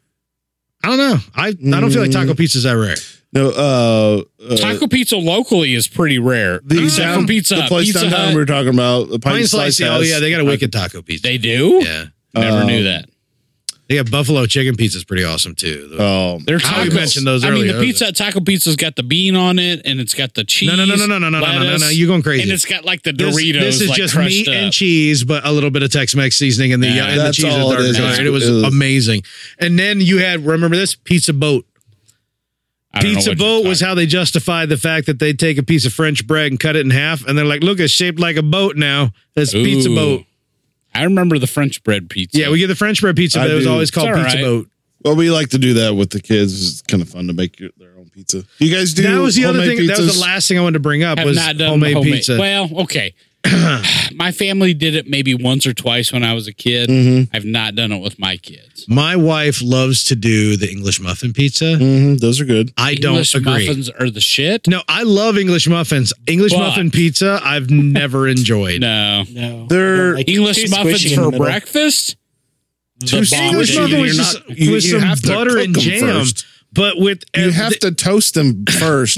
B: I don't know. I I don't feel like
D: Mm.
B: taco pizza's that rare.
E: No. Uh, uh,
D: Taco pizza locally is pretty rare.
E: the
D: except for
E: down-
D: Pizza
E: the
D: Hut.
E: place
D: Pizza
E: downtown
D: Hut-
E: we were talking about. The
B: Pine
E: pine slice.
B: slice. Oh
E: has-
B: yeah, they got a wicked taco pizza.
D: They do?
B: yeah,
D: Never
E: Um,
D: knew that.
B: they got buffalo chicken pizza's pretty awesome too. The-
E: Oh,
D: They're
B: How
D: tacos.
B: you mentioned those
D: I mean,
B: earlier,
D: the pizza at taco pizza's got the bean on it, and it's got the cheese.
B: no, no, no, no, no, no, no, no, no, no, no.
D: lettuce,
B: You're going crazy.
D: And it's got like the
B: This-
D: Doritos.
B: This, is
D: like,
B: just
D: crushed
B: meat
D: up.
B: and cheese, but a little bit of Tex-Mex seasoning and the
D: Yeah,
B: and the
E: that's
B: cheese.
E: all
B: Is
E: it is.
B: dark colored. It was
E: It was-
B: amazing. And then you had remember this pizza boat.
D: I don't know
B: Pizza
D: what you're
B: boat was
D: talking-
B: how they justified the fact that they take a piece of French bread and cut it in half, and they're like, "Look, it's shaped like a boat now. It's pizza
D: Ooh.
B: boat."
D: I remember the French bread pizza.
B: Yeah, we get the French bread pizza,
E: I
B: but it was
E: do.
B: always called
D: It's all
B: pizza
D: right.
B: boat.
E: well, we like to do that with the kids. It's kind of fun to make your, their own pizza. You guys do.
B: that was the other
E: homemade
B: thing. That was
E: pizzas?
B: the last thing I wanted to bring up
D: have
B: was
D: not done
B: homemade,
D: homemade,
B: pizza.
D: Well,
B: [CLEARS THROAT]
D: okay. my family did it maybe once or twice when I was a kid.
B: Mm-hmm.
D: I've not done it with my kids.
B: My wife loves to do the English muffin pizza.
E: Mhm, those are good.
B: I
D: Mm, English
B: don't agree.
D: muffins are the shit.
B: No, I love English muffins. English
D: But-
B: muffin pizza, I've
D: [LAUGHS]
B: never enjoyed.
D: No.
C: No,
E: They're-
C: I don't like it. Too
D: English
C: squishy
D: muffins
C: in the
D: for
C: middle.
D: breakfast?
E: Two
D: bomb
E: English
D: shit.
E: muffin
D: You're
E: was
B: not-
E: just you,
B: with
E: you
B: some
E: have to
B: butter
E: cook
B: and
E: them
B: jam.
E: First.
B: But with
E: You have to toast them first,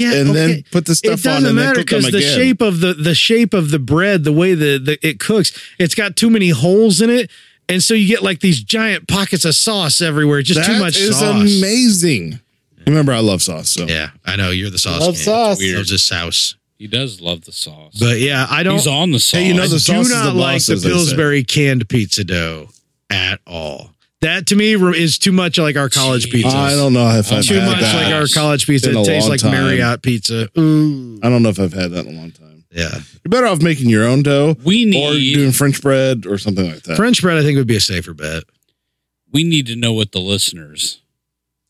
B: [LAUGHS] Yeah,
E: and
B: okay.
E: then put the
B: It
E: stuff on,
B: doesn't
E: and
B: matter
E: then cook them
B: because
E: again.
B: the shape of the the shape of the bread, the way the, the it cooks, it's got too many holes in it, and so you get like these giant pockets of sauce everywhere. Just too
E: That
B: much
E: is
B: sauce.
E: amazing. Remember, I love sauce. So
B: Yeah, I know you're the sauce.
C: Love
B: man.
C: sauce.
B: Weird. Loves his sauce.
D: He does love the sauce.
B: But yeah, I don't.
D: He's on the sauce.
E: Hey, you know
B: I
E: the sauce
B: do
E: is the
B: not
E: boss,
B: like the
E: as they say.
B: Pillsbury canned pizza dough at all. That to me re- is too much like our college
D: Jeez.
B: pizza.
E: I don't know if I've
B: Too
E: had
B: much
E: that.
B: like our college pizza.
E: in
B: It
E: a
B: tastes
E: long
B: like
E: time.
B: Marriott pizza. Ooh,
E: I don't know if I've had that in a long time.
B: yeah.
E: You're better off making your own dough,
D: we
E: or
D: need
E: doing French bread or something like that.
B: French bread, I think, would be a safer bet.
D: we need to know what the listeners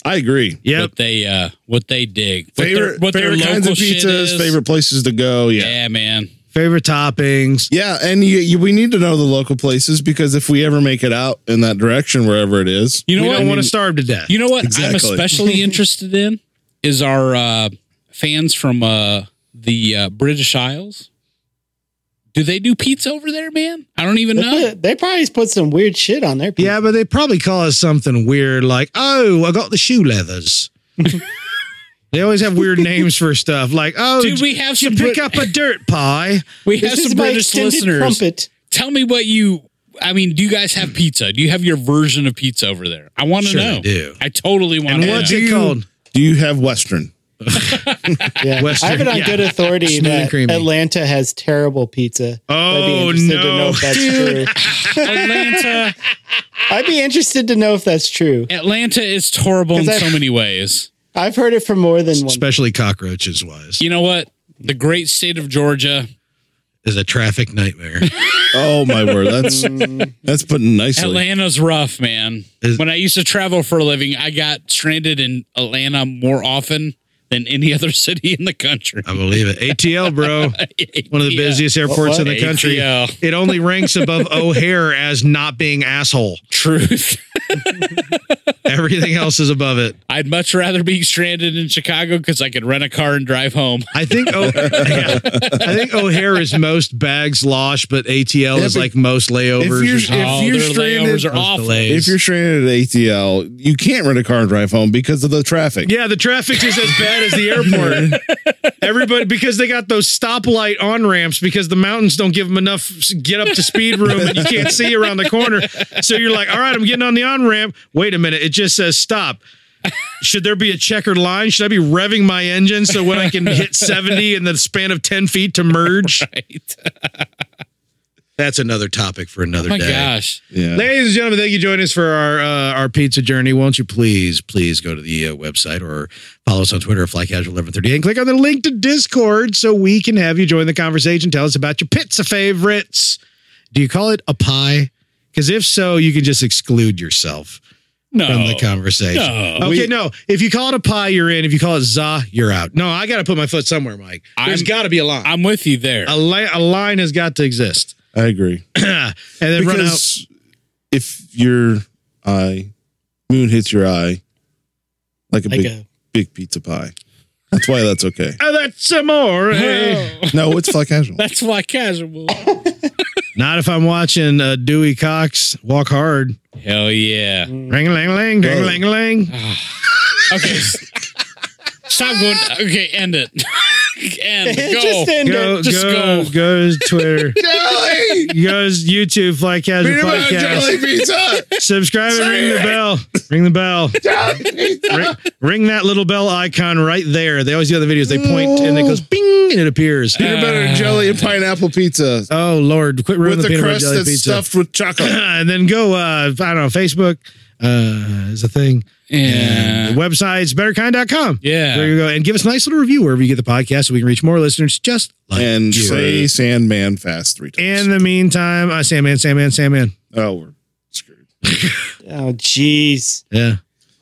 E: I agree.
B: Yep.
D: what they uh what they dig. What
E: Favorite,
D: their, what their
E: favorite
D: local
E: kinds of
D: shit
E: pizzas,
D: is.
E: favorite places to go.
D: yeah.
E: Yeah,
D: man.
B: Favorite toppings.
E: yeah, and you, you, we need to know the local places because if we ever make it out in that direction, wherever it is,
D: You know
B: we
D: what?
B: don't want to starve to death.
D: [LAUGHS] You know what I'm
E: Exactly. [LAUGHS]
D: especially interested in is our uh, fans from uh, the uh, British Isles. Do they do pizza over there, man? I don't even
C: They,
D: know.
C: put- they probably put some weird shit on their pizza.
B: yeah, but they probably call us something weird like, oh, I got the shoe
D: [LAUGHS]
B: leathers. they always have weird names for stuff like, oh,
D: Dude,
B: j-
D: we have
B: you
D: some
B: pick
D: Brit-
B: up a dirt pie.
D: [LAUGHS] We have
C: this is
D: some
C: my
D: British
C: extended
D: listeners.
C: crumpet.
D: Tell me what you. I mean, do you guys have pizza? Do you have your version of pizza over there? I want to
B: Sure
D: know.
B: they do.
D: I totally want
B: And
D: to know.
B: what's
E: do
B: it
E: you-
B: called?
E: do you have Western?
C: Yeah.
B: Western,
C: I have it on
B: yeah.
C: good authority
B: Smooth and
C: that
B: creamy.
C: Atlanta has terrible pizza. I'd be
B: Oh,
C: interested to know
B: no.
C: if that's
B: Dude.
C: true.
D: Atlanta,
C: I'd be interested to know if that's true.
D: [LAUGHS] Atlanta is horrible in
C: 'Cause I-
D: so many ways.
C: I've heard it from more than one.
B: Especially cockroaches wise,
D: You know what? The great state of Georgia,
B: is a traffic nightmare.
E: Oh my word, that's that's putting nicely.
D: Atlanta's rough, man.
B: Is-
D: when I used to travel for a living, I got stranded in Atlanta more often than any [LAUGHS] other city in the country.
B: I believe it. ATL,
D: [LAUGHS]
B: bro. One of the
D: Yeah.
B: busiest airports in the country.
D: ATL.
B: It only ranks above O'Hare as not being asshole.
D: Truth.
B: Everything else is above it.
D: [LAUGHS] I'd much rather be stranded in Chicago because I could rent a car and drive home.
B: I think oh, [LAUGHS] yeah. I think O'Hare is most bags losh, but ATL
E: Yeah,
B: is
E: but
B: like most layovers.
E: if you're-
B: or something.
D: Oh,
E: you're
D: their
E: stranded-
D: layovers are
B: Most
D: awful.
B: delays.
E: If you're stranded at ATL, you can't rent a car and drive home because of the traffic.
B: yeah, the traffic is as bad as the airport.
D: [LAUGHS]
B: Everybody because they got those stoplight on ramps because the mountains don't give them enough s- get up to speed room and you can't see around the corner. So you're like, all right, I'm getting on the on ramp. Wait a minute, it just says stop. Should there be a checkered line? Should I be revving my engine so when I can hit 70 in the span of 10 feet to merge?
D: [LAUGHS] Right.
B: That's another topic for another
D: Oh my
B: day.
D: gosh.
E: Yeah.
B: Ladies and gentlemen, thank you for joining us for our uh, our pizza journey. Won't you please, please go to the uh, website or follow us on Twitter at FlyCasual1138 and click on the link to Discord so we can have you join the conversation. Tell us about your pizza favorites. Do you call it a pie? Because if so, you can just exclude yourself
D: No.
B: from the conversation.
D: Oh, No.
B: Okay,
E: We-
B: no. If you call it a pie, you're in. If you call it za, you're out. No, I got to put my foot somewhere, Mike. There's
D: I'm-
B: got to be a line.
D: I'm with you there.
B: a, li- a line has got to exist. [CLEARS THROAT]
E: I agree.
B: and then run out.
E: Because if your eye moon hits your eye like a
C: Like
E: big
C: a
E: big pizza pie. That's why that's okay.
B: Oh, that's some more.
D: Oh,
E: No, it's fly
D: [LAUGHS]
E: casual.
D: that's why casual.
B: Not if I'm watching uh, Dewey Cox walk hard.
D: Hell yeah.
B: Ring a ling ling, ding a ling a ling. [LAUGHS]
D: Okay. s- Stop going. Okay, end it. [LAUGHS]
B: [LAUGHS]
D: end. Go.
C: Just end
B: Go,
D: Just
B: go,
D: go.
B: go to Twitter. goes YouTube, Fly Casual Podcast.
E: pizza.
B: Subscribe and ring the bell. Ring the bell. Ring, ring that little bell icon right there. They always do other videos. They point and it goes bing and it appears.
E: Peanut butter and jelly and pineapple pizza
B: Oh Lord, quit ruining
E: with
B: the
E: a
B: peanut butter
E: crust
B: jelly
E: that's
B: pizza.
E: stuffed with
B: [CLEARS THROAT]
E: chocolate.
B: And then go. Uh, I don't know. Facebook uh, is a thing.
D: Yeah.
B: The website's betterkind.com.
D: Yeah.
B: There you go. And give us a nice little review wherever you get the podcast so we can reach more listeners just like
E: and
B: you.
E: say Sandman fast three times.
B: In the meantime, uh, Sandman, Sandman, Sandman.
E: oh, we're screwed.
C: oh jeez,
B: Yeah.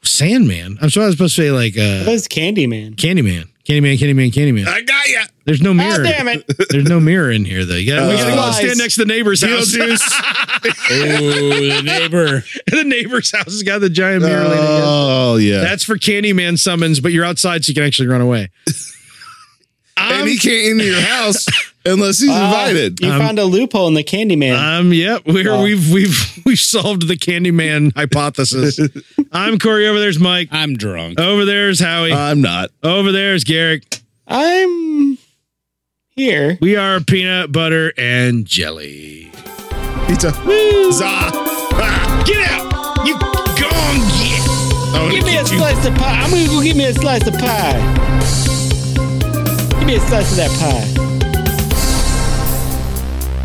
B: Sandman? I'm sure I was supposed to say like
C: that
B: uh,
C: was Candyman.
B: Candyman. Candyman, Candyman, Candyman.
E: I got ya.
B: There's no mirror.
C: God Oh, damn it!
B: There's no mirror in here, though. You gotta, we gotta go
C: Lies.
B: Uh, stand next to the neighbor's house.
E: Beetlejuice.
D: Ooh, the neighbor.
B: [LAUGHS] the neighbor's house has got the giant mirror leaning against it.
E: Oh yeah.
B: That's for Candyman summons, but you're outside so you can actually run away.
E: and
B: I'm,
E: he can't into your
B: [LAUGHS]
E: house unless he's
C: Wow,
E: invited.
C: You
B: Um,
C: found a loophole in the Candyman.
B: um, yep, we're,
C: Wow.
B: we've we've [LAUGHS] we've solved the Candyman hypothesis. I'm Corey. Over there's Mike.
D: I'm drunk.
B: Over there's Howie.
E: [LAUGHS] I'm not.
B: Over there's Garrick.
C: I'm here.
B: We are peanut butter and jelly.
E: Pizza. Za.
B: [LAUGHS]
E: Ah,
B: Get out! You gone get.
E: I wanna
C: Give me a
E: get you.
C: slice of pie. I'm gonna go give me a slice of pie. Give me a slice of that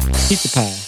C: pie. Pizza pie.